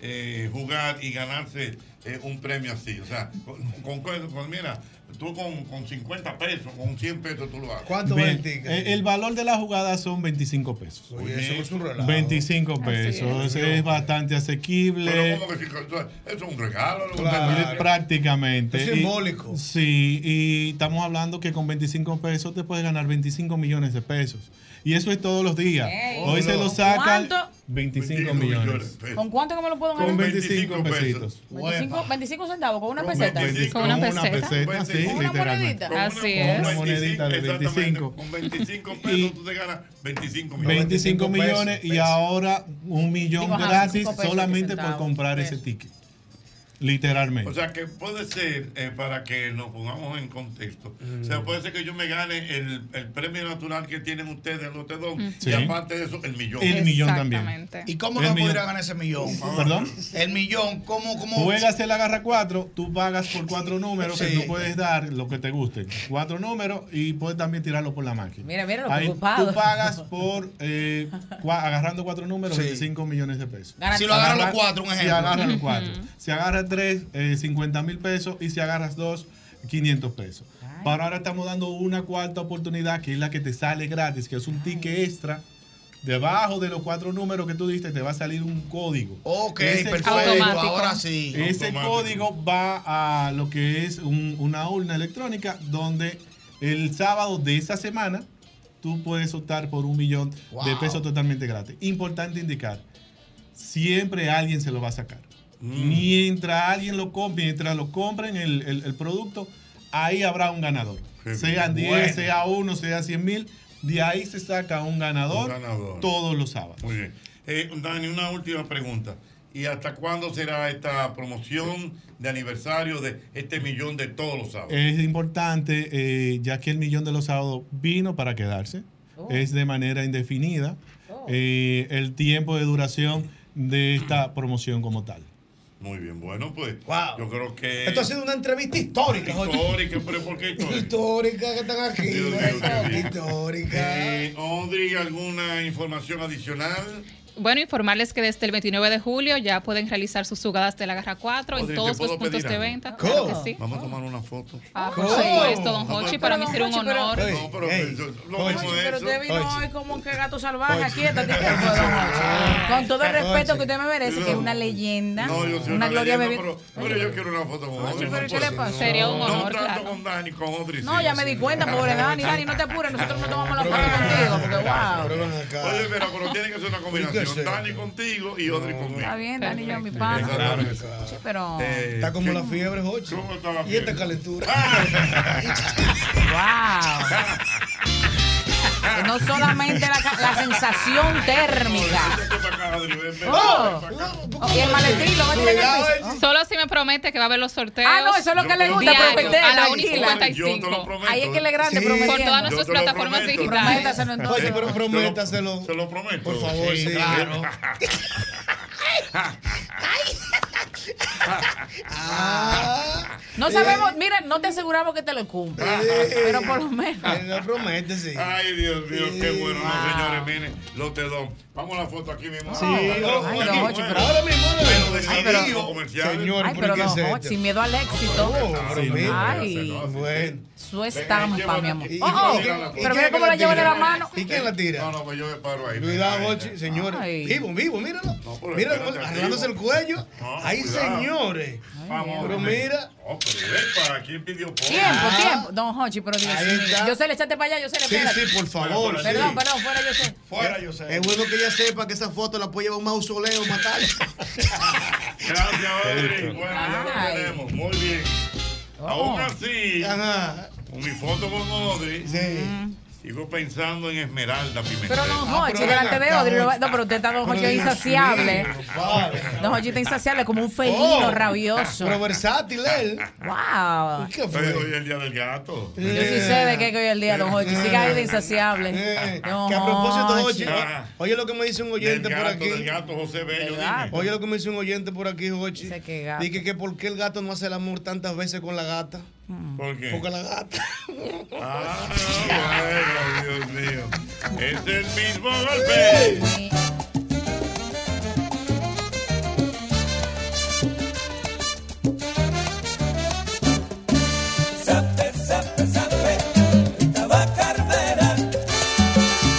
eh, jugar y ganarse eh, un premio así? O sea, con, con- con- con- mira, tú con, con 50 pesos, con 100 pesos tú lo haces. Ve- eh, El valor de la jugada son 25 pesos. Oye, eso es un relajo. 25 Así pesos. es. Es, bastante asequible. Pero ¿cómo que si- eso es un regalo? ¿no? Mire, Prácticamente. Es Y- simbólico. sí, y estamos hablando que con 25 pesos te puedes ganar 25 millones de pesos. Y eso es todos los días. Ey. Hoy se lo sacan ¿Cuánto? 25 millones. ¿Con cuánto que me lo puedo ganar? Con 25 pesitos. 25, 25 centavos, con una peseta. 25, Con una peseta. peseta, sí, Con una literalmente. monedita. Así Con una es. monedita de 25. Con 25 pesos tú te ganas 25 millones. 25 millones y ahora un millón Digo, ajá, gratis 25 pesos, solamente por centavos, comprar ese ticket. Literalmente. O sea que puede ser, eh, para que nos pongamos en contexto, o sea, puede ser que yo me gane el, el premio natural que tienen ustedes, el Lotedón, Mm. y Sí. aparte de eso, el millón. El millón también. Exactamente. ¿Y cómo El no millón. podría ganar ese millón? ¿Perdón? El millón, ¿cómo? cómo? Juegas el agarra cuatro, tú pagas por cuatro números que tú puedes dar lo que te guste. Cuatro números y puedes también tirarlo por la máquina. Mira, mira lo Ahí preocupado. Tú pagas por eh, cua- agarrando cuatro números, 25 millones de pesos. Garantizado. Si lo agarra los cuatro, un Si ejemplo. agarra los Ujú. cuatro. Si agarras tres, eh, 50 mil pesos. Y si agarras dos, 500 pesos. Para ahora estamos dando una cuarta oportunidad, que es la que te sale gratis, que es un ticket extra. Debajo de los cuatro números que tú diste, te va a salir un código. Ok, Ese perfecto, código- ahora sí. Ese Automático. código va a lo que es un- una urna electrónica donde el sábado de esa semana tú puedes optar por un millón de Wow. pesos totalmente gratis. Importante indicar, siempre alguien se lo va a sacar. Mm. Mientras alguien lo compre, mientras lo compren el, el- el producto, ahí habrá un ganador. Sean 10, bueno. sea 1, sea 100 mil, de ahí se saca un ganador, Un ganador. todos los sábados. Muy bien. Eh, Dani, una última pregunta. ¿Y hasta cuándo será esta promoción de aniversario de este millón de todos los sábados? Eh. Es importante, eh, ya que el millón de los sábados vino para quedarse, Oh. es de manera indefinida eh, el tiempo de duración de esta promoción como tal. Muy bien, bueno, pues yo creo que... Esto ha sido una entrevista histórica. Jorge. Histórica, pero ¿por qué histórica? Histórica que están aquí. Dios mío, ¿verdad? qué bien. Histórica. Eh, Audrey, ¿alguna información adicional? Bueno, informarles que desde el 29 de julio ya pueden realizar sus jugadas de la Garra 4 Audrey, en ¿te todos los puedo puntos pedir de algo? venta. Claro que sí. Vamos a tomar una foto. Ah, por supuesto, don Hochi, para mí sería un honor. No, pero lo mismo Pero es usted eso. vino hoy como un gato salvaje, quiétate. que fue, don Hochi. Con todo el respeto que usted me merece, que es una leyenda, No, yo soy una una gloria leyenda, bebiendo. pero, pero yo quiero una foto con Audrey. pero no ¿qué le puedo. pasa? Sería un No honor, tanto claro. con Dani, con Audrey. No, sí. ya me di cuenta, pobre Dani, Dani, no te apures, nosotros no tomamos la foto contigo, porque wow. Oye, pero, pero tiene que ser una combinación. Dani contigo y Audrey conmigo. Está bien, Dani, yo, mi pana. Exactamente. Sí, pero. Eh, Está como la fiebre, Jochi. Y esta calentura. Ah, ¡Wow! Que No solamente la, ca- la sensación térmica. Oh. Y el maletín lo va a tirar en el piso. Solo si me promete que va a haber los sorteos. Ah, no, eso es lo que le gusta, diarios, prometer, A la tranquila. 1.55. Yo te lo prometo. eh. Ahí es que le grande, Sí. prometiendo. Por todas nuestras Yo te lo plataformas prometo. digitales. Prométaselo entonces. Oye, pero prométaselo. Se lo prometo. Por favor, Sí, sí. claro. No sabemos, mira, no te aseguramos que te lo cumpla. Pero por lo menos. Lo promete, sí. Ay, Dios mío, qué bueno, no, señores, miren, lo te doy. Vamos a la foto aquí mismo. Sí, pero, ay, aquí no, mismo, pero- ahora mismo, ahora mismo. Pero de Ay, pero- sabido comercial. Señor, Ay, pero don Jorge, sin miedo al éxito. Oh, Ay, bueno. su estampa, mi amor. ¿Y- y- Oh, oh, y- y- pero y- mira y- cómo la lleva de la mano. ¿Y quién la tira? No, no, pues yo me paro ahí. Cuidado, Jochi, señores. Vivo, vivo, míralo. pero míralo, espérate, arreglándose el vivo. cuello. No, Ahí, cuidado. señores. Vamos, Pero hombre. mira. Oh, pero epa, aquí en video porno. Tiempo, tiempo. Don Hochi, pero Dios Ah. Ahí mío. está. Yo sé, le echaste para allá, yo sé, le Sí, sí, por favor. sí. Perdón, perdón, fuera yo sé. Fuera, yo sé. Es bueno que ella sepa que esa foto la puede llevar a un mausoleo, matar. Gracias, Audrey. Bueno, ya lo tenemos. Muy bien. Oh. Aún así, con mi foto con Audrey, sigo pensando en Esmeralda primero. Ah, Pero don Ah, Hochi, delante de Odri, no, va- no, pero usted está don Hochi insaciable. Don Hochi está insaciable, como un felino Oh. rabioso. Pero versátil él. Wow. ¿Qué Pero hoy es el día del gato. Yo sí sé de qué que hoy es el día, don Hochi. Siga ahí de insaciable. Don Eh, Que a propósito, Jochi, Ah. oye lo que me dice un oyente por aquí. Del gato José Bello, dime. Oye lo que me dice un oyente por aquí, Jochi. gato. Dije que por qué el gato no hace el amor tantas veces con la gata. ¿Por qué? Porque la gata. Ah, bueno, Dios mío. Es el mismo golpe. Sape, sape, sape, estaba Carmela,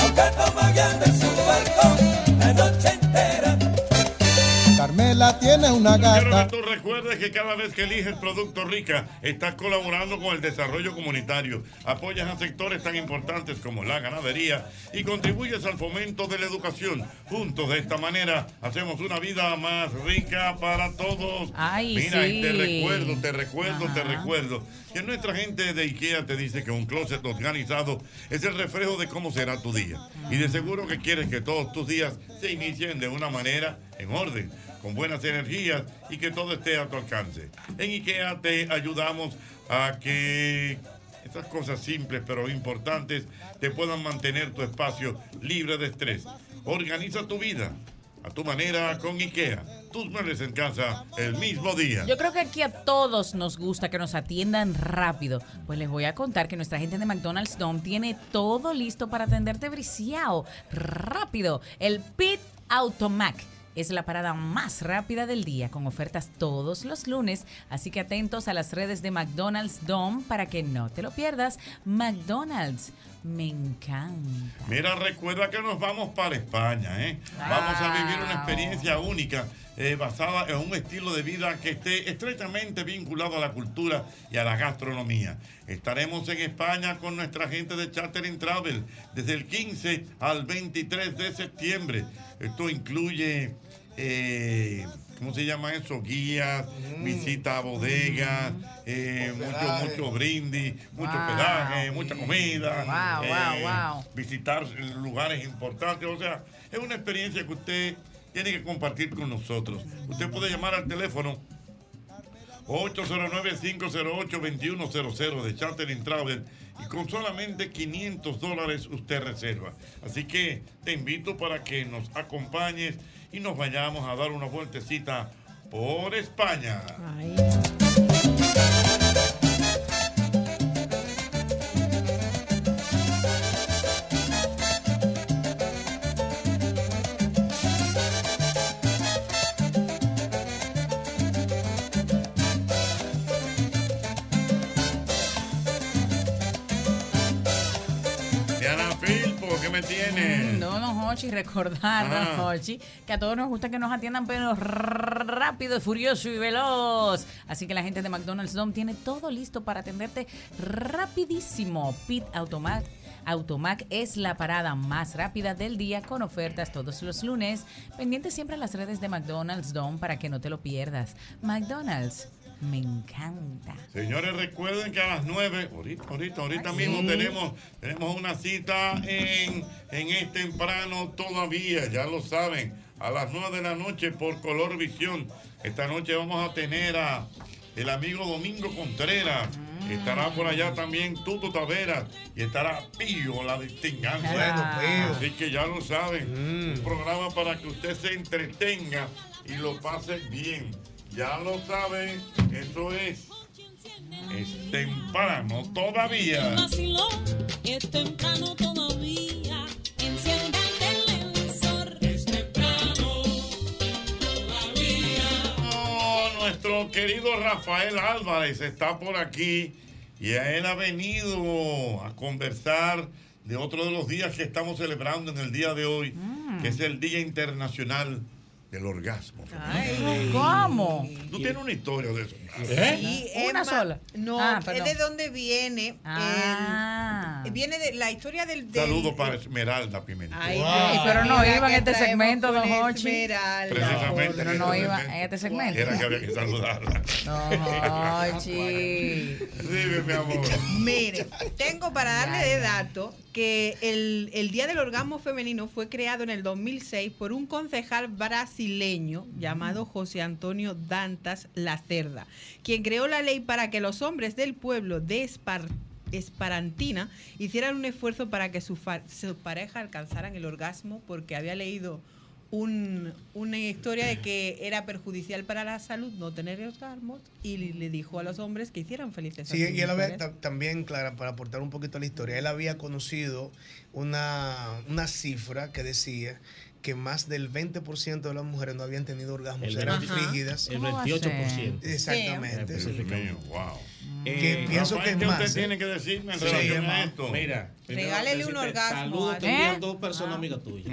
ahogando mareando en su balcón la noche entera. Carmela tiene una gata. Tú recuerdes que cada vez que eliges Producto Rica, estás colaborando con el desarrollo comunitario, apoyas a sectores tan importantes como la ganadería y contribuyes al fomento de la educación. Juntos de esta manera hacemos una vida más rica para todos. Ay, Mira, y te sí. recuerdo, te recuerdo, te recuerdo que nuestra gente de IKEA te dice que un closet organizado es el reflejo de cómo será tu día. Y de seguro que quieres que todos tus días se inicien de una manera en orden, con buenas energías y que todo esté a tu alcance. En IKEA te ayudamos a que esas cosas simples pero importantes te puedan mantener tu espacio libre de estrés. Organiza tu vida a tu manera con IKEA. Tus muebles en casa el mismo día. Yo creo que aquí a todos nos gusta que nos atiendan rápido. Pues les voy a contar que nuestra gente de McDonald's Dome tiene todo listo para atenderte briciao, rápido. El Pit Automac. Es la parada más rápida del día con ofertas todos los lunes, así que atentos a las redes de McDonald's Dome para que no te lo pierdas. McDonald's, me encanta. Mira, recuerda que nos vamos para España, ¿eh? Vamos a vivir una experiencia única eh, basada en un estilo de vida que esté estrechamente vinculado a la cultura y a la gastronomía. Estaremos en España con nuestra gente de Chartering Travel desde el 15 al 23 de septiembre. Esto incluye... eh, ¿Cómo se llama eso? Guías, Mm. visita a bodegas, eh, mucho, mucho brindis, mucho Wow. hospedaje, mucha comida Wow, Eh, wow, wow. visitar lugares importantes. O sea, es una experiencia que usted tiene que compartir con nosotros. Usted puede llamar al teléfono 809-508-2100 de Chartering Travel y con solamente 500 dólares usted reserva. Así que te invito para que nos acompañes y nos vayamos a dar una vueltecita por España. usted tiene? No, no, Hochi, recordar, Ah. don Hochi, que a todos nos gusta que nos atiendan, pero rrr- rápido, furioso y veloz. Así que la gente de McDonald's Dom tiene todo listo para atenderte rapidísimo. Pit Automac. Automac es la parada más rápida del día con ofertas todos los lunes. Pendiente siempre a las redes de McDonald's Dom para que no te lo pierdas. McDonald's, me encanta. Señores, recuerden que a las 9, ahorita, ahorita, ahorita mismo tenemos, tenemos una cita en, en este temprano todavía, ya lo saben, a las 9 de la noche por Color Visión. Esta noche vamos a tener a el amigo Domingo Contreras. Estará por allá también Tuto Taveras y estará Pío, la distinganza. Bueno, Pío. Así que ya lo saben, un programa para que usted se entretenga y lo pase bien. Ya lo saben, eso es es temprano todavía. Vacilón, es temprano todavía. Encienda el televisor. Es temprano todavía. Oh, nuestro querido Rafael Álvarez está por aquí y él ha venido a conversar de otro de los días que estamos celebrando en el día de hoy, Mm. que es el Día Internacional del Orgasmo. ¿Cómo? ¿Tú tienes una historia de eso? Sí, ¿Eh? es Una ma- sola. No, Ah, es perdón. de donde viene. Ah. eh, viene de la historia del. del- Saludos para Esmeralda Pimentel. Ay, Ay, pero no mira iba en que este traemos segmento, con don Hochi. Esmeralda. Precisamente. Pero no iba en este segmento. Era que había que saludarla. Ah, Hochi. Dime, mi amor. Mire, tengo para darle de dato que el, el Día del Orgasmo Femenino fue creado en el 2006 por un concejal brasileño Mm. llamado José Antonio Dantas Lacerda, quien creó la ley para que los hombres del pueblo de Espar- Esparantina hicieran un esfuerzo para que sus fa- su pareja alcanzaran el orgasmo porque había leído un- una historia de que era perjudicial para la salud no tener orgasmo y le dijo a los hombres que hicieran felices a Sí, sus y él había mujeres. ta- también, Clara, para aportar un poquito a la historia, él había conocido una, una cifra que decía que más del 20% de las mujeres no habían tenido orgasmos, El eran veinte- frígidas. el ¿Cómo va a ser? 28%. Ah, Exactamente. Sí. Dios mío, wow. Que pienso Rafael, que ¿qué es más, usted eh? tiene que decirme en Sí, relación a Emma. esto? Mira, primero Regálele decirte un orgasmo Saludos, a- te envían ¿Eh? dos personas amigas tuyas.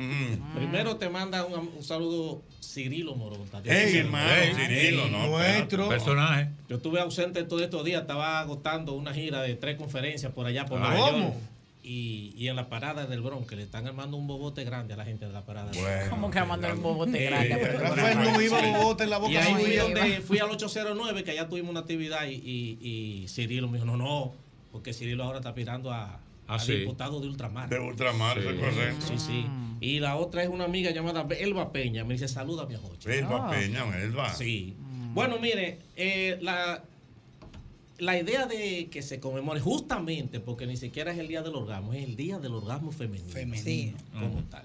Primero te manda un, am- un saludo Cirilo Moronta. Ey, hermano, Cirilo, no, Nuestro espérate. Personaje. Yo estuve ausente todos estos días, estaba agotando una gira de tres conferencias por allá por Ah, Nueva ¿cómo? York. Y, y en la parada del Bronx, que le están armando un bobote grande a la gente de la parada. Bueno, ¿Cómo que armando un bobote grande? Rafael, no iba bobote en la boca, Y ahí no fui, iba. donde fui al 809, que allá tuvimos una actividad y, y, y Cirilo me dijo, no, no, porque Cirilo ahora está aspirando a, Ah, a sí. diputado de Ultramar. De Ultramar, eso es correcto. Sí, sí. Y la otra es una amiga llamada Elba Peña. Me dice, saluda a Jochi. Elba Ah. Peña, Elba. Sí. Bueno, mire, eh, la, la idea de que se conmemore justamente, porque ni siquiera es el Día del Orgasmo, es el Día del Orgasmo Femenino. Sí. Como tal.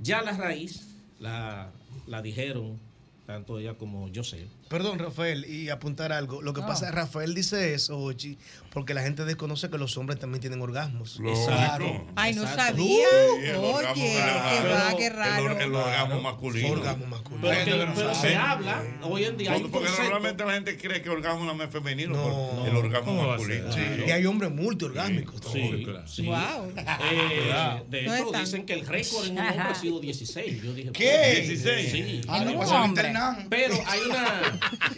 Ya la raíz la, la dijeron tanto ella como yo sé. Perdón, Rafael, y apuntar algo. Lo que Ah. pasa, Rafael dice eso, Ochi, porque la gente desconoce que los hombres también tienen orgasmos. Lógico. Claro. Ay, no Exacto. sabía. Sí, el Oye, orgasmo qué Claro. va, qué El raro. or- El orgasmo masculino. Orgasmo masculino. Pero, que- pero se habla hoy en día. hay un Porque concepto- normalmente la gente cree que el orgasmo no es femenino, pero el orgasmo masculino. Ah, Y hay hombres multiorgásmicos. Sí, sí. Wow. Eh, Claro. de No hecho, es tan- dicen que el récord en un hombre ha sido 16. Yo dije, ¿Qué? 16. Sí. Ah, no, pues, ahorita el Pero hay una,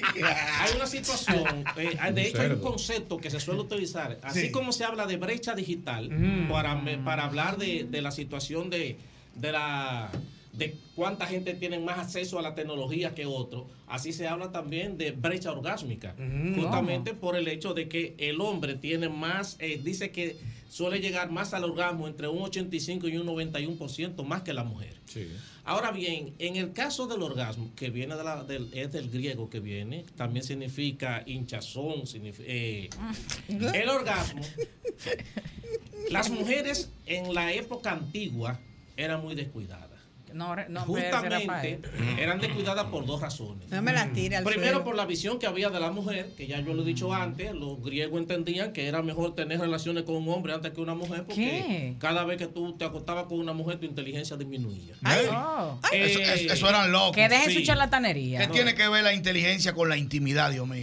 hay una situación. eh, hay- de Un hecho, hay un cerdo. concepto que se suele utilizar. Así Sí. como se habla de brecha digital, Mm. para, me- para hablar de, de la situación de, de la de cuánta gente tiene más acceso a la tecnología que otro, así se habla también de brecha orgásmica, Mm. justamente por el hecho de que el hombre tiene más, eh, dice que suele llegar más al orgasmo entre un 85 y un 91% más que la mujer. Ahora bien, en el caso del orgasmo, que viene de la- del, es del griego que viene, también significa hinchazón, signif- eh, el orgasmo, las mujeres en la época antigua eran muy descuidadas. No, re- no, espérese, justamente Rafael. eran descuidadas por dos razones. No me las tire al Primero suelo. por la visión que había de la mujer, que ya yo lo he dicho antes, los griegos entendían que era mejor tener relaciones con un hombre antes que una mujer porque ¿Qué? cada vez que tú te acostabas con una mujer tu inteligencia disminuía. Oh. Eso, es- eso eran locos. Que dejen su Eh, Sí. charlatanería. ¿Qué tiene que ver la inteligencia con la intimidad, Dios mío?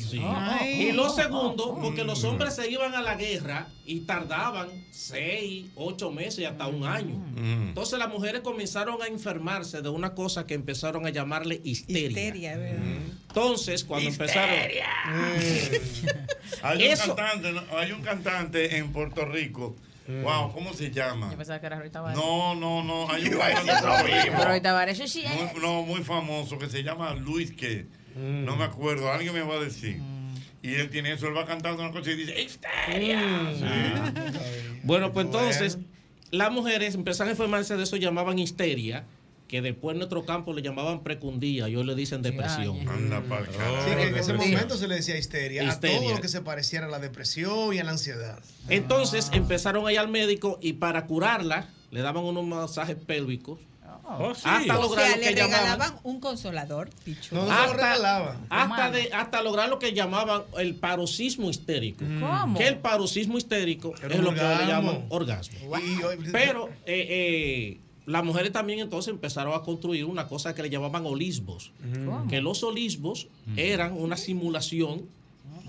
Y lo segundo, porque los hombres se iban a la guerra y tardaban seis, ocho meses y hasta un año. Entonces las mujeres comenzaron a enfermarse de una cosa que empezaron a llamarle histeria. Histeria, ¿verdad? Entonces, cuando Mm. empezaron... Hay un, Eso. cantante, ¿no? hay un cantante en Puerto Rico. Wow, ¿cómo se llama? Yo pensaba que era Roy Tavares. No, no, no. Hay un Iba a decir lo mismo. Roy Tavares, eso sí eh". Muy- No, muy famoso que se llama Luis que no me acuerdo, alguien me va a decir. Mm. Y él tiene eso, él va cantando una cosa y dice, ¡Histeria! Bueno, pues entonces las mujeres empezaron a enfermarse de eso, llamaban histeria, que después en nuestro campo le llamaban precundía y hoy le dicen depresión. Anda para Sí, que en ese momento se le decía histeria, a todo Histeria. lo que se pareciera a la depresión y a la ansiedad. Entonces empezaron a ir al médico y para curarla le daban unos masajes pélvicos. Oh, O Hasta lograr sea, lo que le llamaban. regalaban un consolador, pichu. hasta, de- hasta lograr lo que llamaban el paroxismo histérico. ¿Cómo? Que el paroxismo histérico Era es un lo que le orgasmo. llaman orgasmo. Pero eh, eh, las mujeres también entonces empezaron a construir una cosa que le llamaban olisbos. ¿Cómo? Que los olisbos eran una simulación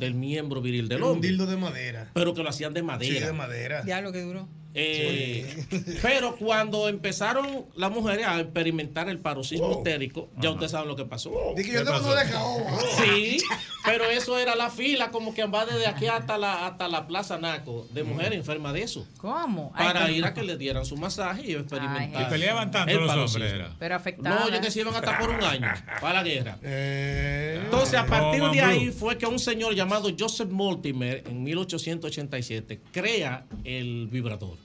del miembro viril del Era un hombre. dildo de madera. Pero que lo hacían de Sí, madera. de madera. Ya lo que duró. Eh, pero cuando empezaron las mujeres a experimentar el paroxismo Oh. histérico, ya ustedes saben lo que pasó. Dije, yo ¿Qué tengo pasó? uno de caoba. Sí, pero eso era la fila, como que va desde aquí hasta la, hasta la Plaza Naco, de Mm. mujeres enfermas de eso. ¿Cómo? Ay, Para pero- ir a que le dieran su masaje y experimentar. Y peleaban tanto el los paroxismo. hombres, era. Pero afectada. No, yo que se iban hasta por un año para la guerra. Entonces, a partir de ahí fue que un señor llamado Joseph Mortimer, en 1887, crea el vibrador.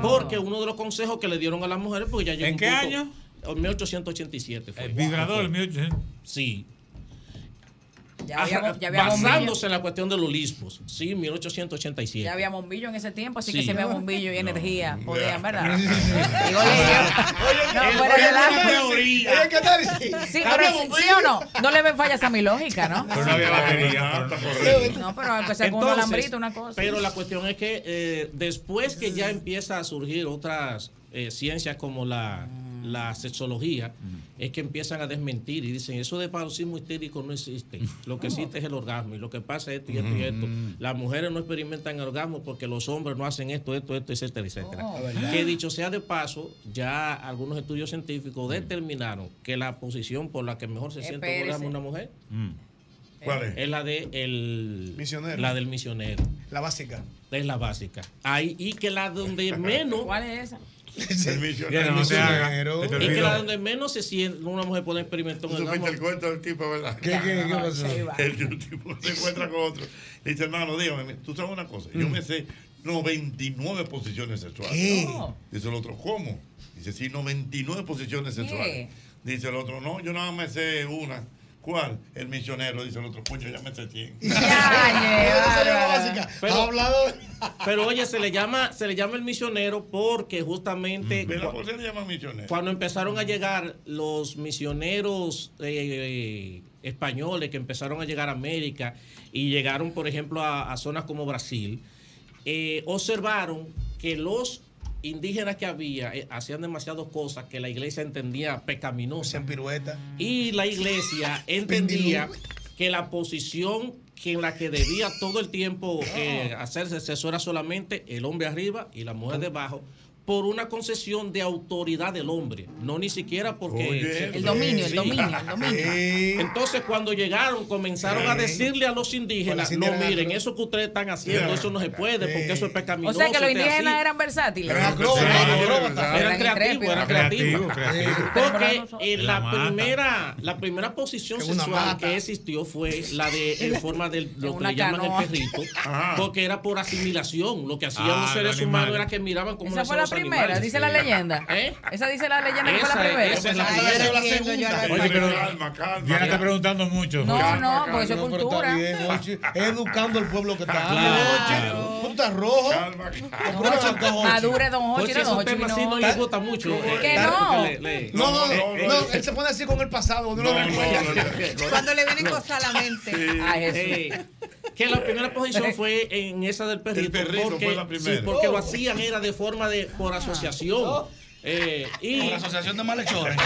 Porque uno de los consejos que le dieron a las mujeres, porque ya llegó ¿En un qué punto- año? En 1887 fue. El Pues, vibrador, Fue. eh. 1800. Sí. Ya había- Ajá, ya había bombillo. Basándose en la cuestión de los lisbos. Sí, Ya 1887. había bombillo en ese tiempo, así Sí. que se veía bombillo y energía. Podían, ¿verdad? Digo, No, el pero problema relajo. es la teoría. Oye, ¿qué tal? Sí, Había pero bombillo. sí o no, no le ven fallas a mi lógica, ¿no? Pero no había batería. No, pero aunque sea con un Entonces, alambrito, una cosa. Pero la cuestión es que eh, después que ya empieza a surgir otras eh, ciencias como la, Mm. la sexología, es que empiezan a desmentir y dicen, eso de paroxismo histérico no Mm. existe. Lo que existe es el orgasmo y lo que pasa es esto y esto y esto. Las mujeres no experimentan orgasmo porque los hombres no hacen esto, esto, esto, etcétera, etcétera. Oh. La verdad. Que dicho sea de paso, ya algunos estudios científicos determinaron que la posición por la que mejor Eh, se siente un Espérese. orgasmo en una mujer ¿Cuál es? Eh, la de el Misionero. La del misionero. La básica. Es la básica. Ahí, y que la donde menos. ¿Cuál es esa? El Ya, misionero. no se haga. Se te Y que la olvidó. donde menos se siente una mujer puede experimentar Tú un supiste orgasmo. el cuento del tipo, ¿verdad? ¿Qué, qué, qué pasó? Sí, va. El que un tipo se encuentra con otro. Le dice, hermano, dígame, tú sabes una cosa. Yo me sé 99 posiciones sexuales. ¿Qué? No. Dice el otro, ¿cómo? Dice, sí, 99 posiciones ¿Qué? sexuales. Dice el otro, no, yo nada más me sé una. ¿Cuál? El misionero. Dice el otro, puño, ya me sé 100. Pero, pero oye, se le llama, se le llama el misionero porque justamente. eh, Mira, cua- ¿por qué le llaman misionero? Cuando empezaron a llegar los misioneros eh, eh, españoles que empezaron a llegar a América y llegaron, por ejemplo, a, a zonas como Brasil, eh, observaron que los indígenas que había eh, hacían demasiadas cosas que la iglesia entendía pecaminosas. Y la iglesia entendía que la posición que en la que debía todo el tiempo Ah. eh, hacerse sexo era solamente el hombre arriba y la mujer debajo por una concesión de autoridad del hombre, no ni siquiera porque Oye, El dominio, el dominio, el dominio. Entonces cuando llegaron comenzaron a Sí. decirle a los indígenas, Pues, no indígenas, miren, ¿no? eso que ustedes están haciendo, eso no se puede porque eso es O pecaminoso. sea que los usted así". indígenas eran versátiles. Eran acróbatas, acróbatas. Eran creativos, eran creativos. Porque eh, En la la mata. primera, la primera posición En una sexual mata. que existió fue la de en forma de lo que una le llaman canoa. el perrito, porque era por asimilación. Lo que hacían Ah, los seres los humanos animales. era que miraban cómo Esa lo fue hacían la los primera, dice la leyenda. Esa dice la leyenda que Esa fue la es- primera. esa es la primera. Esa es la entiendo, yo ahora Oye, entiendo. pero Diana está preguntando mucho. No, Calma, no, calma. porque eso es No, pero está cultura. bien, Ochi. Educando al pueblo que está. Claro. Ochi, Tú estás rojo. No, Madure, don pues Hochi, no, don Hochi vino. gusta mucho. Que eh, no. le- le- No, no, eh, no, eh, no, él se pone así con el pasado, no, lo recuerda. Cuando le vienen cosas a la mente. Ay, Jesús. Eh, que la primera posición fue en esa del perrito. perrito porque, fue la primera. sí, porque lo Oh. hacían era de forma de por Ah. asociación. Oh. Eh, y Por asociación de malhechores.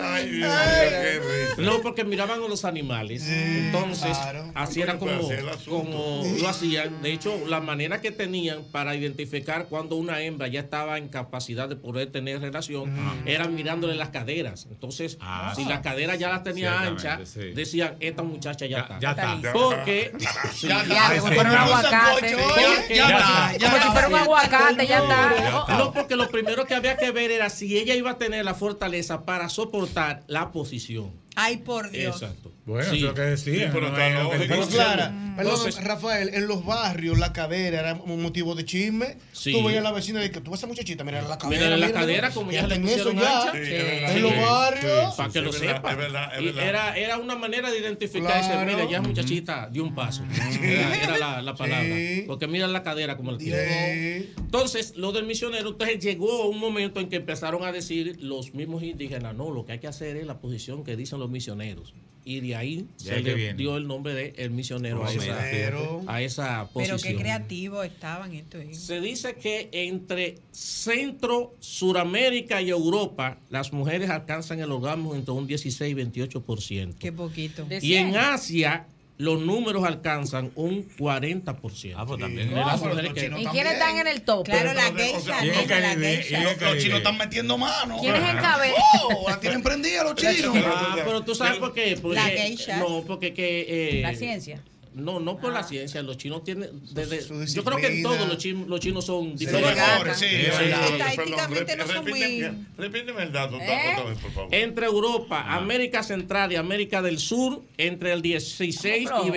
Ay, Dios mío, qué risa. No, porque miraban a los animales. Entonces, claro. así era Bueno, como, pues, así es el asunto. como lo hacían. De hecho, la manera que tenían para identificar cuando una hembra ya estaba en capacidad de poder tener relación Ah. era mirándole las caderas. Entonces, Ah, si sí. las caderas ya las tenía Ciertamente, anchas, sí. decían, esta muchacha ya, está. ya está. Ya Porque. está. Sí. Ya está, como si fuera un aguacate. Porque- Ya está, ya Como si fuera un está. aguacate, ya está. Ya está. No, porque lo primero que había que ver era si ella iba a tener la fortaleza para soportar la posición. Ay, por Dios. Exacto. Bueno, eso es lo que decía, Sí, pero no está es lo que lógico. dice. Pero Clara, perdón, Entonces- Rafael, en los barrios la cadera era un motivo de chisme. Sí. Tú veías a la vecina y que tú esa muchachita, mira la cadera. Mira la cadera, como ya está le en eso pusieron ya. eh, ancha. Sí, es En los verdad. barrios. Para que lo es verdad, sepa. es verdad, es Y verdad. Era, era una manera de identificar Claro. mira, ya muchachita dio un paso. Era, era la, la palabra. Porque mira la cadera como la tiene. Entonces, lo del misionero, entonces llegó un momento en que empezaron a decir los mismos indígenas, no, lo que hay que hacer es la posición que dicen los misioneros. Y de ahí se Ya que le viene. dio el nombre de el misionero a esa, Misionero. a esa Pero posición. qué creativos estaban estos. ¿eh? Se dice que entre Centro, Suramérica y Europa, las mujeres alcanzan el orgasmo entre un 16 y 28%. Qué poquito. Y en Asia, los números alcanzan un 40%. Ah, pues también. Wow. ¿Y quiénes están en el top? Claro, la geisha, Y negra, los- la los- geisha. los- Los chinos están metiendo mano. ¿Quién es el cabeza? Oh, la tienen prendida los chinos. Ah, pero tú sabes por qué. Porque, La geisha. Ah. No, porque que. eh, La ciencia. No, no por la ciencia. Los chinos tienen. desde- Su- su yo creo que en disciplina. todo los chinos, los chinos son Sí, diferentes. mejores, sí, es verdad. Estadísticamente no son muy- ¿Eh? Repíteme el dato otra- otra vez, por favor. Entre Europa, América Central y América del Sur, entre el 16 y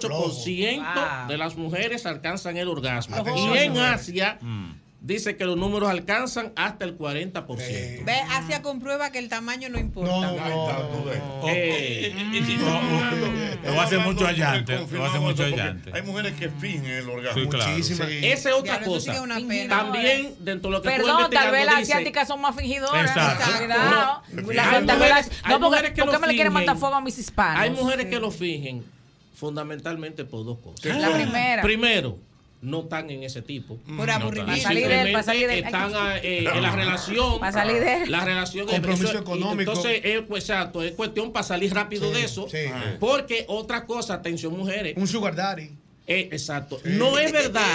28% Wow. de las mujeres alcanzan el orgasmo. Atención, Y en mujeres. Asia Mm. dice que los números alcanzan hasta el 40%. Ve, Asia comprueba que el tamaño no importa. Eh, O hace mucho allante. O hace Confirmamos mucho eso, porque allante. Hay mujeres que fingen el orgasmo. Sí, claro. Muchísimas. Sí. Esa es otra Diablo, eso sí cosa. que es una pena. También dentro de lo que estuve Perdón, tal vez las investigando, dice- asiáticas son más fingidoras. Exacto. Cuidado. No, Las- hay tal vez las- mujeres- No, hay porque mujeres que ¿por qué lo me le quieren fingen. matar fuego a mis hispanos? Hay mujeres que lo fingen fundamentalmente por dos ¿Qué cosas. La son? primera. Primero, no están en ese tipo. Por No están. aburrimiento. Y Para salir de él, para salir de él. simplemente Están Ay, eh, no. en la relación. Para salir de él. La relación. Compromiso eso- y económico. Entonces, es, pues, exacto, es cuestión para salir rápido Sí, de eso. sí. Ah. Porque otra cosa, atención mujeres. Un sugar daddy. Eh, exacto. No es verdad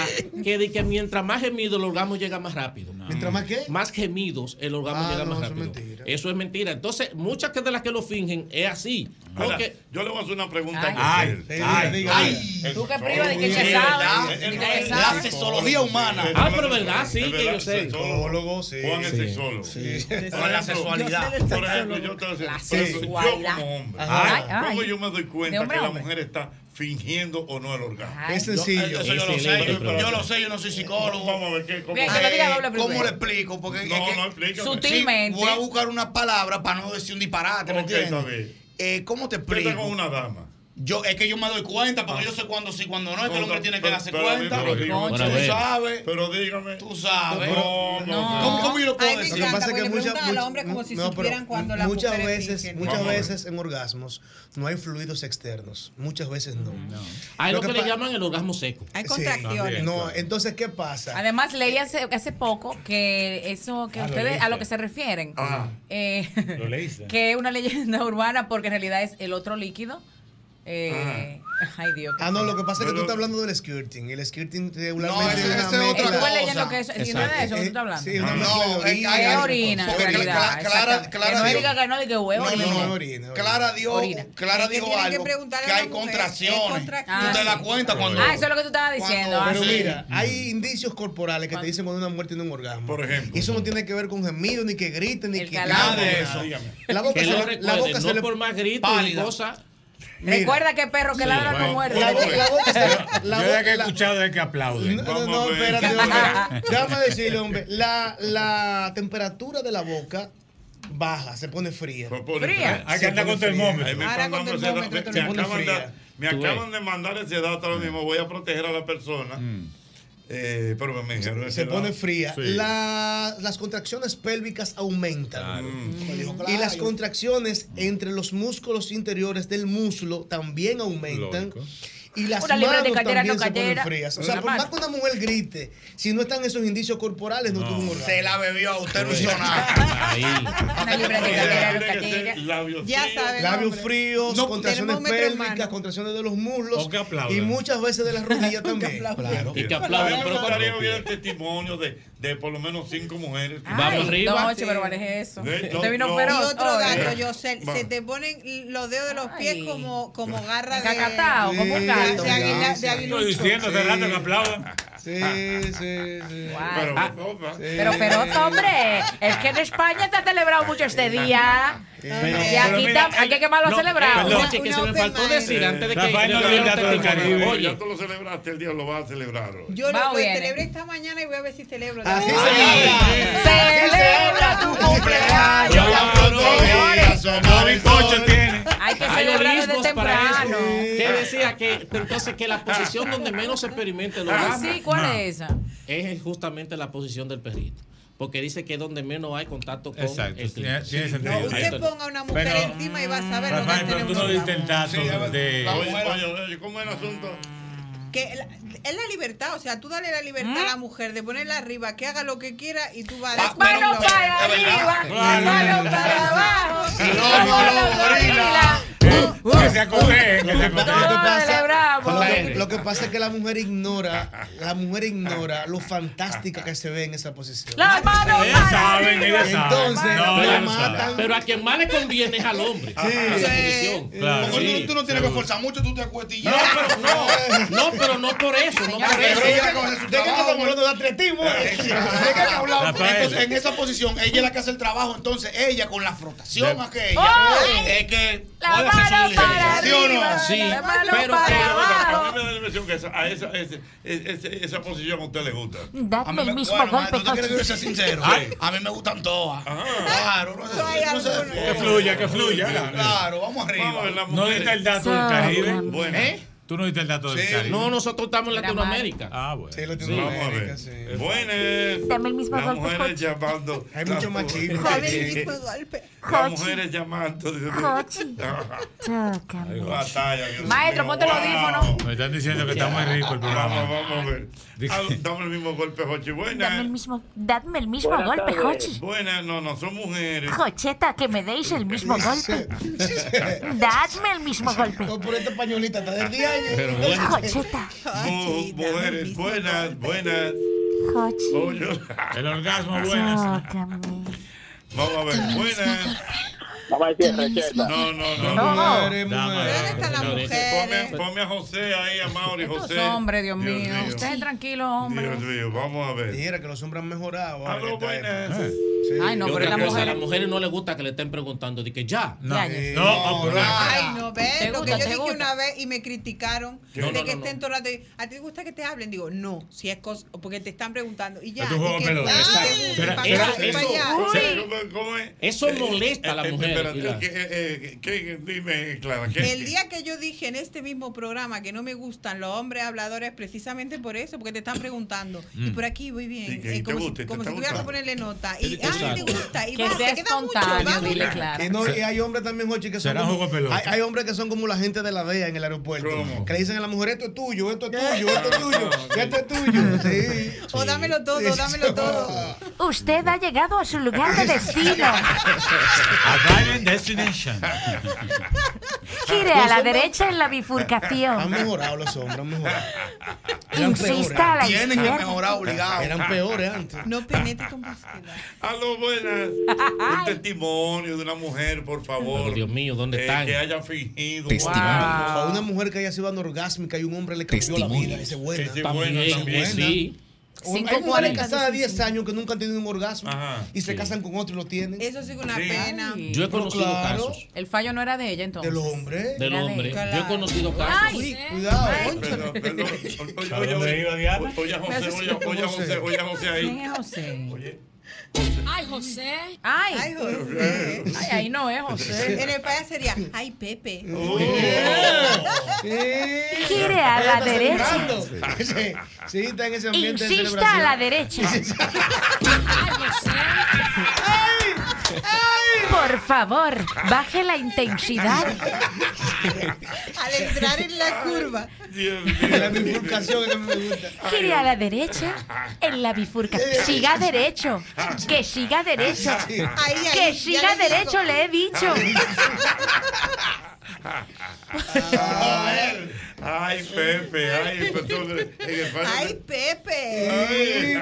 que, de que mientras más gemidos el orgasmo llega más rápido. ¿Mientras más qué? Más gemidos el orgasmo Ah, llega no, más eso es rápido. Eso es mentira. Entonces, muchas que de las que lo fingen es así. Ahora, Porque- yo le voy a hacer una pregunta. Ay, a Yosel. sí, ay, diga, ay. El- Tú que solo- privas de que Sí, se es sabe, verdad, de es que verdad, se es sabe. verdad. Sexología humana. Es Ah, pero verdad, sí, es que verdad, yo sé. Sexólogo, sí. Juan es Sí. sexólogo. Sí. Por Con la ejemplo, sexualidad. yo sé de Por ejemplo, yo, te voy a decir, La por ejemplo, yo sexualidad. como hombre, Ay, ¿cómo ay. yo me doy De cuenta hombre que a la hombre. mujer está fingiendo o no el orgasmo? Ay. Es sencillo. Eso yo lo Excelente sé, yo, pregunta. yo lo sé, yo no soy psicólogo. Vamos a ver qué, Bien, que lo diga doble primero. ¿Cómo le explico? Porque No, no, explico. explícame. Sutilmente. voy a buscar una palabra para no decir un disparate, ¿me Ok, entiendes? está bien. Eh, ¿Cómo te Yo explico? tengo una dama. Ah. Yo, es que yo me doy cuenta, porque yo sé cuándo sí, cuándo no, es que el hombre tiene que darse Pero- pero- cuenta. pero dígame, Tú pero dígame. sabes. Pero dígame. Tú sabes. No, no, no. Ah, ¿Cómo, cómo yo lo puedo Ay, me decir? Lo que encanta, pasa es porque que le muchas, preguntan al hombre como si supieran cuando las muchas mujeres veces, fingen. muchas Vamos a ver. veces en orgasmos no hay fluidos externos, muchas veces no. Ah, Hay lo que le pa- llaman el orgasmo seco. Sí. No, entonces ¿qué pasa? Además, leí hace, hace poco que eso que Ah, lo ustedes leíste. a lo que se refieren, Ah. eh, Lo leíste. que es una leyenda urbana porque en realidad es el otro líquido. Eh, Ay, Dios. Ah, no, lo que pasa es que tú estás hablando del skirting. El skirting No, regularmente ese- es una ese es otra mezcla. Eh, Estuve leyendo que eso- si no era de eso que tú estás hablando. Sí, una Ah. mezcla de No, orina. es- es y orina, alcohol. en realidad, exactamente. Que no Dios. diga que no, diga que huevo, No, no, orina. no, orina. Clara dio, Orina. Clara Es que dijo tienen que algo, preguntarle que a la hay mujer, contracciones. es contracción. Tú te das Ah, cuenta cuando... Ah, eso es lo que tú estabas diciendo. ah, Pero sí. mira, hay indicios corporales que te dicen cuando una mujer tiene un orgasmo. Por ejemplo. Eso no tiene que ver con gemidos, ni que griten, ni que calambre. nada de eso. La boca que se lo le- la recuerden, boca no se le por más gritos y Pálida. cosas. Mira. Recuerda que perro que Sí, ladra bueno, no muerde. bueno, Ay, bueno. boca- la Yo ya boca- que he escuchado es que aplauden. No, no, no, espérate, hombre. Déjame decirle, hombre. La, la temperatura de la boca baja, se pone fría. Pues Fría. Hay que Se andar pone con fría. termómetro. Ahí me Ahora están con dando ese termómetro. dato. Se Me pone acaban de- fría. Me Tú acaban de mandar ese dato ahora mismo. Voy a proteger a la persona. Eh, pero me dijeron ese Se pone dato. fría. Sí. La- las contracciones pélvicas aumentan. Y las contracciones Mm. entre los músculos interiores del muslo también aumentan. Y las Una libra de manos cartera, también no se ponen cartera. frías. O sea, Una por mano. más que una mujer grite, si no están esos indicios corporales, no, Oh, tuvo un orgasmo. Se la bebió, usted no hizo nada. Una libra de Labios Ya saben, Labios hombre. fríos, No, contracciones termómetro en pélvicas, contracciones de los muslos. O que aplaudan. y muchas veces de las rodillas también. Claro. Y que aplaudan. Pero estaría bien testimonio de, de por lo menos cinco mujeres. No, che, pero maneje eso. Eh, no, Usted Este vino no. feroz. Y otro hoy. dato, yo sé, Va. se te ponen los dedos de los pies como, como garra de. Cacatao, como un gato. De, aguila- de Estoy aguilucho. diciendo hace rato que aplaudan. Sí, sí, sí. Pero, Ah, Pero feroz, hombre. Es que en España está celebrado mucho este día. y aquí, mira, tam- aquí hay que más lo ha no, celebrado. perdón, Una- que se una me open faltó mind. decir antes de que- Rafael no que- dio el que- dato del que- Caribe. Oye. Ya tú lo celebraste, el día lo vas a celebrar. hoy. Yo Va lo o lo viene. celebré esta mañana y voy a ver si celebro. Así también. Celebra tu cumpleaños. Señores, No, bizcocho tiene. Hay que Hay celebrar desde organismos para temprano. eso. Que decía que entonces que la posición donde menos se experimenta el Ah, orgasmo sí, ¿cuál es esa? es justamente la posición del perrito. Porque dice que es donde menos hay contacto con Exacto, el tiene- tiene Sí, sentido. no, Usted ponga una mujer Pero- encima y va a saber lo que Rafael, es tener pero tú un no orgasmo. diste el dato de. Oye, oye, oye, ¿cómo es el asunto? Que la- es la libertad, o sea, tú dale la libertad ¿Mm? a la mujer de ponerla arriba, que haga lo que quiera y tú vas a Mano Ah, para arriba, mano para abajo. mano para arriba. Que se acoge, que se Lo que acoge. pasa- celebramos. Lo que, lo que pasa es que la mujer ignora, la mujer ignora lo fantástica que se ve en esa posición. La mano Ellas para saben, arriba. ellas saben. Entonces, No, la ellas matan. saben. Pero a quien más le conviene es al hombre. Esa posición. Claro, Porque tú- Sí, tú, no tienes que seguro. forzar mucho, tú te acuestas y ya. No, pero no por eso, no Señores, por eso. pero ella coge su Deja que trabajo, estamos hablando de atletismo. Deja que hablamos. Rafael. Entonces, en esa posición, ella es la que hace el trabajo. Entonces, ella con la frotación De- aquella. ¡Ay! Es que. La puede hacer mano su para ¿Sí o no? arriba, Sí, la mano pero- para Mira, abajo. a mí me da la impresión que esa, a esa, ese- ese- ese- esa posición a usted le gusta. A mí me, bueno, maestro, ¿tú quieres que yo sea sincero? A mí me gustan todas. Ah. Claro, no se, no se defiende. Que fluya, que fluya. Claro, vamos arriba. ¿Eh? No diste el dato del Caribe. Bueno. Tú no diste el dato del Caribe. No, nosotros estamos en Latinoamérica. Ah, bueno. Sí, Vamos a ver. Buenas. Dame el mismo Las golpe, mujeres llamando. Hay mucho machismo. Las mujeres llamando. Jochi. Ay, batalla, Dios Maestro, mío. ponte los Wow. audífonos. Me están diciendo que está muy rico el programa. Vamos, vamos a ver. Ah, Dame el mismo golpe, Jochi. Dame el Buenas. mismo, dadme el mismo Buenas golpe, tardes. Jochi. Buenas, no, no, son mujeres. Jocheta, que me deis el mismo golpe. Dadme el mismo golpe. Por esta pañolita está del día. ¿eh? Pero bueno. Jocheta. Bu- Mujeres, buenas, buenas. Jochi. Coño. El orgasmo, buenas. Tócame. Vamos a ver, buenas. Vamos a decir recheta. No, no, no. No. Mujeres, Dame, mujeres. dame, ¿Dónde están las mujeres? Ponme, ponme a José ahí, a Mauri, José. Hombre, Dios mío. Ustedes tranquilos, Dios hombre. mío, vamos a ver. Mira, que los hombres han mejorado. ahora que está- Ay, no, Y otra pero las cosa, a mujeres. las mujeres no les gusta que le estén preguntando de que ya. No, Ya, ya. no, vamos a ver. Ay, no, Ah. ¿Te ve lo gusta, que yo te dije gusta? una vez y me criticaron No, de no, que no, estén todo el rato, ¿A ti te gusta que te hablen? Digo, no, si es cosa, porque te están preguntando y ya. Es un juego y de que- pelota. Ay, Exacto. para Pero- acá, pero para eso- allá. O sea, Uy. ¿cómo- cómo es? Eso molesta a la Eh, eh, mujer, espérate, Pilar. ¿qué- eh, qué- dime, Clara. ¿qué- El día que yo dije en este mismo programa que no me gustan los hombres habladores, precisamente por eso, porque te están preguntando. Y Mm. por aquí voy bien. Y que eh, te como guste, te si, como si está tuviera que gustando. ponerle nota. Y ay, te Exacto. gusta. Y Que va, sea te queda mucho. espontáneo, vamos. dile, claro. Que no, y hay hombres también, Jochi, que son. Será como- juego de pelota. Hay, hay hombres que son como la gente de la DEA en el aeropuerto. Que le dicen a la mujer: esto es tuyo, esto es tuyo, esto es tuyo, esto es tuyo. Sí. O dámelo todo, dámelo todo. Usted ha llegado a su lugar de destino. Arriving destination. Pues Gire a la derecha en la bifurcación. mejorado los hombres, han mejorado. Insista a la Tienen que izquierda. mejorar obligado. Eran peores antes. No penetre con más. A lo buenas. Un testimonio de una mujer, por favor. Pero, Dios mío, ¿dónde Eh, están? Que haya fingido. Testimonio. A una mujer que haya sido anorgásmica y un hombre le cambió la vida. Ese bueno. Ese bueno también. sí. Hay mujeres casadas 10 años que nunca han tenido un orgasmo y se sí. casan con otro y lo tienen. Eso sí que una Sí. pena. Yo he conocido casos. El fallo no era de ella entonces. Del hombre. Del hombre. Yo he conocido casos. Ay, cuidado. Perdón, perdón. Oye, ¿A oye, dónde oye, iba Diana? Oye, José, oye, oye, José, oye, José ¿Quién ahí. es José? Oye. Ay, José. Ay, ay, José. Ay, ahí no es José. En España sería, ay, Pepe. Gire a la Está derecha. celebrando. Sí, sí, está en ese ambiente de Insista celebración. a la derecha. Sí, sí. Por favor, baje la intensidad. Al entrar en la curva. La bifurcación que me gusta. Gire a la derecha en la bifurcación. Siga derecho. Que Ah, siga derecho. Ahí, ahí, que ya siga le digo. derecho, le he dicho. Ah. Ay, Pepe, ay, perdón, en el fallo Ay, Pepe. Ay,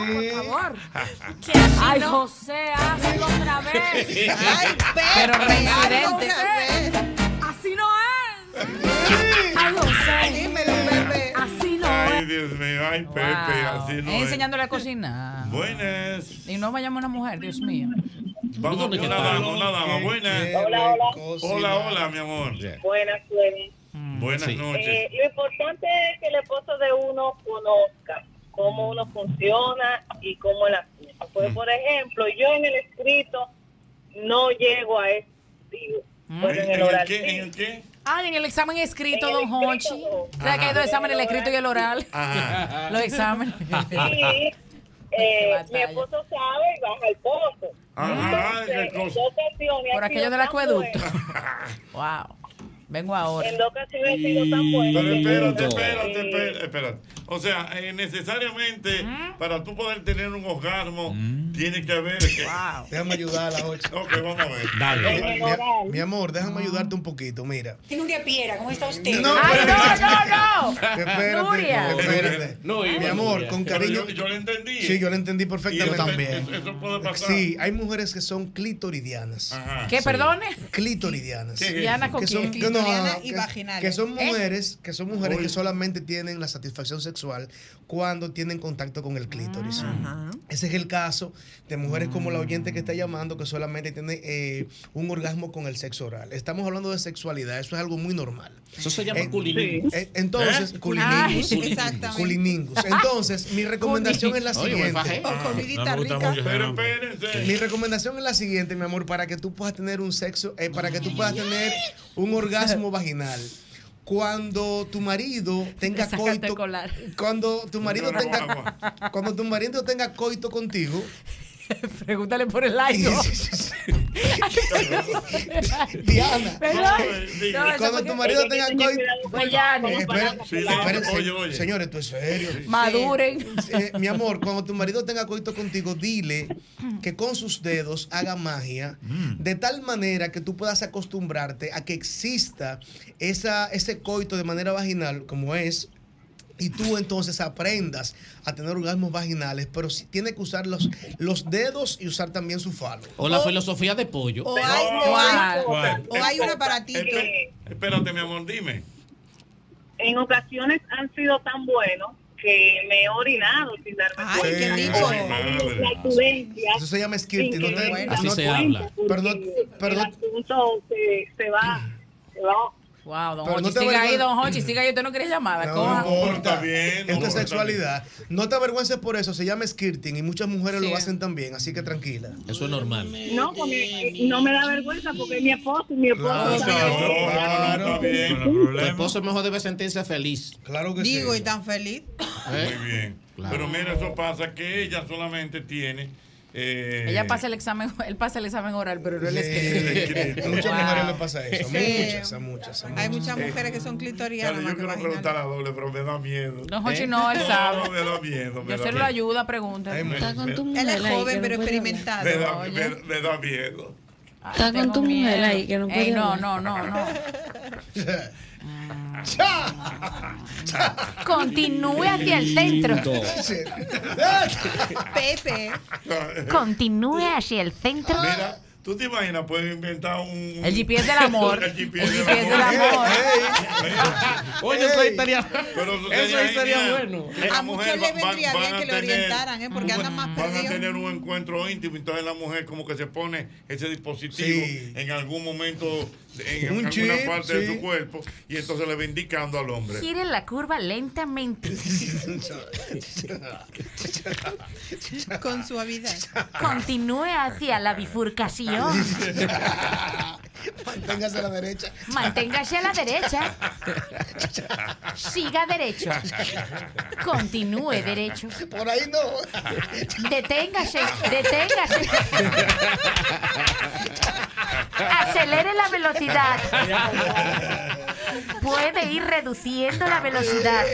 Por favor. Ay, Ay, José, hazlo otra vez. Ay, Pepe, Pero hazlo reincidente. otra Así no es. Ay, José. Dímelo, bebé. Así no es. Ay, Dios mío, ay, Pepe, así no Es es. enseñándole a cocinar. Buenas. Y no vayamos a una mujer, Dios mío. Vamos con una dama, una dama, buenas. Hola, hola. Hola, hola, mi amor. Buenas, buenas. Buenas Eh, noches. lo importante es que el esposo de uno conozca cómo uno funciona y cómo la asunto. Mm. Pues, por ejemplo, yo en el escrito no llego a eso. digo, pero en el oral sí. ¿En el qué? Ah, en el examen escrito, En el don Hochi. escrito, no. O sea, que hay dos exámenes, el escrito y el oral. Ajá. Los exámenes. Sí, eh, mi esposo sabe y baja el pozo. Ah, Ajá, Entonces, qué en cosa. dos ocasiones Por ha aquello sido del tan acueducto. bueno. Wow. Vengo ahora. En dos ocasiones ha sido tan bueno. Pero que- espérate, espérate, espérate, espérate. O sea, eh, necesariamente para tú poder tener un orgasmo, tiene que haber. Mm. Déjame ayudar a la 8. Ok, vamos a ver. Mi, mi- mi amor, déjame ayudarte un poquito, mira. Tiene una piedra, ¿cómo está usted? No, Ay, no, no, no, no. Espérate, Nuria. espérate. mi amor, con Pero cariño. Yo, yo lo entendí. Sí, yo lo entendí perfectamente. también. Eso puede pasar. Sí, hay mujeres que son clitoridianas. ¿Qué, Sí. perdone? Clitoridianas. ¿Qué es Diana, ¿con que son, quién? que no, Clitoridiana y que- vaginales. Que son ¿Eh? mujeres, que son mujeres Uy. que solamente tienen la satisfacción sexual cuando tienen contacto con el clítoris. Ese es el caso de mujeres como Mm. la oyente que está llamando que solamente tiene eh, un orgasmo con el sexo oral. Estamos hablando de sexualidad, eso es algo muy normal. Eso se llama Eh, culiningus. eh, Entonces, ¿Eh? culiningus. Ay, exactamente. Culiningus. Entonces, mi recomendación es la Oye, buen siguiente. fajé. Ah, No me gusta mucho ese Pero nombre. espérense. Mi recomendación es la siguiente, mi amor, para que tú puedas tener un sexo, eh, para que tú puedas tener un orgasmo vaginal. Cuando tu marido tenga Sácate el coito, colar. cuando tu marido No, no, tenga, cuando tu marido tenga coito contigo, pregúntale por el aire. Diana. eh, ¿Verdad? No, eso cuando porque- tu marido Hay que tenga tener coito, cuidado con Pues ya, no. Eh, espera- Sí, no, espérense, oye, oye. señores, esto es serio. Maduren. Eh, mi amor, cuando tu marido tenga coito contigo, dile que con sus dedos haga magia de tal manera que tú puedas acostumbrarte a que exista esa, ese coito de manera vaginal como es. Y tú entonces aprendas a tener orgasmos vaginales, pero sí tiene que usar los, los dedos y usar también su falo. O la filosofía de pollo. O hay, o hay, o hay un aparatito. Espérate, mi amor, dime. Este, en ocasiones han sido tan buenos que me he orinado sin darme cuenta. qué rico. O madre. flatulencias Eso se llama sin skirting. que No te, me he no dado te- cuenta, porque Pero no, pero el no- asunto se, se va, se va. Wow, don Pero no Hochi, te siga ahí, avergüen- don Hochi, siga ahí. Usted no quiere llamada, coja. importa. Esto es sexualidad. No te avergüences por eso. Se llama skirting y muchas mujeres lo hacen también. Así que tranquila. Eso es normal. No, porque no me da vergüenza porque es mi esposo y mi esposo Claro, también. claro, Tu esposo mejor debe sentirse feliz. Claro que Digo, sí. y tan feliz. Muy bien. Pero mira, eso pasa que ella solamente tiene. eh, Ella pasa el examen, él pasa el examen oral, pero no el el escrito. escrito. Muchas Wow. mujeres le pasa eso. Sí. Muchas, a muchas, a muchas. Hay muchas Eh, mujeres que ¿Eh? son clitorianas. Claro, yo quiero preguntar a doble, pero me da miedo. No, Jochi, no, él sabe. No, me da miedo. Me da Yo se lo miedo. ayuda, pregunta. Ay, me- Está con tu me- Él es Like, joven, que pero no puede experimentado. Me da, me, me da miedo. Está con tu mujer ahí, que no puede no, hablar. no, no, no. Continúe hacia el centro. Continúe hacia el centro. Mira, ¿Tú te imaginas? Puedes inventar un... El GPS del amor. El GPS, El GPS del amor. Oye, eso ahí estaría... Eso ahí estaría bueno. A muchos les vendría bien que lo orientaran, ¿eh? porque andan más Van a perdidos. tener un encuentro íntimo, entonces la mujer como que se pone ese dispositivo en algún momento, en Un alguna chip, parte de sí. su cuerpo, y entonces le va indicando al hombre. Gire la curva lentamente. Con suavidad. Continúe hacia la bifurcación. Manténgase a la derecha. Manténgase a la derecha. Siga derecho. Continúe derecho. Por ahí no. Deténgase, deténgase. Acelere la velocidad. Puede ir reduciendo la velocidad.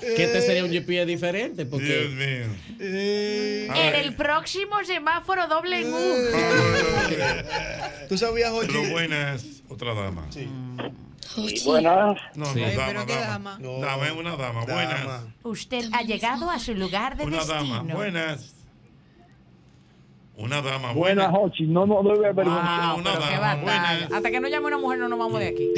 Que este sería un GPS diferente. Porque... Dios mío. Eh, En el próximo semáforo doble en U. ¿Tú sabías, Jorge? Pero buena es otra dama. Sí. buenas. No, Sí. no, Ay, dama, pero qué dama. Dama es una dama. Buenas. Usted ha llegado a su lugar de Una dama. destino. Buenas. Una dama. Buenas, Hochi. No nos debe avergonzar. Wow, pero qué eh. batalla. Hasta que no llame una mujer no nos vamos de aquí.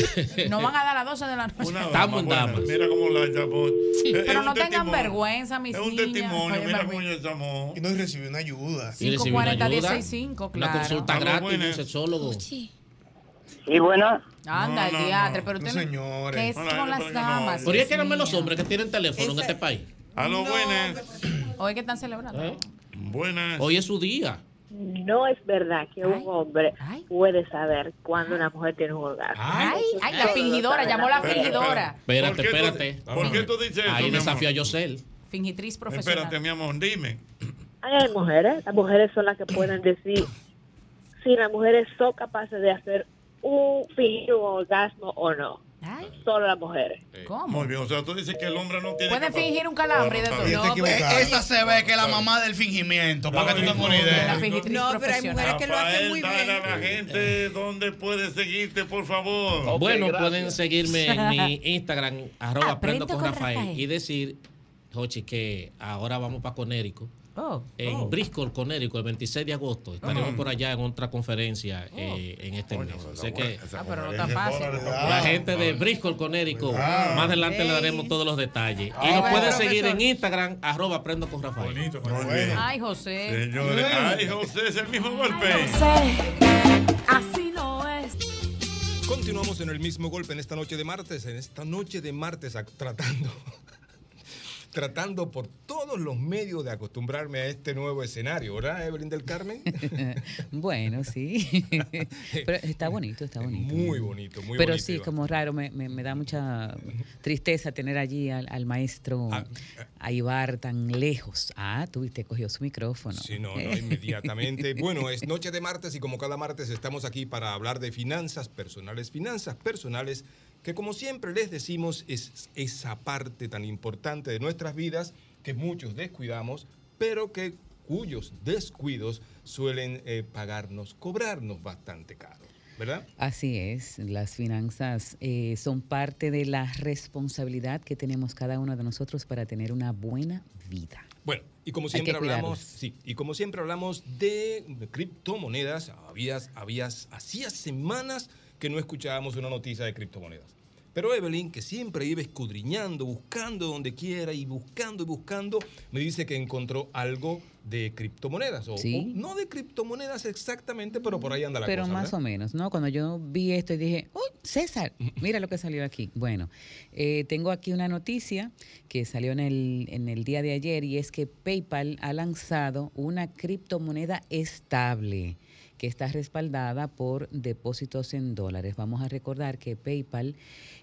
Nos van a dar a las 12 de la noche. Estamos en damas. Mira cómo la llamó. Eh, Es- es Pero un no tengan testimonio. vergüenza, mis Es un niñas. testimonio. Oye, Mira vergüenza. cómo ella llamó. Y no recibió una ayuda. Y recibir una ayuda, 54165, Una claro. consulta Vamos, gratis, buenas. un Oh, sexólogo. Y buena. Anda, el diatre, pero usted no- ¿Qué es con las damas? Por Dios eso eran los mío? hombres que tienen teléfono en Ese- este país. A los buenas. Hoy que están celebrando. ¿Eh? Buenas. Hoy es su día. No es verdad que un hombre puede saber cuando una mujer tiene un orgasmo. Ay, ay, la fingidora, llamó la fingidora. Espérate, ¿Por qué tú- espérate. ¿Por qué tú dices eso? Ahí mi amor? desafío a Yosel. Fingitriz profesional. Espérate, mi amor, dime. Hay mujeres, las mujeres son las que pueden decir si las mujeres son capaces de hacer un fingir un orgasmo o no. Solo las mujeres. ¿Cómo? Muy bien, o sea, tú dices que el hombre no tiene. Pueden capacidad. fingir un calambre de Bueno, todo. pues, está bien. Eh, Esa se ve que es la mamá del fingimiento, para que tú tengas una idea. No, pero hay mujeres que lo hacen muy Rafael, dale a la gente dónde puede seguirte, por favor. bueno, pueden seguirme en mi Instagram, arroba aprendo con Rafael, y decir, Jochi, que ahora vamos para Conérico. Oh. En Oh. Bristol, Conérico, el 26 de agosto. Estaremos por allá en otra conferencia eh, en este mes. Sé que Ah, pero no está fácil. la gente de Bristol, Conérico, más adelante le daremos todos los detalles. Y nos bueno, pueden seguir profesor. en Instagram, arroba aprendo con Rafael. Ay, José. Señores, ay, José, es el mismo golpe. Así no es. Continuamos en el mismo golpe en esta noche de martes, en esta noche de martes ac- tratando tratando por todos los medios de acostumbrarme a este nuevo escenario, ¿verdad, Evelyn del Carmen? bueno, sí. Pero está bonito, está bonito. Muy bonito, muy Pero bonito, sí, Iván. como raro, me, me- me da mucha tristeza tener allí al, al maestro Ah, a Ibar tan lejos. Ah, tuviste, cogió su micrófono. Sí, no, Eh. no, inmediatamente. Bueno, eh. es noche de martes y como cada martes estamos aquí para hablar de finanzas personales, finanzas personales, que como siempre les decimos es esa parte tan importante de nuestras vidas que muchos descuidamos, pero que cuyos descuidos suelen eh, pagarnos, cobrarnos bastante caro, ¿verdad? Así es, las finanzas eh, son parte de la responsabilidad que tenemos cada uno de nosotros para tener una buena vida. Bueno, y como Hay siempre que hablamos, cuidarlos. sí, y como siempre hablamos de criptomonedas, habías, habías, hacía semanas que no escuchábamos una noticia de criptomonedas. Pero Evelyn, que siempre iba escudriñando, buscando donde quiera y buscando y buscando, me dice que encontró algo de criptomonedas. O, Sí. o no de criptomonedas exactamente, pero por ahí anda la Pero cosa. más ¿verdad? o menos, ¿no? Cuando yo vi esto y dije, ¡Uy, César! Mira lo que salió aquí. Bueno, eh, tengo aquí una noticia que salió en el, en el día de ayer y es que PayPal ha lanzado una criptomoneda estable que está respaldada por depósitos en dólares. Vamos a recordar que PayPal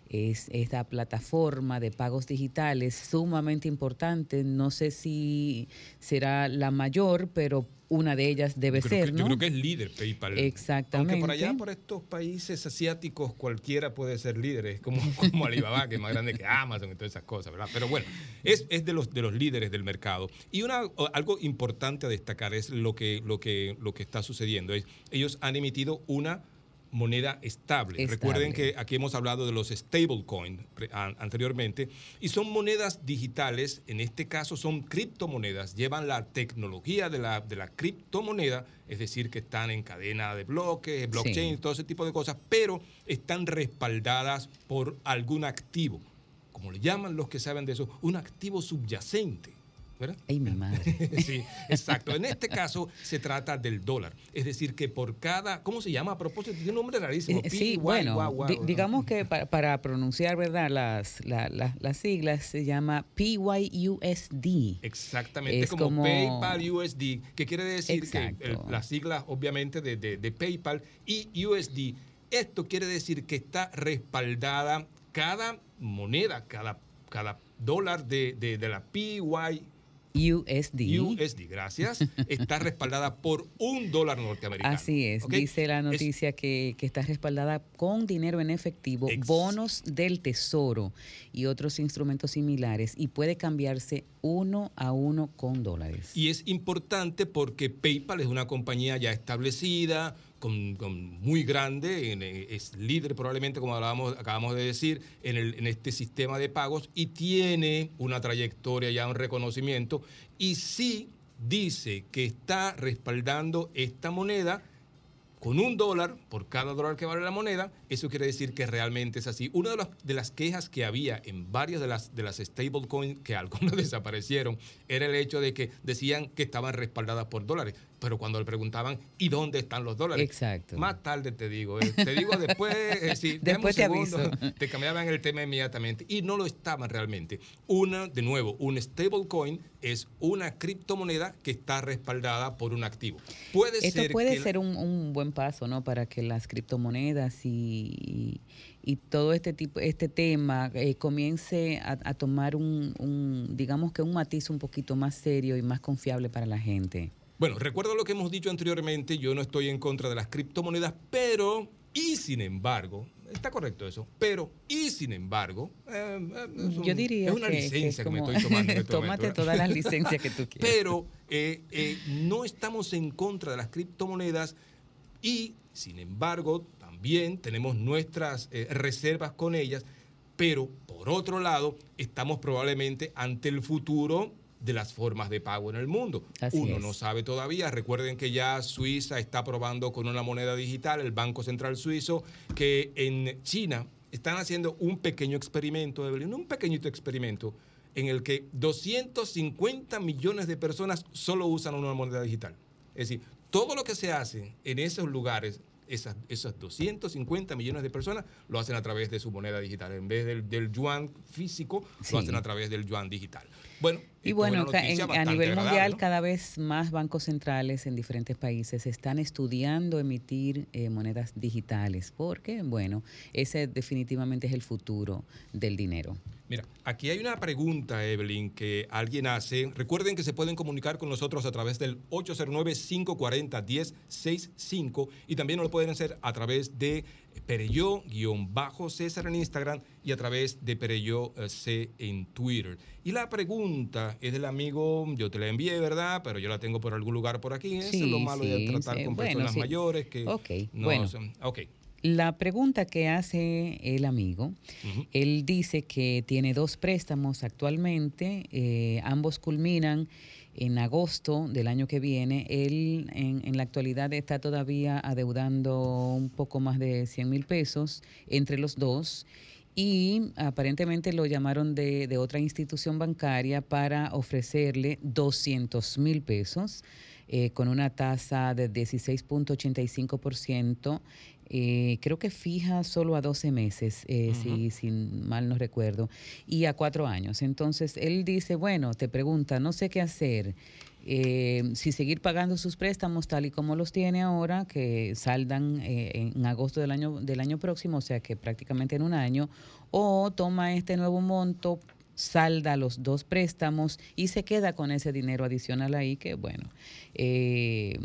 es esta plataforma de pagos digitales sumamente importante. No sé si será la mayor, pero una de ellas debe Yo creo ser. que- Yo ¿no? creo que es líder PayPal. Exactamente. Aunque por allá, por estos países asiáticos, cualquiera puede ser líder. Es como, como Alibaba, que es más grande que Amazon y todas esas cosas, ¿verdad? Pero bueno, es, es de, los, de los líderes del mercado. Y una, o- algo importante a destacar es lo que, lo que, lo que está sucediendo. Es, ellos han emitido una moneda estable. Estable. Recuerden que aquí hemos hablado de los stablecoin pre- an- anteriormente y son monedas digitales, en este caso son criptomonedas, llevan la tecnología de la, de la criptomoneda, es decir, que están en cadena de bloques, blockchain, todo ese tipo de cosas, pero están respaldadas por algún activo, como le llaman los que saben de eso, un activo subyacente. ¿verdad? Ay, mi madre. Sí, exacto. En este caso se trata del dólar. Es decir, que por cada. ¿Cómo se llama? A propósito, tiene un nombre rarísimo. Eh, Sí, Pi, guay, bueno, guau, guau, di- ¿no? digamos que para, para pronunciar, ¿verdad? Las, la- la- las siglas se llama PYUSD. Exactamente, Es como, como- PayPal USD, que quiere decir que Exacto. el- las siglas, obviamente, de, de- de PayPal y USD. Esto quiere decir que está respaldada cada moneda, cada, cada dólar de, de- de la PY USD. USD, gracias, está respaldada por un dólar norteamericano. Así es, ¿ok? dice la noticia que, que está respaldada con dinero en efectivo, bonos del tesoro y otros instrumentos similares y puede cambiarse uno a uno con dólares. Y es importante porque PayPal es una compañía ya establecida, con, con muy grande, en- eh, es líder probablemente, como hablábamos, acabamos de decir, en, el- en este sistema de pagos y tiene una trayectoria, ya un reconocimiento. Y sí dice que está respaldando esta moneda con un dólar por cada dólar que vale la moneda, eso quiere decir que realmente es así. Una de las, de las quejas que había en varias de las, de las stablecoins, que algunas desaparecieron, era el hecho de que decían que estaban respaldadas por dólares, pero cuando le preguntaban, ¿y dónde están los dólares? Exacto. Más tarde te digo, eh, te digo después, eh, sí, dame un Después te segundo. aviso. Te cambiaban el tema inmediatamente y no lo estaban realmente. Una, de nuevo, un stablecoin es una criptomoneda que está respaldada por un activo. Puede Esto ser puede que la- ser un, un buen paso, ¿no? Para que las criptomonedas y, y todo este tipo, este tema eh, comience a, a tomar un, un, digamos que un matiz un poquito más serio y más confiable para la gente. Bueno, recuerdo lo que hemos dicho anteriormente, yo no estoy en contra de las criptomonedas, pero y sin embargo, está correcto eso, pero y sin embargo, eh, eh, es Yo un- diría es una que- que licencia es que, me como- estoy tomando. en este Tómate momento, ¿verdad? todas las licencias que tú quieras. Pero eh, eh, no estamos en contra de las criptomonedas y sin embargo también tenemos nuestras eh, reservas con ellas, pero por otro lado estamos probablemente ante el futuro de las formas de pago en el mundo. Así Uno es. no sabe todavía. Recuerden que ya Suiza está probando con una moneda digital, el Banco Central Suizo, que en China están haciendo un pequeño experimento, Evelyn, un pequeñito experimento en el que 250 millones de personas solo usan una moneda digital. Es decir, todo lo que se hace en esos lugares, esas, esas 250 millones de personas lo hacen a través de su moneda digital. En vez del, del yuan físico, Sí. lo hacen a través del yuan digital. Bueno, esto Y es bueno, una ca- noticia en- a bastante nivel agradable, mundial ¿no? cada vez más bancos centrales en diferentes países están estudiando emitir eh, monedas digitales porque, bueno, ese definitivamente es el futuro del dinero. Mira, aquí hay una pregunta, Evelyn, que alguien hace. Recuerden que se pueden comunicar con nosotros a través del 809-540-1065 y también lo pueden hacer a través de Pereyó-César en Instagram y a través de Pereyó eh, C en Twitter. Y la pregunta es del amigo, yo te la envié, ¿verdad? Pero yo la tengo por algún lugar por aquí. Eso es lo Sí, malo de sí, tratar sí. con Bueno, personas sí. mayores que Ok, no bueno. son- Ok. La pregunta que hace el amigo, él dice que tiene dos préstamos actualmente, eh, ambos culminan en agosto del año que viene. Él en, en la actualidad está todavía adeudando un poco más de 100 mil pesos entre los dos y aparentemente lo llamaron de, de otra institución bancaria para ofrecerle 200 mil pesos eh, con una tasa de 16.85%, eh, creo que fija solo a 12 meses, eh, si, si mal no recuerdo, y a cuatro años. Entonces él dice, bueno, te pregunta, no sé qué hacer. eh, si seguir pagando sus préstamos tal y como los tiene ahora, que saldan eh, en agosto del año, del año próximo, o sea que prácticamente en un año, o toma este nuevo monto, salda los dos préstamos y se queda con ese dinero adicional ahí, que bueno. eh,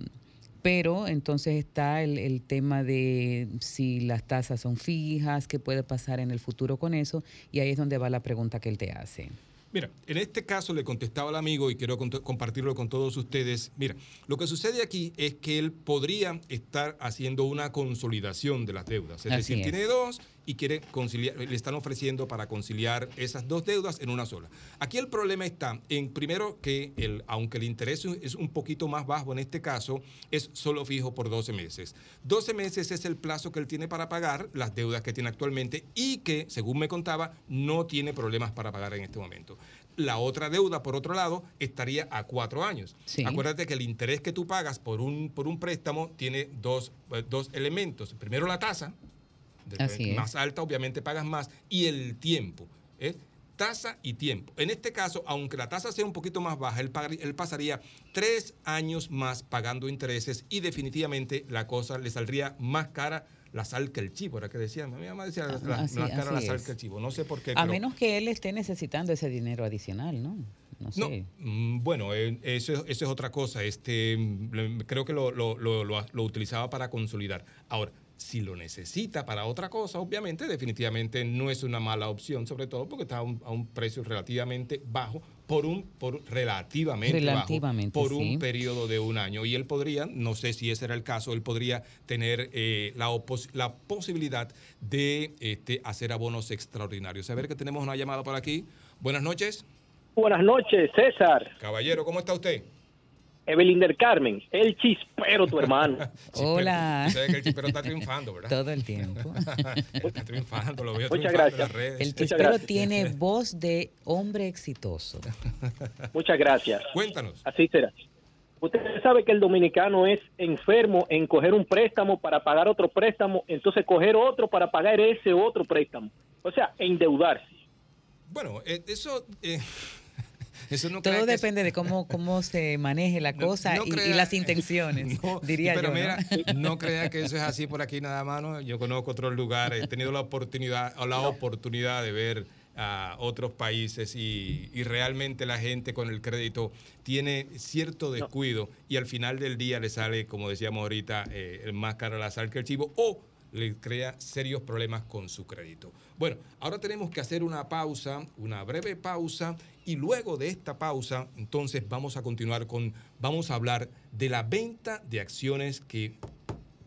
pero entonces está el, el tema de si las tasas son fijas, qué puede pasar en el futuro con eso, y ahí es donde va la pregunta que él te hace. Mira, en este caso le contestaba al amigo y quiero cont- compartirlo con todos ustedes. Mira, lo que sucede aquí es que él podría estar haciendo una consolidación de las deudas. Es Así decir, es. tiene dos y quiere conciliar, le están ofreciendo para conciliar esas dos deudas en una sola. Aquí el problema está en primero que el, aunque el interés es un poquito más bajo en este caso, es solo fijo por 12 meses. 12 meses es el plazo que él tiene para pagar las deudas que tiene actualmente y que, según me contaba, no tiene problemas para pagar en este momento. La otra deuda, por otro lado, estaría a cuatro años. Sí. Acuérdate que el interés que tú pagas por un, por un préstamo tiene dos, eh, dos elementos. Primero la tasa, de- Así es. más alta, obviamente pagas más, y el tiempo. ¿eh? Tasa y tiempo. En este caso, aunque la tasa sea un poquito más baja, él, pagaría- él pasaría tres años más pagando intereses y definitivamente la cosa le saldría más cara la sal que el chivo, era que decían. Mi mamá decía la- la- Ah, Así- más cara la así sal es. que el chivo. No sé por qué. A pero- menos que él esté necesitando ese dinero adicional, ¿no? No no, sé. mm, bueno, eh, eso, es- eso es otra cosa. Este, mm, le- creo que lo, lo- lo- lo- lo utilizaba para consolidar. Ahora, si lo necesita para otra cosa, obviamente, definitivamente no es una mala opción, sobre todo porque está a un, a un precio relativamente bajo por un por relativamente, bajo, Relativamente, por sí. un periodo de un año y él podría no sé si ese era el caso él podría tener eh, la, opos- la posibilidad de este, hacer abonos extraordinarios a ver que tenemos una llamada por aquí buenas noches Buenas noches, César. Caballero, ¿cómo está usted? Evelyn del Carmen, el chispero, tu hermano. Usted sabe que el chispero está triunfando, ¿verdad? Todo el tiempo. Pues está triunfando, lo veo Muchas triunfando en gracias. las redes. El chispero tiene voz de hombre exitoso. Muchas gracias. Cuéntanos. Así será. Usted sabe que el dominicano es enfermo en coger un préstamo para pagar otro préstamo, entonces coger otro para pagar ese otro préstamo. O sea, endeudarse. Bueno, eh, eso, eh, eso no Todo crea que es- depende de cómo, cómo se maneje la cosa no y, y crea- las intenciones, diría pero yo. ¿no? mira, no crea que eso es así por aquí nada más. ¿no? Yo conozco otros lugares, he tenido la oportunidad, o la oportunidad de ver a otros países y, y realmente la gente con el crédito tiene cierto descuido y al final del día le sale, como decíamos ahorita, eh, el más caro la sal que el chivo o le crea serios problemas con su crédito. Bueno, ahora tenemos que hacer una pausa, una breve pausa, y luego de esta pausa, entonces vamos a continuar con, vamos a hablar de la venta de acciones que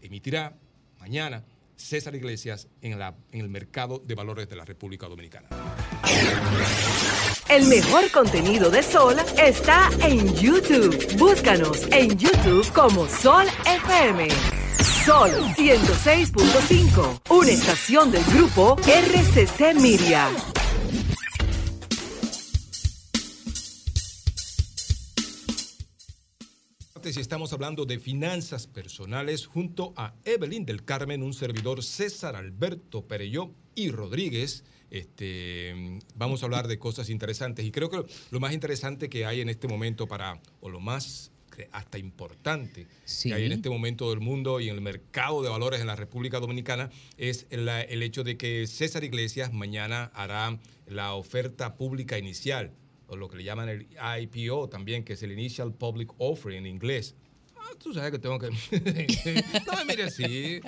emitirá mañana César Iglesias en, la, en el mercado de valores de la República Dominicana. El mejor contenido de Sol está en YouTube. Búscanos en YouTube como Sol FM. Sol 106.5, una estación del grupo RCC Media. Si estamos hablando de finanzas personales junto a Evelyn del Carmen, un servidor César Alberto Perelló y Rodríguez. Este, vamos a hablar de cosas interesantes y creo que lo más interesante que hay en este momento para, o lo más que hasta importante que hay en este momento del mundo y en el mercado de valores en la República Dominicana es la- el hecho de que César Iglesias mañana hará la oferta pública inicial o lo que le llaman el IPO también, que es el Initial Public Offering en inglés. Ah, tú sabes que tengo que... no, mire, sí.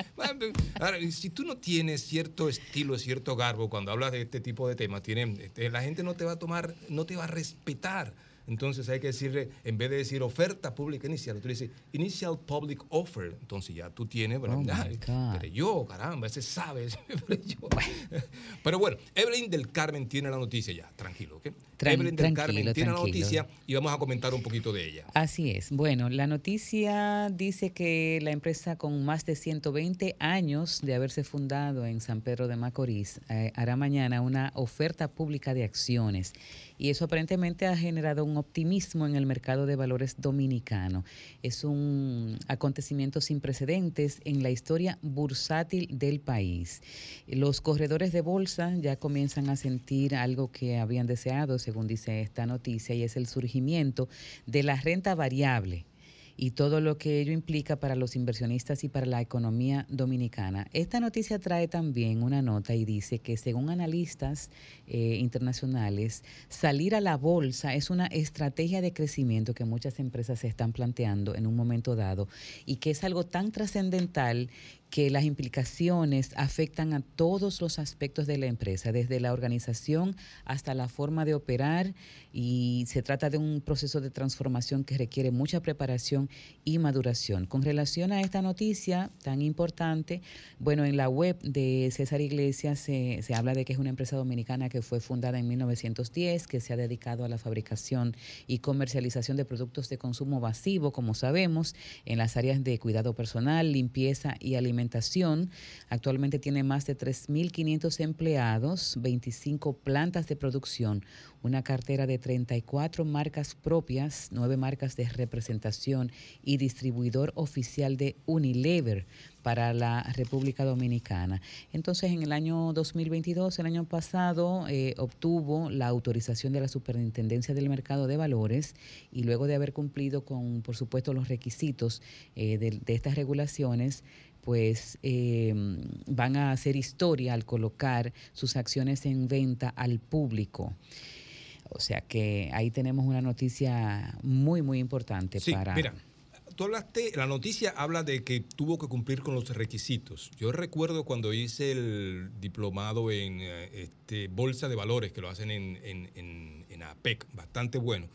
Ahora, si tú no tienes cierto estilo, cierto garbo, cuando hablas de este tipo de temas, tienen, este, la gente no te va a tomar, no te va a respetar. Entonces hay que decirle, en vez de decir oferta pública inicial, tú le dices Initial Public Offer. Entonces ya tú tienes, ¿verdad? my Ay, pero yo, caramba, ese sabe. ese- pero yo. Pero bueno, Evelyn del Carmen tiene la noticia ya, tranquilo, ¿ok? Tran- Evelyn del Carmen tranquilo, tiene la tranquilo. noticia y vamos a comentar un poquito de ella. Así es. Bueno, la noticia dice que la empresa con más de 120 años de haberse fundado en San Pedro de Macorís eh, hará mañana una oferta pública de acciones y eso aparentemente ha generado un optimismo en el mercado de valores dominicano. Es un acontecimiento sin precedentes en la historia bursátil del país. Los corredores de bolsa ya comienzan a sentir algo que habían deseado, según dice esta noticia, y es el surgimiento de la renta variable y todo lo que ello implica para los inversionistas y para la economía dominicana. Esta noticia trae también una nota y dice que según analistas eh, internacionales, salir a la bolsa es una estrategia de crecimiento que muchas empresas se están planteando en un momento dado y que es algo tan trascendental que las implicaciones afectan a todos los aspectos de la empresa, desde la organización hasta la forma de operar y se trata de un proceso de transformación que requiere mucha preparación y maduración. Con relación a esta noticia tan importante, bueno, en la web de César Iglesias se, se habla de que es una empresa dominicana que fue fundada en 1910, que se ha dedicado a la fabricación y comercialización de productos de consumo masivo, como sabemos, en las áreas de cuidado personal, limpieza y alimentación. Actualmente tiene más de 3.500 empleados, 25 plantas de producción, una cartera de 34 marcas propias, 9 marcas de representación y distribuidor oficial de Unilever para la República Dominicana. Entonces, en el año 2022, el año pasado, eh, obtuvo la autorización de la Superintendencia del Mercado de Valores y luego de haber cumplido con, por supuesto, los requisitos eh, de, de estas regulaciones, pues eh, van a hacer historia al colocar sus acciones en venta al público. O sea que ahí tenemos una noticia muy, muy importante Sí, para... mira, tú hablaste, la noticia habla de que tuvo que cumplir con los requisitos. Yo recuerdo cuando hice el diplomado en eh, este, Bolsa de Valores, que lo hacen en, en- en- en APEC, bastante bueno.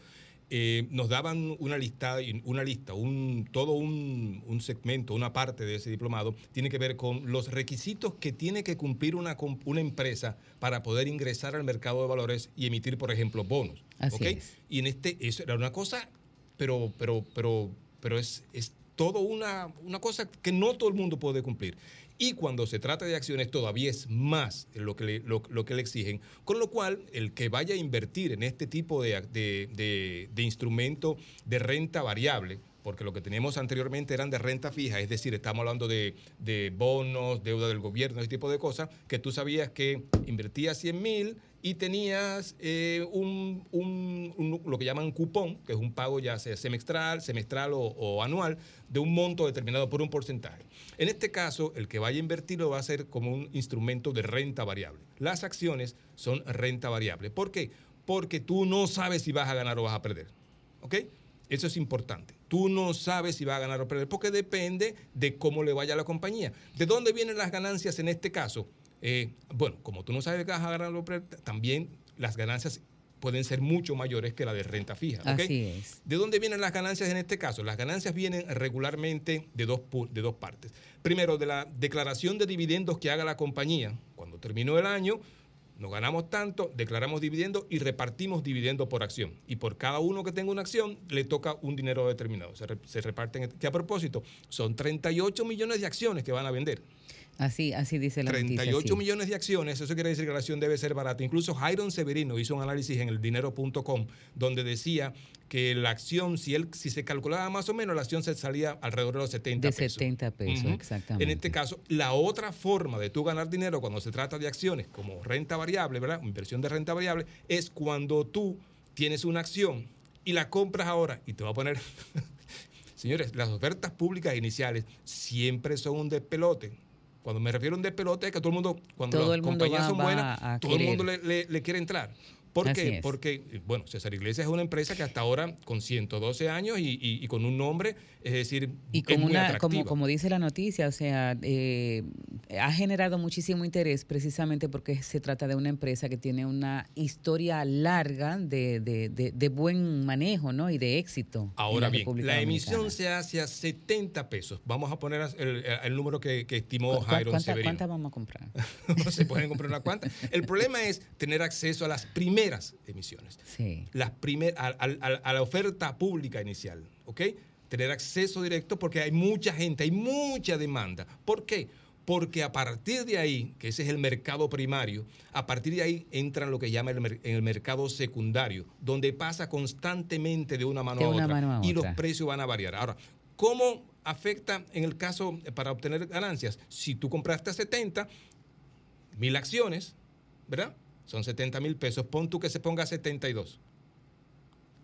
eh, nos daban una lista, una lista, un, todo un, un segmento, una parte de ese diplomado, tiene que ver con los requisitos que tiene que cumplir una, com- una empresa para poder ingresar al mercado de valores y emitir, por ejemplo, bonos. Así ¿ok? es. Y en este, eso era una cosa pero, pero, pero, pero es, es todo una, una cosa que no todo el mundo puede cumplir. Y cuando se trata de acciones, todavía es más lo que le, lo, lo que le exigen. Con lo cual, el que vaya a invertir en este tipo de, ac- de- de- de instrumento de renta variable, porque lo que teníamos anteriormente eran de renta fija, es decir, estamos hablando de, de bonos, deuda del gobierno, ese tipo de cosas, que tú sabías que invertías 100 mil y tenías eh, un, un- un- lo que llaman cupón, que es un pago ya sea semestral, semestral o, o anual, de un monto determinado por un porcentaje. En este caso, el que vaya a invertir lo va a hacer como un instrumento de renta variable. Las acciones son renta variable. ¿Por qué? Porque tú no sabes si vas a ganar o vas a perder. ¿Ok? Eso es importante. Tú no sabes si va a ganar o perder, porque depende de cómo le vaya a la compañía. ¿De dónde vienen las ganancias en este caso? Eh, bueno, como tú no sabes que vas a ganar o perder, también las ganancias pueden ser mucho mayores que la de renta fija. ¿ok? Así es. ¿De dónde vienen las ganancias en este caso? Las ganancias vienen regularmente de dos, pu- de dos partes. Primero, de la declaración de dividendos que haga la compañía. Cuando terminó el año, nos ganamos tanto, declaramos dividendos y repartimos dividendos por acción. Y por cada uno que tenga una acción, le toca un dinero determinado. Se, re- se reparten, este, que a propósito, son 38 millones de acciones que van a vender. Así, así dice la noticia. 38 sí. millones de acciones, eso quiere decir que la acción debe ser barata. Incluso Jairon Severino hizo un análisis en el dinero.com donde decía que la acción, si, él, si se calculaba más o menos, la acción se salía alrededor de los 70 De pesos. 70 pesos, Ujú. exactamente. En este caso, la otra forma de tú ganar dinero cuando se trata de acciones como renta variable, ¿verdad? Inversión de renta variable, es cuando tú tienes una acción y la compras ahora y te va a poner... Señores, las ofertas públicas iniciales siempre son un despelote. Cuando me refiero a un despelote es que todo el mundo, cuando Todo las el mundo compañías va- son va buenas, a todo el querer. mundo le, le- le quiere entrar. ¿Por Así qué? es. Porque, bueno, César Iglesias es una empresa que hasta ahora, con 112 años y, y- y con un nombre, es decir, Y con es muy una, atractiva. como, como dice la noticia, o sea, eh, ha generado muchísimo interés precisamente porque se trata de una empresa que tiene una historia larga de, de- de- de buen manejo ¿no? y de éxito. en Ahora la bien, República la Dominicana. emisión se hace a 70 pesos. Vamos a poner el, el número que, que estimó ¿Cu- Jairo cuánta- Severino. cuánta vamos a comprar? se pueden comprar una cuanta. El problema es tener acceso a las primeras emisiones, Sí. las primer- a, a- a- a la oferta pública inicial, ¿ok? Tener acceso directo porque hay mucha gente, hay mucha demanda. ¿Por qué? Porque a partir de ahí, que ese es el mercado primario, a partir de ahí entra lo que llama el, mer- el mercado secundario, donde pasa constantemente de una mano, De a, una otra, mano a y los otra. precios van a variar. Ahora, ¿cómo afecta en el caso eh, para obtener ganancias? Si tú compraste a 70, mil acciones, ¿verdad? Son 70 mil pesos. Pon tú que se ponga 72.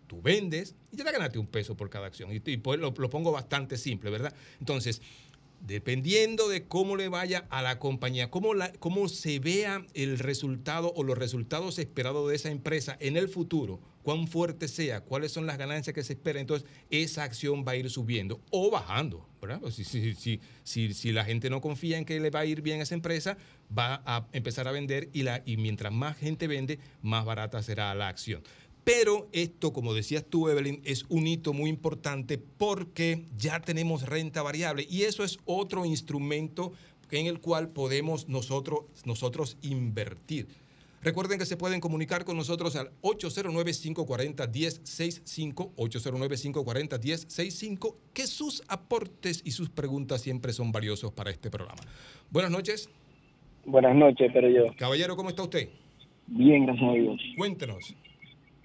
Tú vendes y ya te ganaste un peso por cada acción. Y, y pues lo, lo pongo bastante simple, ¿verdad? Entonces, dependiendo de cómo le vaya a la compañía, cómo, la- cómo se vea el resultado o los resultados esperados de esa empresa en el futuro, cuán fuerte sea, cuáles son las ganancias que se esperan, entonces esa acción va a ir subiendo o bajando. ¿verdad? Pues si, si, si, si, si la gente no confía en que le va a ir bien a esa empresa, va a empezar a vender y, la, y mientras más gente vende, más barata será la acción. Pero esto, como decías tú, Evelyn, es un hito muy importante porque ya tenemos renta variable y eso es otro instrumento en el cual podemos nosotros, nosotros invertir. Recuerden que se pueden comunicar con nosotros al 809-540-1065, 809-540-1065, que sus aportes y sus preguntas siempre son valiosos para este programa. Buenas noches. Buenas noches, pero yo. Caballero, ¿cómo está usted? Bien, gracias a Dios. Cuéntenos.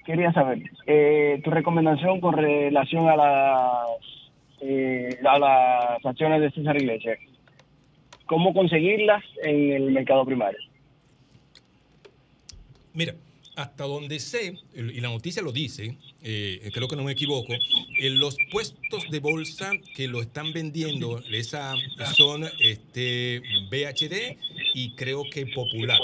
Quería saber, eh, tu recomendación con relación a las, eh, a las acciones de César Iglesias. ¿Cómo conseguirlas en el mercado primario? Mira, hasta donde sé, el- y la noticia lo dice, eh, creo que no me equivoco, en los puestos de bolsa que lo están vendiendo esa, son este, BHD y creo que Popular.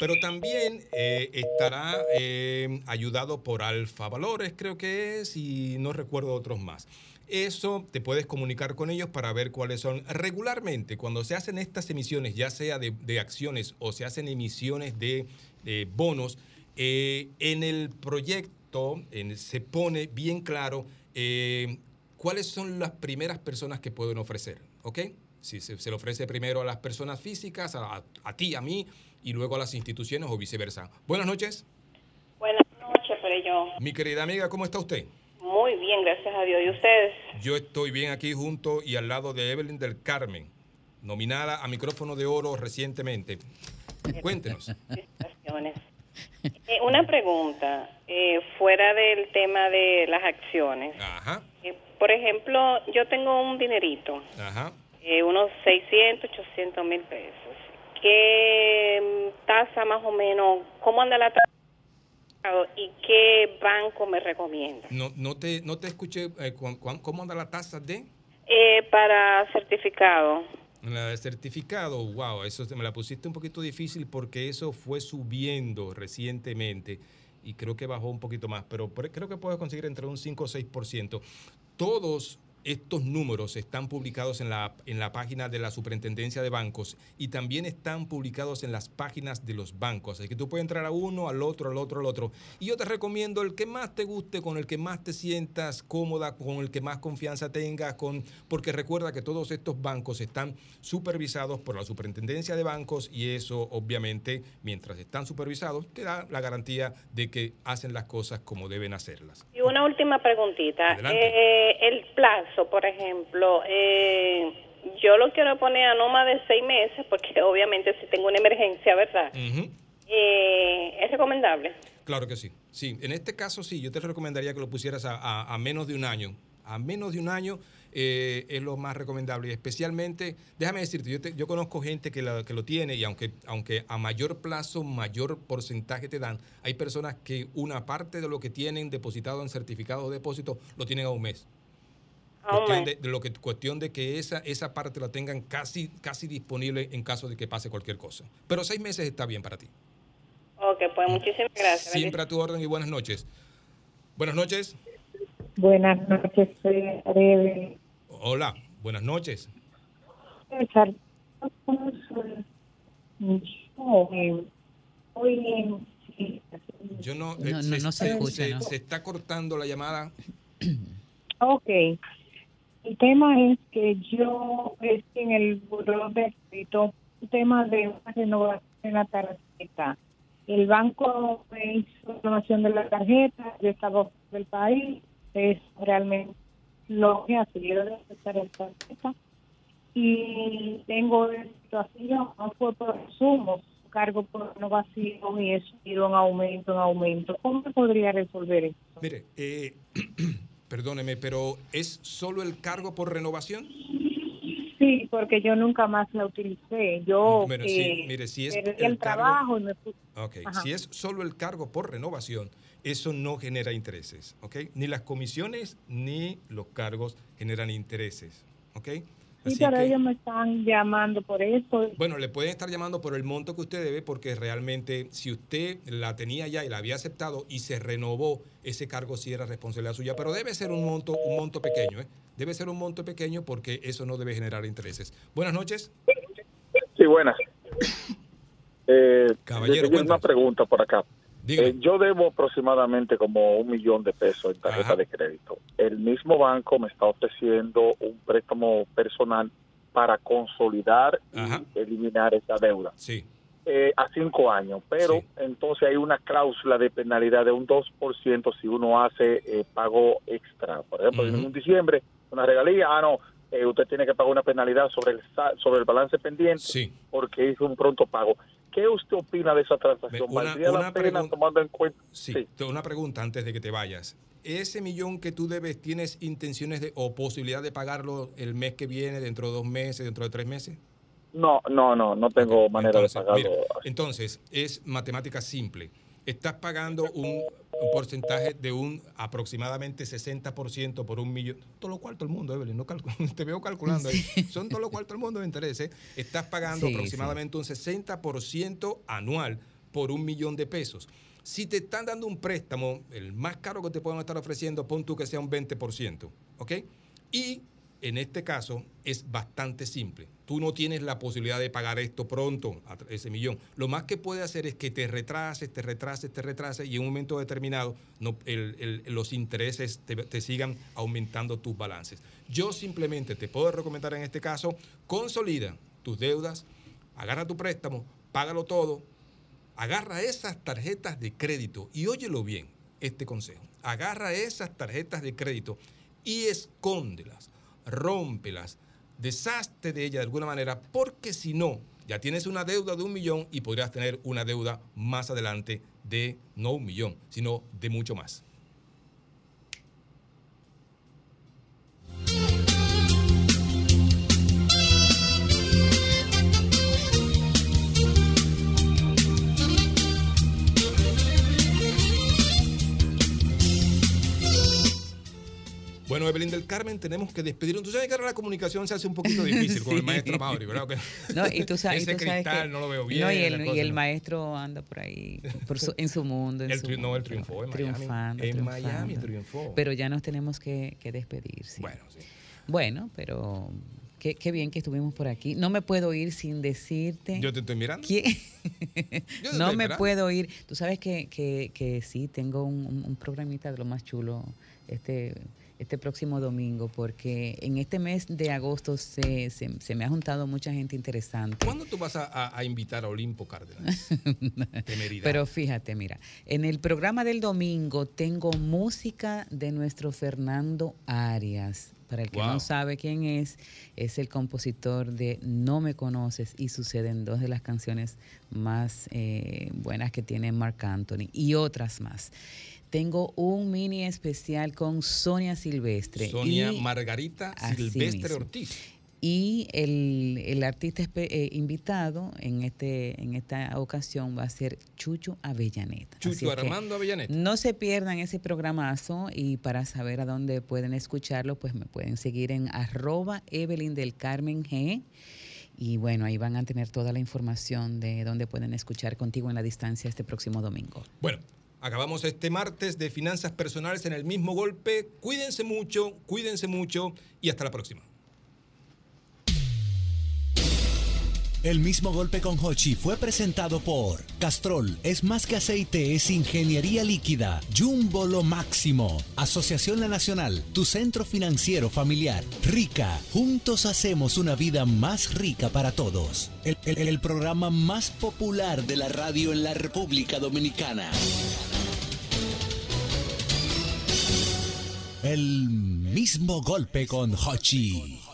Pero también eh, estará eh, ayudado por Alfa Valores, creo que es, y no recuerdo otros más. Eso te puedes comunicar con ellos para ver cuáles son. Regularmente, cuando se hacen estas emisiones, ya sea de, de acciones o se hacen emisiones de eh, bonos, eh, en el proyecto en- se pone bien claro eh, cuáles son las primeras personas que pueden ofrecer. ¿Ok? Si se, se le ofrece primero a las personas físicas, a, a- a ti, a mí, y luego a las instituciones o viceversa. Buenas noches, Buenas noches, pero yo. mi querida amiga, ¿cómo está usted? Muy bien, gracias a Dios. ¿Y ustedes? Yo estoy bien aquí junto y al lado de Evelyn del Carmen, nominada a micrófono de oro recientemente. Cuéntenos. Felicitaciones. Eh, una pregunta, eh, fuera del tema de las acciones. Ajá, Eh, por ejemplo, yo tengo un dinerito, ajá. eh, unos 600, 800 mil pesos. ¿Qué mm, tasa más o menos, cómo anda la tasa y qué banco me recomienda? No, no, te, no te escuché. eh, cuan- cuan- ¿Cómo anda la tasa de? Eh, para certificado. La de certificado, wow, eso se- me la pusiste un poquito difícil porque eso fue subiendo recientemente y creo que bajó un poquito más, pero por- creo que puedes conseguir entre un 5 o 6%. Todos estos números están publicados en la, en la página de la Superintendencia de Bancos y también están publicados en las páginas de los bancos. Así que tú puedes entrar a uno, al otro, al otro, al otro. Y yo te recomiendo el que más te guste, con el que más te sientas cómoda, con el que más confianza tengas, con, porque recuerda que todos estos bancos están supervisados por la Superintendencia de Bancos y eso obviamente, mientras están supervisados, te da la garantía de que hacen las cosas como deben hacerlas. Y una última preguntita. Adelante. Eh, el plazo, por ejemplo, eh, yo lo quiero poner a no más de seis meses, porque obviamente si tengo una emergencia, ¿verdad? Ujú. Eh, ¿Es recomendable? Claro que sí. Sí, en este caso sí, yo te recomendaría que lo pusieras a, a- a menos de un año. A menos de un año eh, es lo más recomendable. Y especialmente, déjame decirte, yo, te- yo conozco gente que, la- que lo tiene y aunque, aunque a mayor plazo, mayor porcentaje te dan, hay personas que una parte de lo que tienen depositado en certificados de depósito lo tienen a un mes. A un Cuestión mes. de, de lo que, cuestión de que esa, esa parte la tengan casi, casi disponible en caso de que pase cualquier cosa. Pero seis meses está bien para ti. Ok, pues muchísimas gracias. Siempre a tu orden y buenas noches. Buenas noches. Buenas noches, soy Arebe. Hola, buenas noches. César, yo, eh, hoy, eh, Yo no, eh, No, no, no se escucha, ¿no? se está cortando la llamada. ok, el tema es que yo estoy en el buró de crédito, un tema de una renovación de la tarjeta. El banco me hizo renovación de la tarjeta, yo estaba fuera del país, es realmente lo que ha sido de esta tarjeta. y tengo esa situación, no fue por sumo, cargo por renovación y eso ha ido en aumento, en aumento. ¿Cómo podría resolver eso? Mire, eh, perdóneme, pero ¿es solo el cargo por renovación? Sí, porque yo nunca más la utilicé. Yo Bueno, eh, sí, mire, si es perdí el el, cargo- trabajo y me puse... Ok, Ajá. si es solo el cargo por renovación, eso no genera intereses, ¿ok? Ni las comisiones ni los cargos generan intereses, ¿ok? Sí, Así pero que- ellos me están llamando por eso. Bueno, le pueden estar llamando por el monto que usted debe porque realmente si usted la tenía ya y la había aceptado y se renovó, ese cargo sí era responsabilidad suya, pero debe ser un monto, un monto pequeño, ¿eh? Debe ser un monto pequeño porque eso no debe generar intereses. Buenas noches. Sí, buenas. Eh, Caballero, yo tengo una pregunta por acá. Eh, yo debo aproximadamente como un millón de pesos en tarjeta de crédito. El mismo banco me está ofreciendo un préstamo personal para consolidar y eliminar esa deuda. Sí. Eh, a cinco años, pero entonces hay una cláusula de penalidad de un 2% si uno hace eh, pago extra. Por ejemplo, en Ujú. un diciembre, una regalía, ah, no, eh, usted tiene que pagar una penalidad sobre el, sa- sobre el balance pendiente porque hizo un pronto pago. ¿Qué usted opina de esa transacción? Ve, una- ¿Valdría una la pena pregunta- tomando en cuenta? Sí, te- una pregunta antes de que te vayas. ¿Ese millón que tú debes, tienes intenciones de, o posibilidad de pagarlo el mes que viene, dentro de dos meses, dentro de tres meses? No, no, no, no tengo manera de pagarlo. Mira, entonces, es matemática simple. Estás pagando un, un porcentaje de un aproximadamente 60% por un millón. Todo lo cual todo el mundo, Evelyn, no calcu- te veo calculando. ahí. Son todo lo cual todo el mundo me interesa. ¿eh? Estás pagando Sí, aproximadamente un 60% anual por un millón de pesos. Si te están dando un préstamo, el más caro que te puedan estar ofreciendo, pon tú que sea un 20%. ¿Ok? Y en este caso es bastante simple. Tú no tienes la posibilidad de pagar esto pronto, a tra- ese millón. Lo más que puede hacer es que te retrases, te retrases, te retrases y en un momento determinado no, el- el- los intereses te, te sigan aumentando tus balances. Yo simplemente te puedo recomendar en este caso, consolida tus deudas, agarra tu préstamo, págalo todo, agarra esas tarjetas de crédito y óyelo bien este consejo. Agarra esas tarjetas de crédito y escóndelas, rómpelas, deshazte de ella de alguna manera, porque si no, ya tienes una deuda de un millón y podrías tener una deuda más adelante de no un millón, sino de mucho más. Bueno, Evelyn del Carmen, tenemos que despedirnos. Tú sabes que ahora la comunicación se hace un poquito difícil con el Sí. maestro Mauri, ¿verdad? No, y tú sabes, y Ese tú sabes cristal que- no lo veo bien. no, y la el, cosa, y el ¿no? maestro anda por ahí, por su- en su mundo. En El su tri- no, mundo, él triunfó en Miami. triunfando, En Miami triunfando. triunfó. Pero ya nos tenemos que, que despedir. sí. Bueno, pero qué, qué bien que estuvimos por aquí. No me puedo ir sin decirte. Yo te estoy mirando. ¿Quién? estoy no me esperando. puedo ir. Tú sabes que, que, que sí, tengo un, un- un programita de lo más chulo este, este próximo domingo, porque en este mes de agosto se, se, se me ha juntado mucha gente interesante. ¿Cuándo tú vas a, a- a invitar a Olimpo Cárdenas? De Mérida. Pero fíjate, mira, en el programa del domingo tengo música de nuestro Fernando Arias. Para el que Wow. no sabe quién es, es el compositor de No me conoces y suceden dos de las canciones más eh, buenas que tiene Marc Anthony y otras más. Tengo un mini especial con Sonia Silvestre. Sonia y- Margarita Así Silvestre mismo. Ortiz. y el, el artista espe- eh, invitado en, este, en esta ocasión va a ser Chucho Avellaneda. Así Chucho es que Armando Avellaneda. No se pierdan ese programazo y para saber a dónde pueden escucharlo, pues me pueden seguir en arroba Evelyn del Carmen G. Y bueno, ahí van a tener toda la información de dónde pueden escuchar contigo en la distancia este próximo domingo. Bueno, acabamos este martes de finanzas personales en el mismo golpe. Cuídense mucho, cuídense mucho y hasta la próxima. El mismo golpe con Hochi fue presentado por Castrol, es más que aceite, es ingeniería líquida. Jumbo lo máximo. Asociación La Nacional, tu centro financiero familiar. Rica, juntos hacemos una vida más rica para todos. El, el- el programa más popular de la radio en la República Dominicana. El mismo golpe con Hochi.